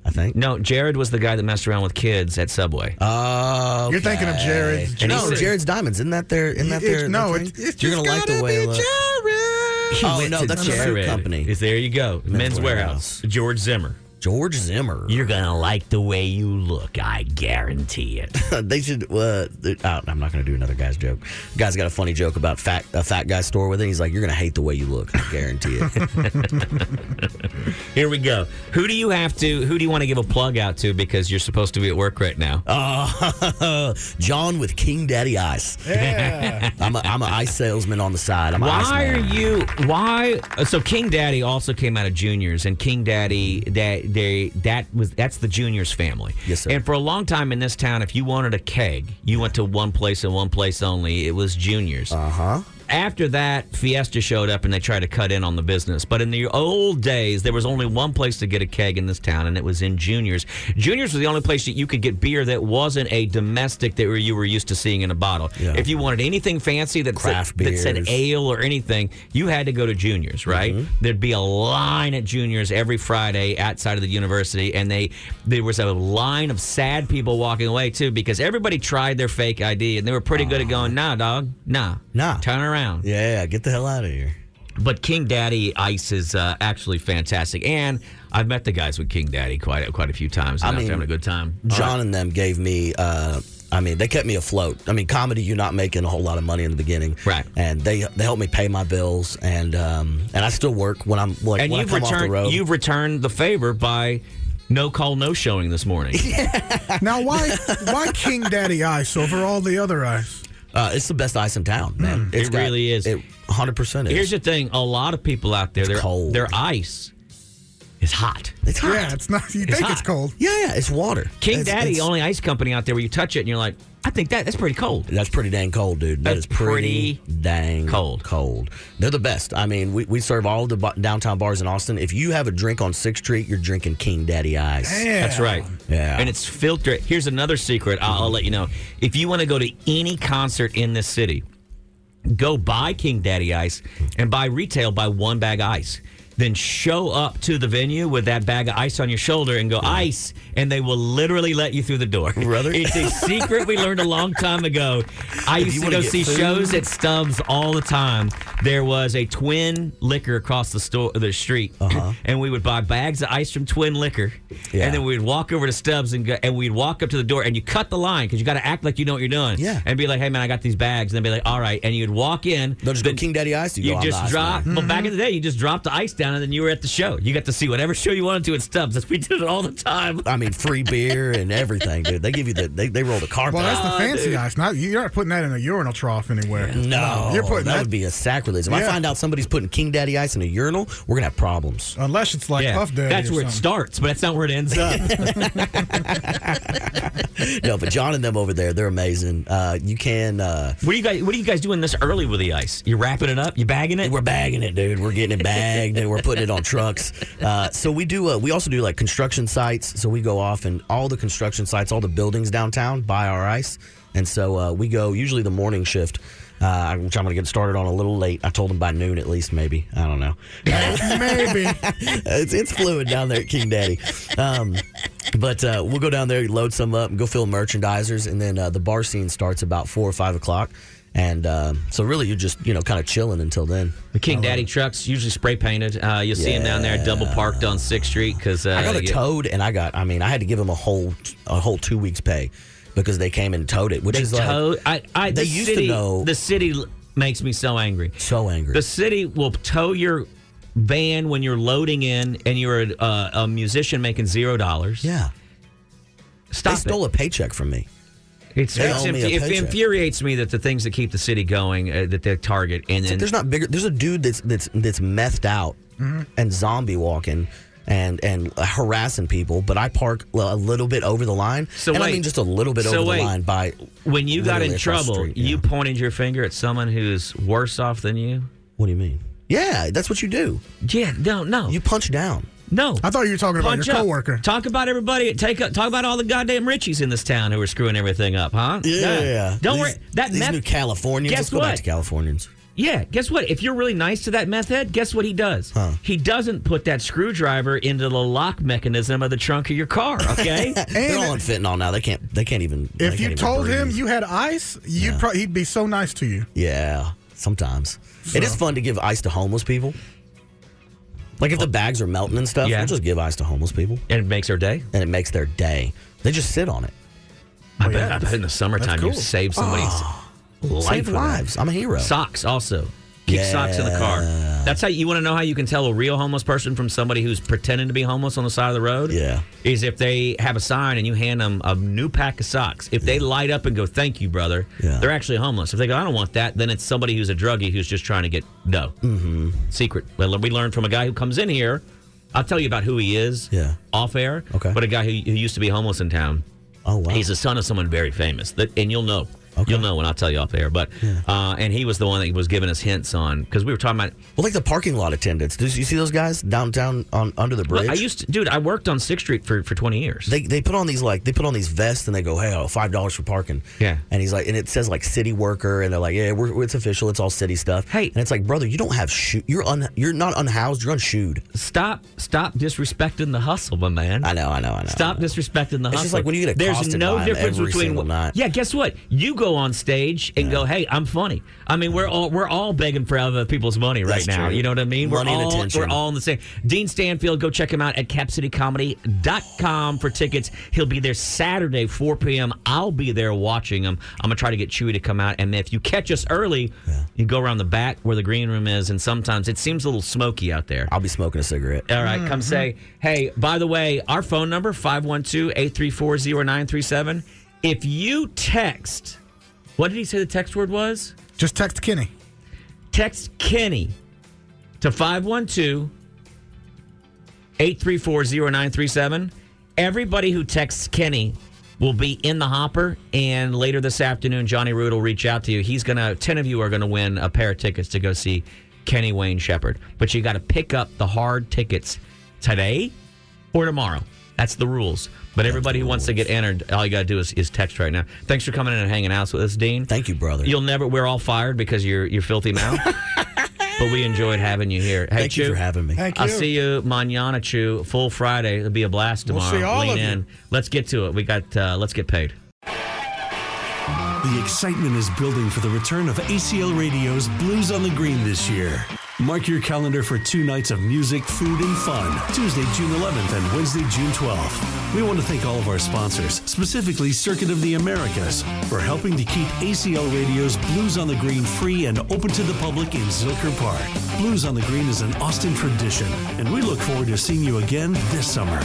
Speaker 9: I think.
Speaker 2: No, Jared was the guy that messed around with kids at Subway.
Speaker 9: Oh,
Speaker 3: You're thinking of Jared's.
Speaker 2: And he
Speaker 9: no,
Speaker 2: said-
Speaker 9: Jared's diamonds. Isn't that their? Isn't that
Speaker 3: It's-
Speaker 9: their?
Speaker 3: no,
Speaker 9: their
Speaker 3: it's-
Speaker 9: thing?
Speaker 3: it's
Speaker 9: You're gonna
Speaker 3: just
Speaker 9: like the
Speaker 3: gotta
Speaker 9: way.
Speaker 3: be
Speaker 9: I look.
Speaker 2: He
Speaker 9: Oh
Speaker 2: went
Speaker 9: no,
Speaker 2: to
Speaker 9: that's a
Speaker 2: Jared.
Speaker 9: suit company.
Speaker 2: Is there you go? Men's, Warehouse. George Zimmer.
Speaker 9: George Zimmer.
Speaker 2: You're gonna like the way you look. I guarantee it.
Speaker 9: they should. Uh, they- oh, I'm not going to do another guy's joke. Guy's got a funny joke about fat a fat guy store with it. He's like, "You're going to hate the way you look. I guarantee it."
Speaker 2: Here we go. Who do you have to? Who do you want to give a plug out to? Because you're supposed to be at work right now.
Speaker 9: Uh, John with King Daddy Ice.
Speaker 2: Yeah.
Speaker 9: I'm a, I'm an ice salesman on the side. I'm an ice
Speaker 2: why
Speaker 9: man.
Speaker 2: are you? Why? uh, So King Daddy also came out of juniors, and King Daddy that they that was that's the juniors family. Yes, sir. And for a long time in this town, if you wanted a keg, you went to one place and one place only. It was juniors. Uh
Speaker 9: huh.
Speaker 2: After that, Fiesta showed up and they tried to cut in on the business. But in the old days, there was only one place to get a keg in this town, and it was in Juniors. Juniors was the only place that you could get beer that wasn't a domestic that you were used to seeing in a bottle. If you wanted anything fancy that
Speaker 9: Craft
Speaker 2: said, that said
Speaker 9: beers.
Speaker 2: ale or anything, you had to go to juniors, right?
Speaker 9: Mm-hmm.
Speaker 2: There'd be a line at juniors every Friday outside of the university, and they there was a line of sad people walking away too because everybody tried their fake ID and they were pretty good at going, nah, dog, nah, nah, turn around,
Speaker 9: Ah. yeah, get the hell out of here.
Speaker 2: But King Daddy Ice is uh, actually fantastic, and I've met the guys with King Daddy quite quite a few times. And
Speaker 9: I
Speaker 2: after
Speaker 9: mean,
Speaker 2: having a good time.
Speaker 9: John and them gave me. Uh, I mean, they kept me afloat. I mean, comedy, you're not making a whole lot of money in the beginning, right? And they they helped me pay my bills, and um, and I still work when I'm like
Speaker 2: and
Speaker 9: when
Speaker 2: you've
Speaker 9: I come off the road.
Speaker 2: returned you've returned the favor by no call, no showing this morning.
Speaker 3: now why why King Daddy Ice over all the other ice?
Speaker 9: Uh, it's the best ice in town, man.
Speaker 2: It really is.
Speaker 9: It 100% is.
Speaker 2: Here's the thing: a lot of people out there, their their ice is hot.
Speaker 9: It's hot.
Speaker 3: Yeah, it's not. You
Speaker 2: It's
Speaker 3: think
Speaker 2: hot.
Speaker 3: it's cold?
Speaker 9: Yeah, yeah, it's water.
Speaker 2: King
Speaker 9: It's-
Speaker 2: Daddy,
Speaker 9: it's-
Speaker 2: only ice company out there where you touch it and you're like, I think that that's pretty cold.
Speaker 9: That's pretty dang cold, dude. That
Speaker 2: That's
Speaker 9: is pretty, dang cold. Cold. They're the best. I mean, we, we serve all the bu- downtown bars in Austin. If you have a drink on Sixth Street, you're drinking King Daddy Ice.
Speaker 2: That's right.
Speaker 9: Yeah.
Speaker 2: And it's filtered. Here's another secret I'll, I'll let you know. If you want to go to any concert in this city, go buy King Daddy Ice and buy retail, buy one bag of ice. Then show up to the venue with that bag of ice on your shoulder and go ice, and they will literally let you through the door. Brother, it's a secret we learned a long time ago. I
Speaker 9: If
Speaker 2: used
Speaker 9: you
Speaker 2: to
Speaker 9: wanna
Speaker 2: go
Speaker 9: get
Speaker 2: see
Speaker 9: food-
Speaker 2: shows at Stubbs all the time. There was a Twin Liquor across the store, the street, and we would buy bags of ice from Twin Liquor,
Speaker 9: Uh-huh. Yeah.
Speaker 2: and then we'd walk over to Stubbs and go, and we'd walk up to the door, and you cut the line because you got to act like you know what you're doing, yeah, and be like, hey man, I got these bags, and they'd be like, all right, and you'd walk in,
Speaker 9: They'll just go King Daddy Ice. You,
Speaker 2: you
Speaker 9: go, "I'm the
Speaker 2: just
Speaker 9: ice
Speaker 2: drop.
Speaker 9: man." Mm-hmm.
Speaker 2: Well, back in the day, you just dropped the ice down, and then you were at the show. You got to see whatever show you wanted to at Stubbs. That's we did it all the time.
Speaker 9: I mean, free beer and everything, dude. They give you the they, they roll the carpet.
Speaker 3: Well, that's the fancy ice. Not you're not putting that in a urinal trough anywhere.
Speaker 9: No,
Speaker 3: you're putting
Speaker 9: that,
Speaker 3: that.
Speaker 9: would be a sacrilege. If I
Speaker 3: Yeah.
Speaker 9: find out somebody's putting King Daddy Ice in a urinal, we're gonna have problems.
Speaker 3: Unless it's like Puff Daddy.
Speaker 2: that's
Speaker 3: or
Speaker 2: where it
Speaker 3: something.
Speaker 2: starts, but that's not where it ends up.
Speaker 9: no, but John and them over there, they're amazing. Uh, you can. Uh,
Speaker 2: what do you guys? What are you guys doing this early with the ice? You wrapping it up? You bagging it?
Speaker 9: We're bagging it, dude. We're getting it bagged and we're putting it on trucks. Uh, so we do. Uh, we also do like construction sites. So we go off and all the construction sites, all the buildings downtown buy our ice, and so uh, we go usually the morning shift. Uh, which I'm going to get started on a little late. I told them by noon at least, maybe. I don't know.
Speaker 3: Maybe.
Speaker 9: it's, it's fluid down there at King Daddy. Um, but uh, we'll go down there, load some up, and go fill merchandisers, and then uh, the bar scene starts about four or five o'clock. And uh, so really, you're just you know kind of chilling until then.
Speaker 2: The King Daddy trucks usually spray painted. Uh, you'll see them down there, double parked on Sixth Street. Because uh,
Speaker 9: I got a
Speaker 2: you-
Speaker 9: toad, and I got I mean I had to give him a whole a whole two weeks pay because they came and towed it, which
Speaker 2: They
Speaker 9: is like
Speaker 2: tow- I, I,
Speaker 9: they
Speaker 2: the
Speaker 9: used
Speaker 2: city,
Speaker 9: to know
Speaker 2: The city l- makes me so angry.
Speaker 9: so angry.
Speaker 2: The city will tow your van when you're loading in and you're a, a, a musician making zero dollars.
Speaker 9: Yeah.
Speaker 2: Stop
Speaker 9: they stole a paycheck from me.
Speaker 2: It's,
Speaker 9: They
Speaker 2: it's
Speaker 9: owe me a
Speaker 2: it
Speaker 9: paycheck.
Speaker 2: infuriates me that the things that keep the city going uh, that they target and
Speaker 9: It's like
Speaker 2: then
Speaker 9: there's not bigger. There's a dude that's that's that's methed out
Speaker 2: Mm-hmm.
Speaker 9: and zombie walking and and harassing people. But I park a little bit over the line,
Speaker 2: So
Speaker 9: and I
Speaker 2: wait.
Speaker 9: mean just a little bit
Speaker 2: So
Speaker 9: over
Speaker 2: wait.
Speaker 9: the line. By
Speaker 2: when you got
Speaker 9: literally
Speaker 2: in
Speaker 9: across the
Speaker 2: trouble,
Speaker 9: street.
Speaker 2: you pointed your finger at someone who's worse off than you.
Speaker 9: What do you mean? Yeah, that's what you do.
Speaker 2: Yeah, no, no.
Speaker 9: You punch down.
Speaker 2: No,
Speaker 3: I thought you were talking about
Speaker 2: Punch
Speaker 3: your
Speaker 2: up.
Speaker 3: coworker.
Speaker 2: Talk about everybody. Take up, talk about all the goddamn Richies in this town who are screwing everything up, huh?
Speaker 9: Yeah,
Speaker 2: Don't
Speaker 9: These-
Speaker 2: worry. That
Speaker 9: these
Speaker 2: meth,
Speaker 9: new Californians.
Speaker 2: Guess
Speaker 9: Let's go
Speaker 2: what?
Speaker 9: back to Californians.
Speaker 2: Yeah, guess what? If you're really nice to that meth head, guess what he does? He doesn't put that screwdriver into the lock mechanism of the trunk of your car. Okay,
Speaker 9: They're all on fentanyl now. They can't. They can't even. they
Speaker 3: If
Speaker 9: can't
Speaker 3: you
Speaker 9: even
Speaker 3: told
Speaker 9: breathe.
Speaker 3: him you had ice, you'd pro- he'd be so nice to you.
Speaker 9: Yeah, sometimes. It is
Speaker 3: So-
Speaker 9: fun to give ice to homeless people. Like if the bags are melting and stuff,
Speaker 2: Yeah.
Speaker 9: we'll just give ice to homeless people.
Speaker 2: And it makes their day?
Speaker 9: And it makes their day. They just sit on it.
Speaker 2: I bet, I bet in the summertime you save somebody's
Speaker 3: Ah.
Speaker 2: life.
Speaker 9: Save
Speaker 2: with that.
Speaker 9: lives. I'm a hero.
Speaker 2: Socks also. Keep socks in the car. That's how you want to know how you can tell a real homeless person from somebody who's pretending to be homeless on the side of the road.
Speaker 9: Yeah.
Speaker 2: Is if they have a sign and you hand them a new pack of socks. If they light up and go, thank you, brother, they're actually homeless. If they go, I don't want that, then it's somebody who's a druggie who's just trying to get dough. Mm-hmm. Secret. Well, we learned from a guy who comes in here. I'll tell you about who he is yeah. off air. Okay. But a guy who, who used to be homeless in town.
Speaker 9: Oh, wow.
Speaker 2: He's the son of someone very famous. That, and you'll know. You'll know when I'll tell you off air. But uh, and he was the one that was giving us hints on because we were talking about
Speaker 9: Well, like the parking lot attendants. Do you see those guys downtown on under the bridge?
Speaker 2: Look, I used to, dude. I worked on Sixth Street for, for twenty years.
Speaker 9: They, they put on these like they put on these vests and they go hey oh, five dollars for parking
Speaker 2: Yeah.
Speaker 9: and he's like and it says like city worker and they're like yeah we're, it's official it's all city stuff hey and it's like brother you don't have shoe you're un you're not unhoused you're unshoed
Speaker 2: Stop stop disrespecting the hustle my man
Speaker 9: I know I know I know
Speaker 2: Stop disrespecting the hustle.
Speaker 9: It's just like when you get
Speaker 2: There's
Speaker 9: accosted
Speaker 2: no
Speaker 9: by 'em
Speaker 2: difference
Speaker 9: every
Speaker 2: between
Speaker 9: single night.
Speaker 2: yeah. Guess what? You go on stage and go, "Hey, I'm funny." I mean, we're all we're all begging for other people's money right
Speaker 9: That's
Speaker 2: now.
Speaker 9: true.
Speaker 2: You know what I mean?
Speaker 9: Money
Speaker 2: we're
Speaker 9: and
Speaker 2: all
Speaker 9: attention.
Speaker 2: we're all in the same. Dean Stanfield, go check him out at CapCityComedy.com for tickets. He'll be there Saturday, 4 p.m. I'll be there watching him. I'm gonna try to get Chewy to come out, and if you catch us early, you go around the back where the green room is, and sometimes it seems a little smoky out there.
Speaker 9: I'll be smoking a cigarette.
Speaker 2: All right, come say, hey, by the way, our phone number, 512-834-0937. If you text, what did he say the text word was?
Speaker 3: Just text Kenny.
Speaker 2: Text Kenny to 512 834-0937. Everybody who texts Kenny will be in the hopper, and later this afternoon, Johnny Root will reach out to you. He's gonna ten of you are gonna win a pair of tickets to go see Kenny Wayne Shepherd. But you gotta pick up the hard tickets today or tomorrow. That's the rules. But everybody who wants to get entered, all you gotta do is, is text right now. Thanks for coming in and hanging out with us, Dean.
Speaker 9: Thank you, brother.
Speaker 2: You'll never we're all fired because you're you're filthy mouth. but we enjoyed having you here. Hey,
Speaker 9: Thank you
Speaker 2: Chu.
Speaker 9: for having me. Thank
Speaker 2: I'll
Speaker 9: you.
Speaker 2: see you manana, Chew. Full Friday. It'll be a blast
Speaker 1: We'll
Speaker 2: tomorrow.
Speaker 1: see all
Speaker 2: Lean
Speaker 1: of you.
Speaker 2: in. Let's get to it. We got. Uh, let's get paid.
Speaker 1: The excitement is building for the return of ACL Radio's Blues on the Green this year. Mark your calendar for two nights of music, food, and fun, Tuesday, June 11th and Wednesday, June 12th. We want to thank all of our sponsors, specifically Circuit of the Americas, for helping to keep ACL Radio's Blues on the Green free and open to the public in Zilker Park. Blues on the Green is an Austin tradition, and we look forward to seeing you again this summer.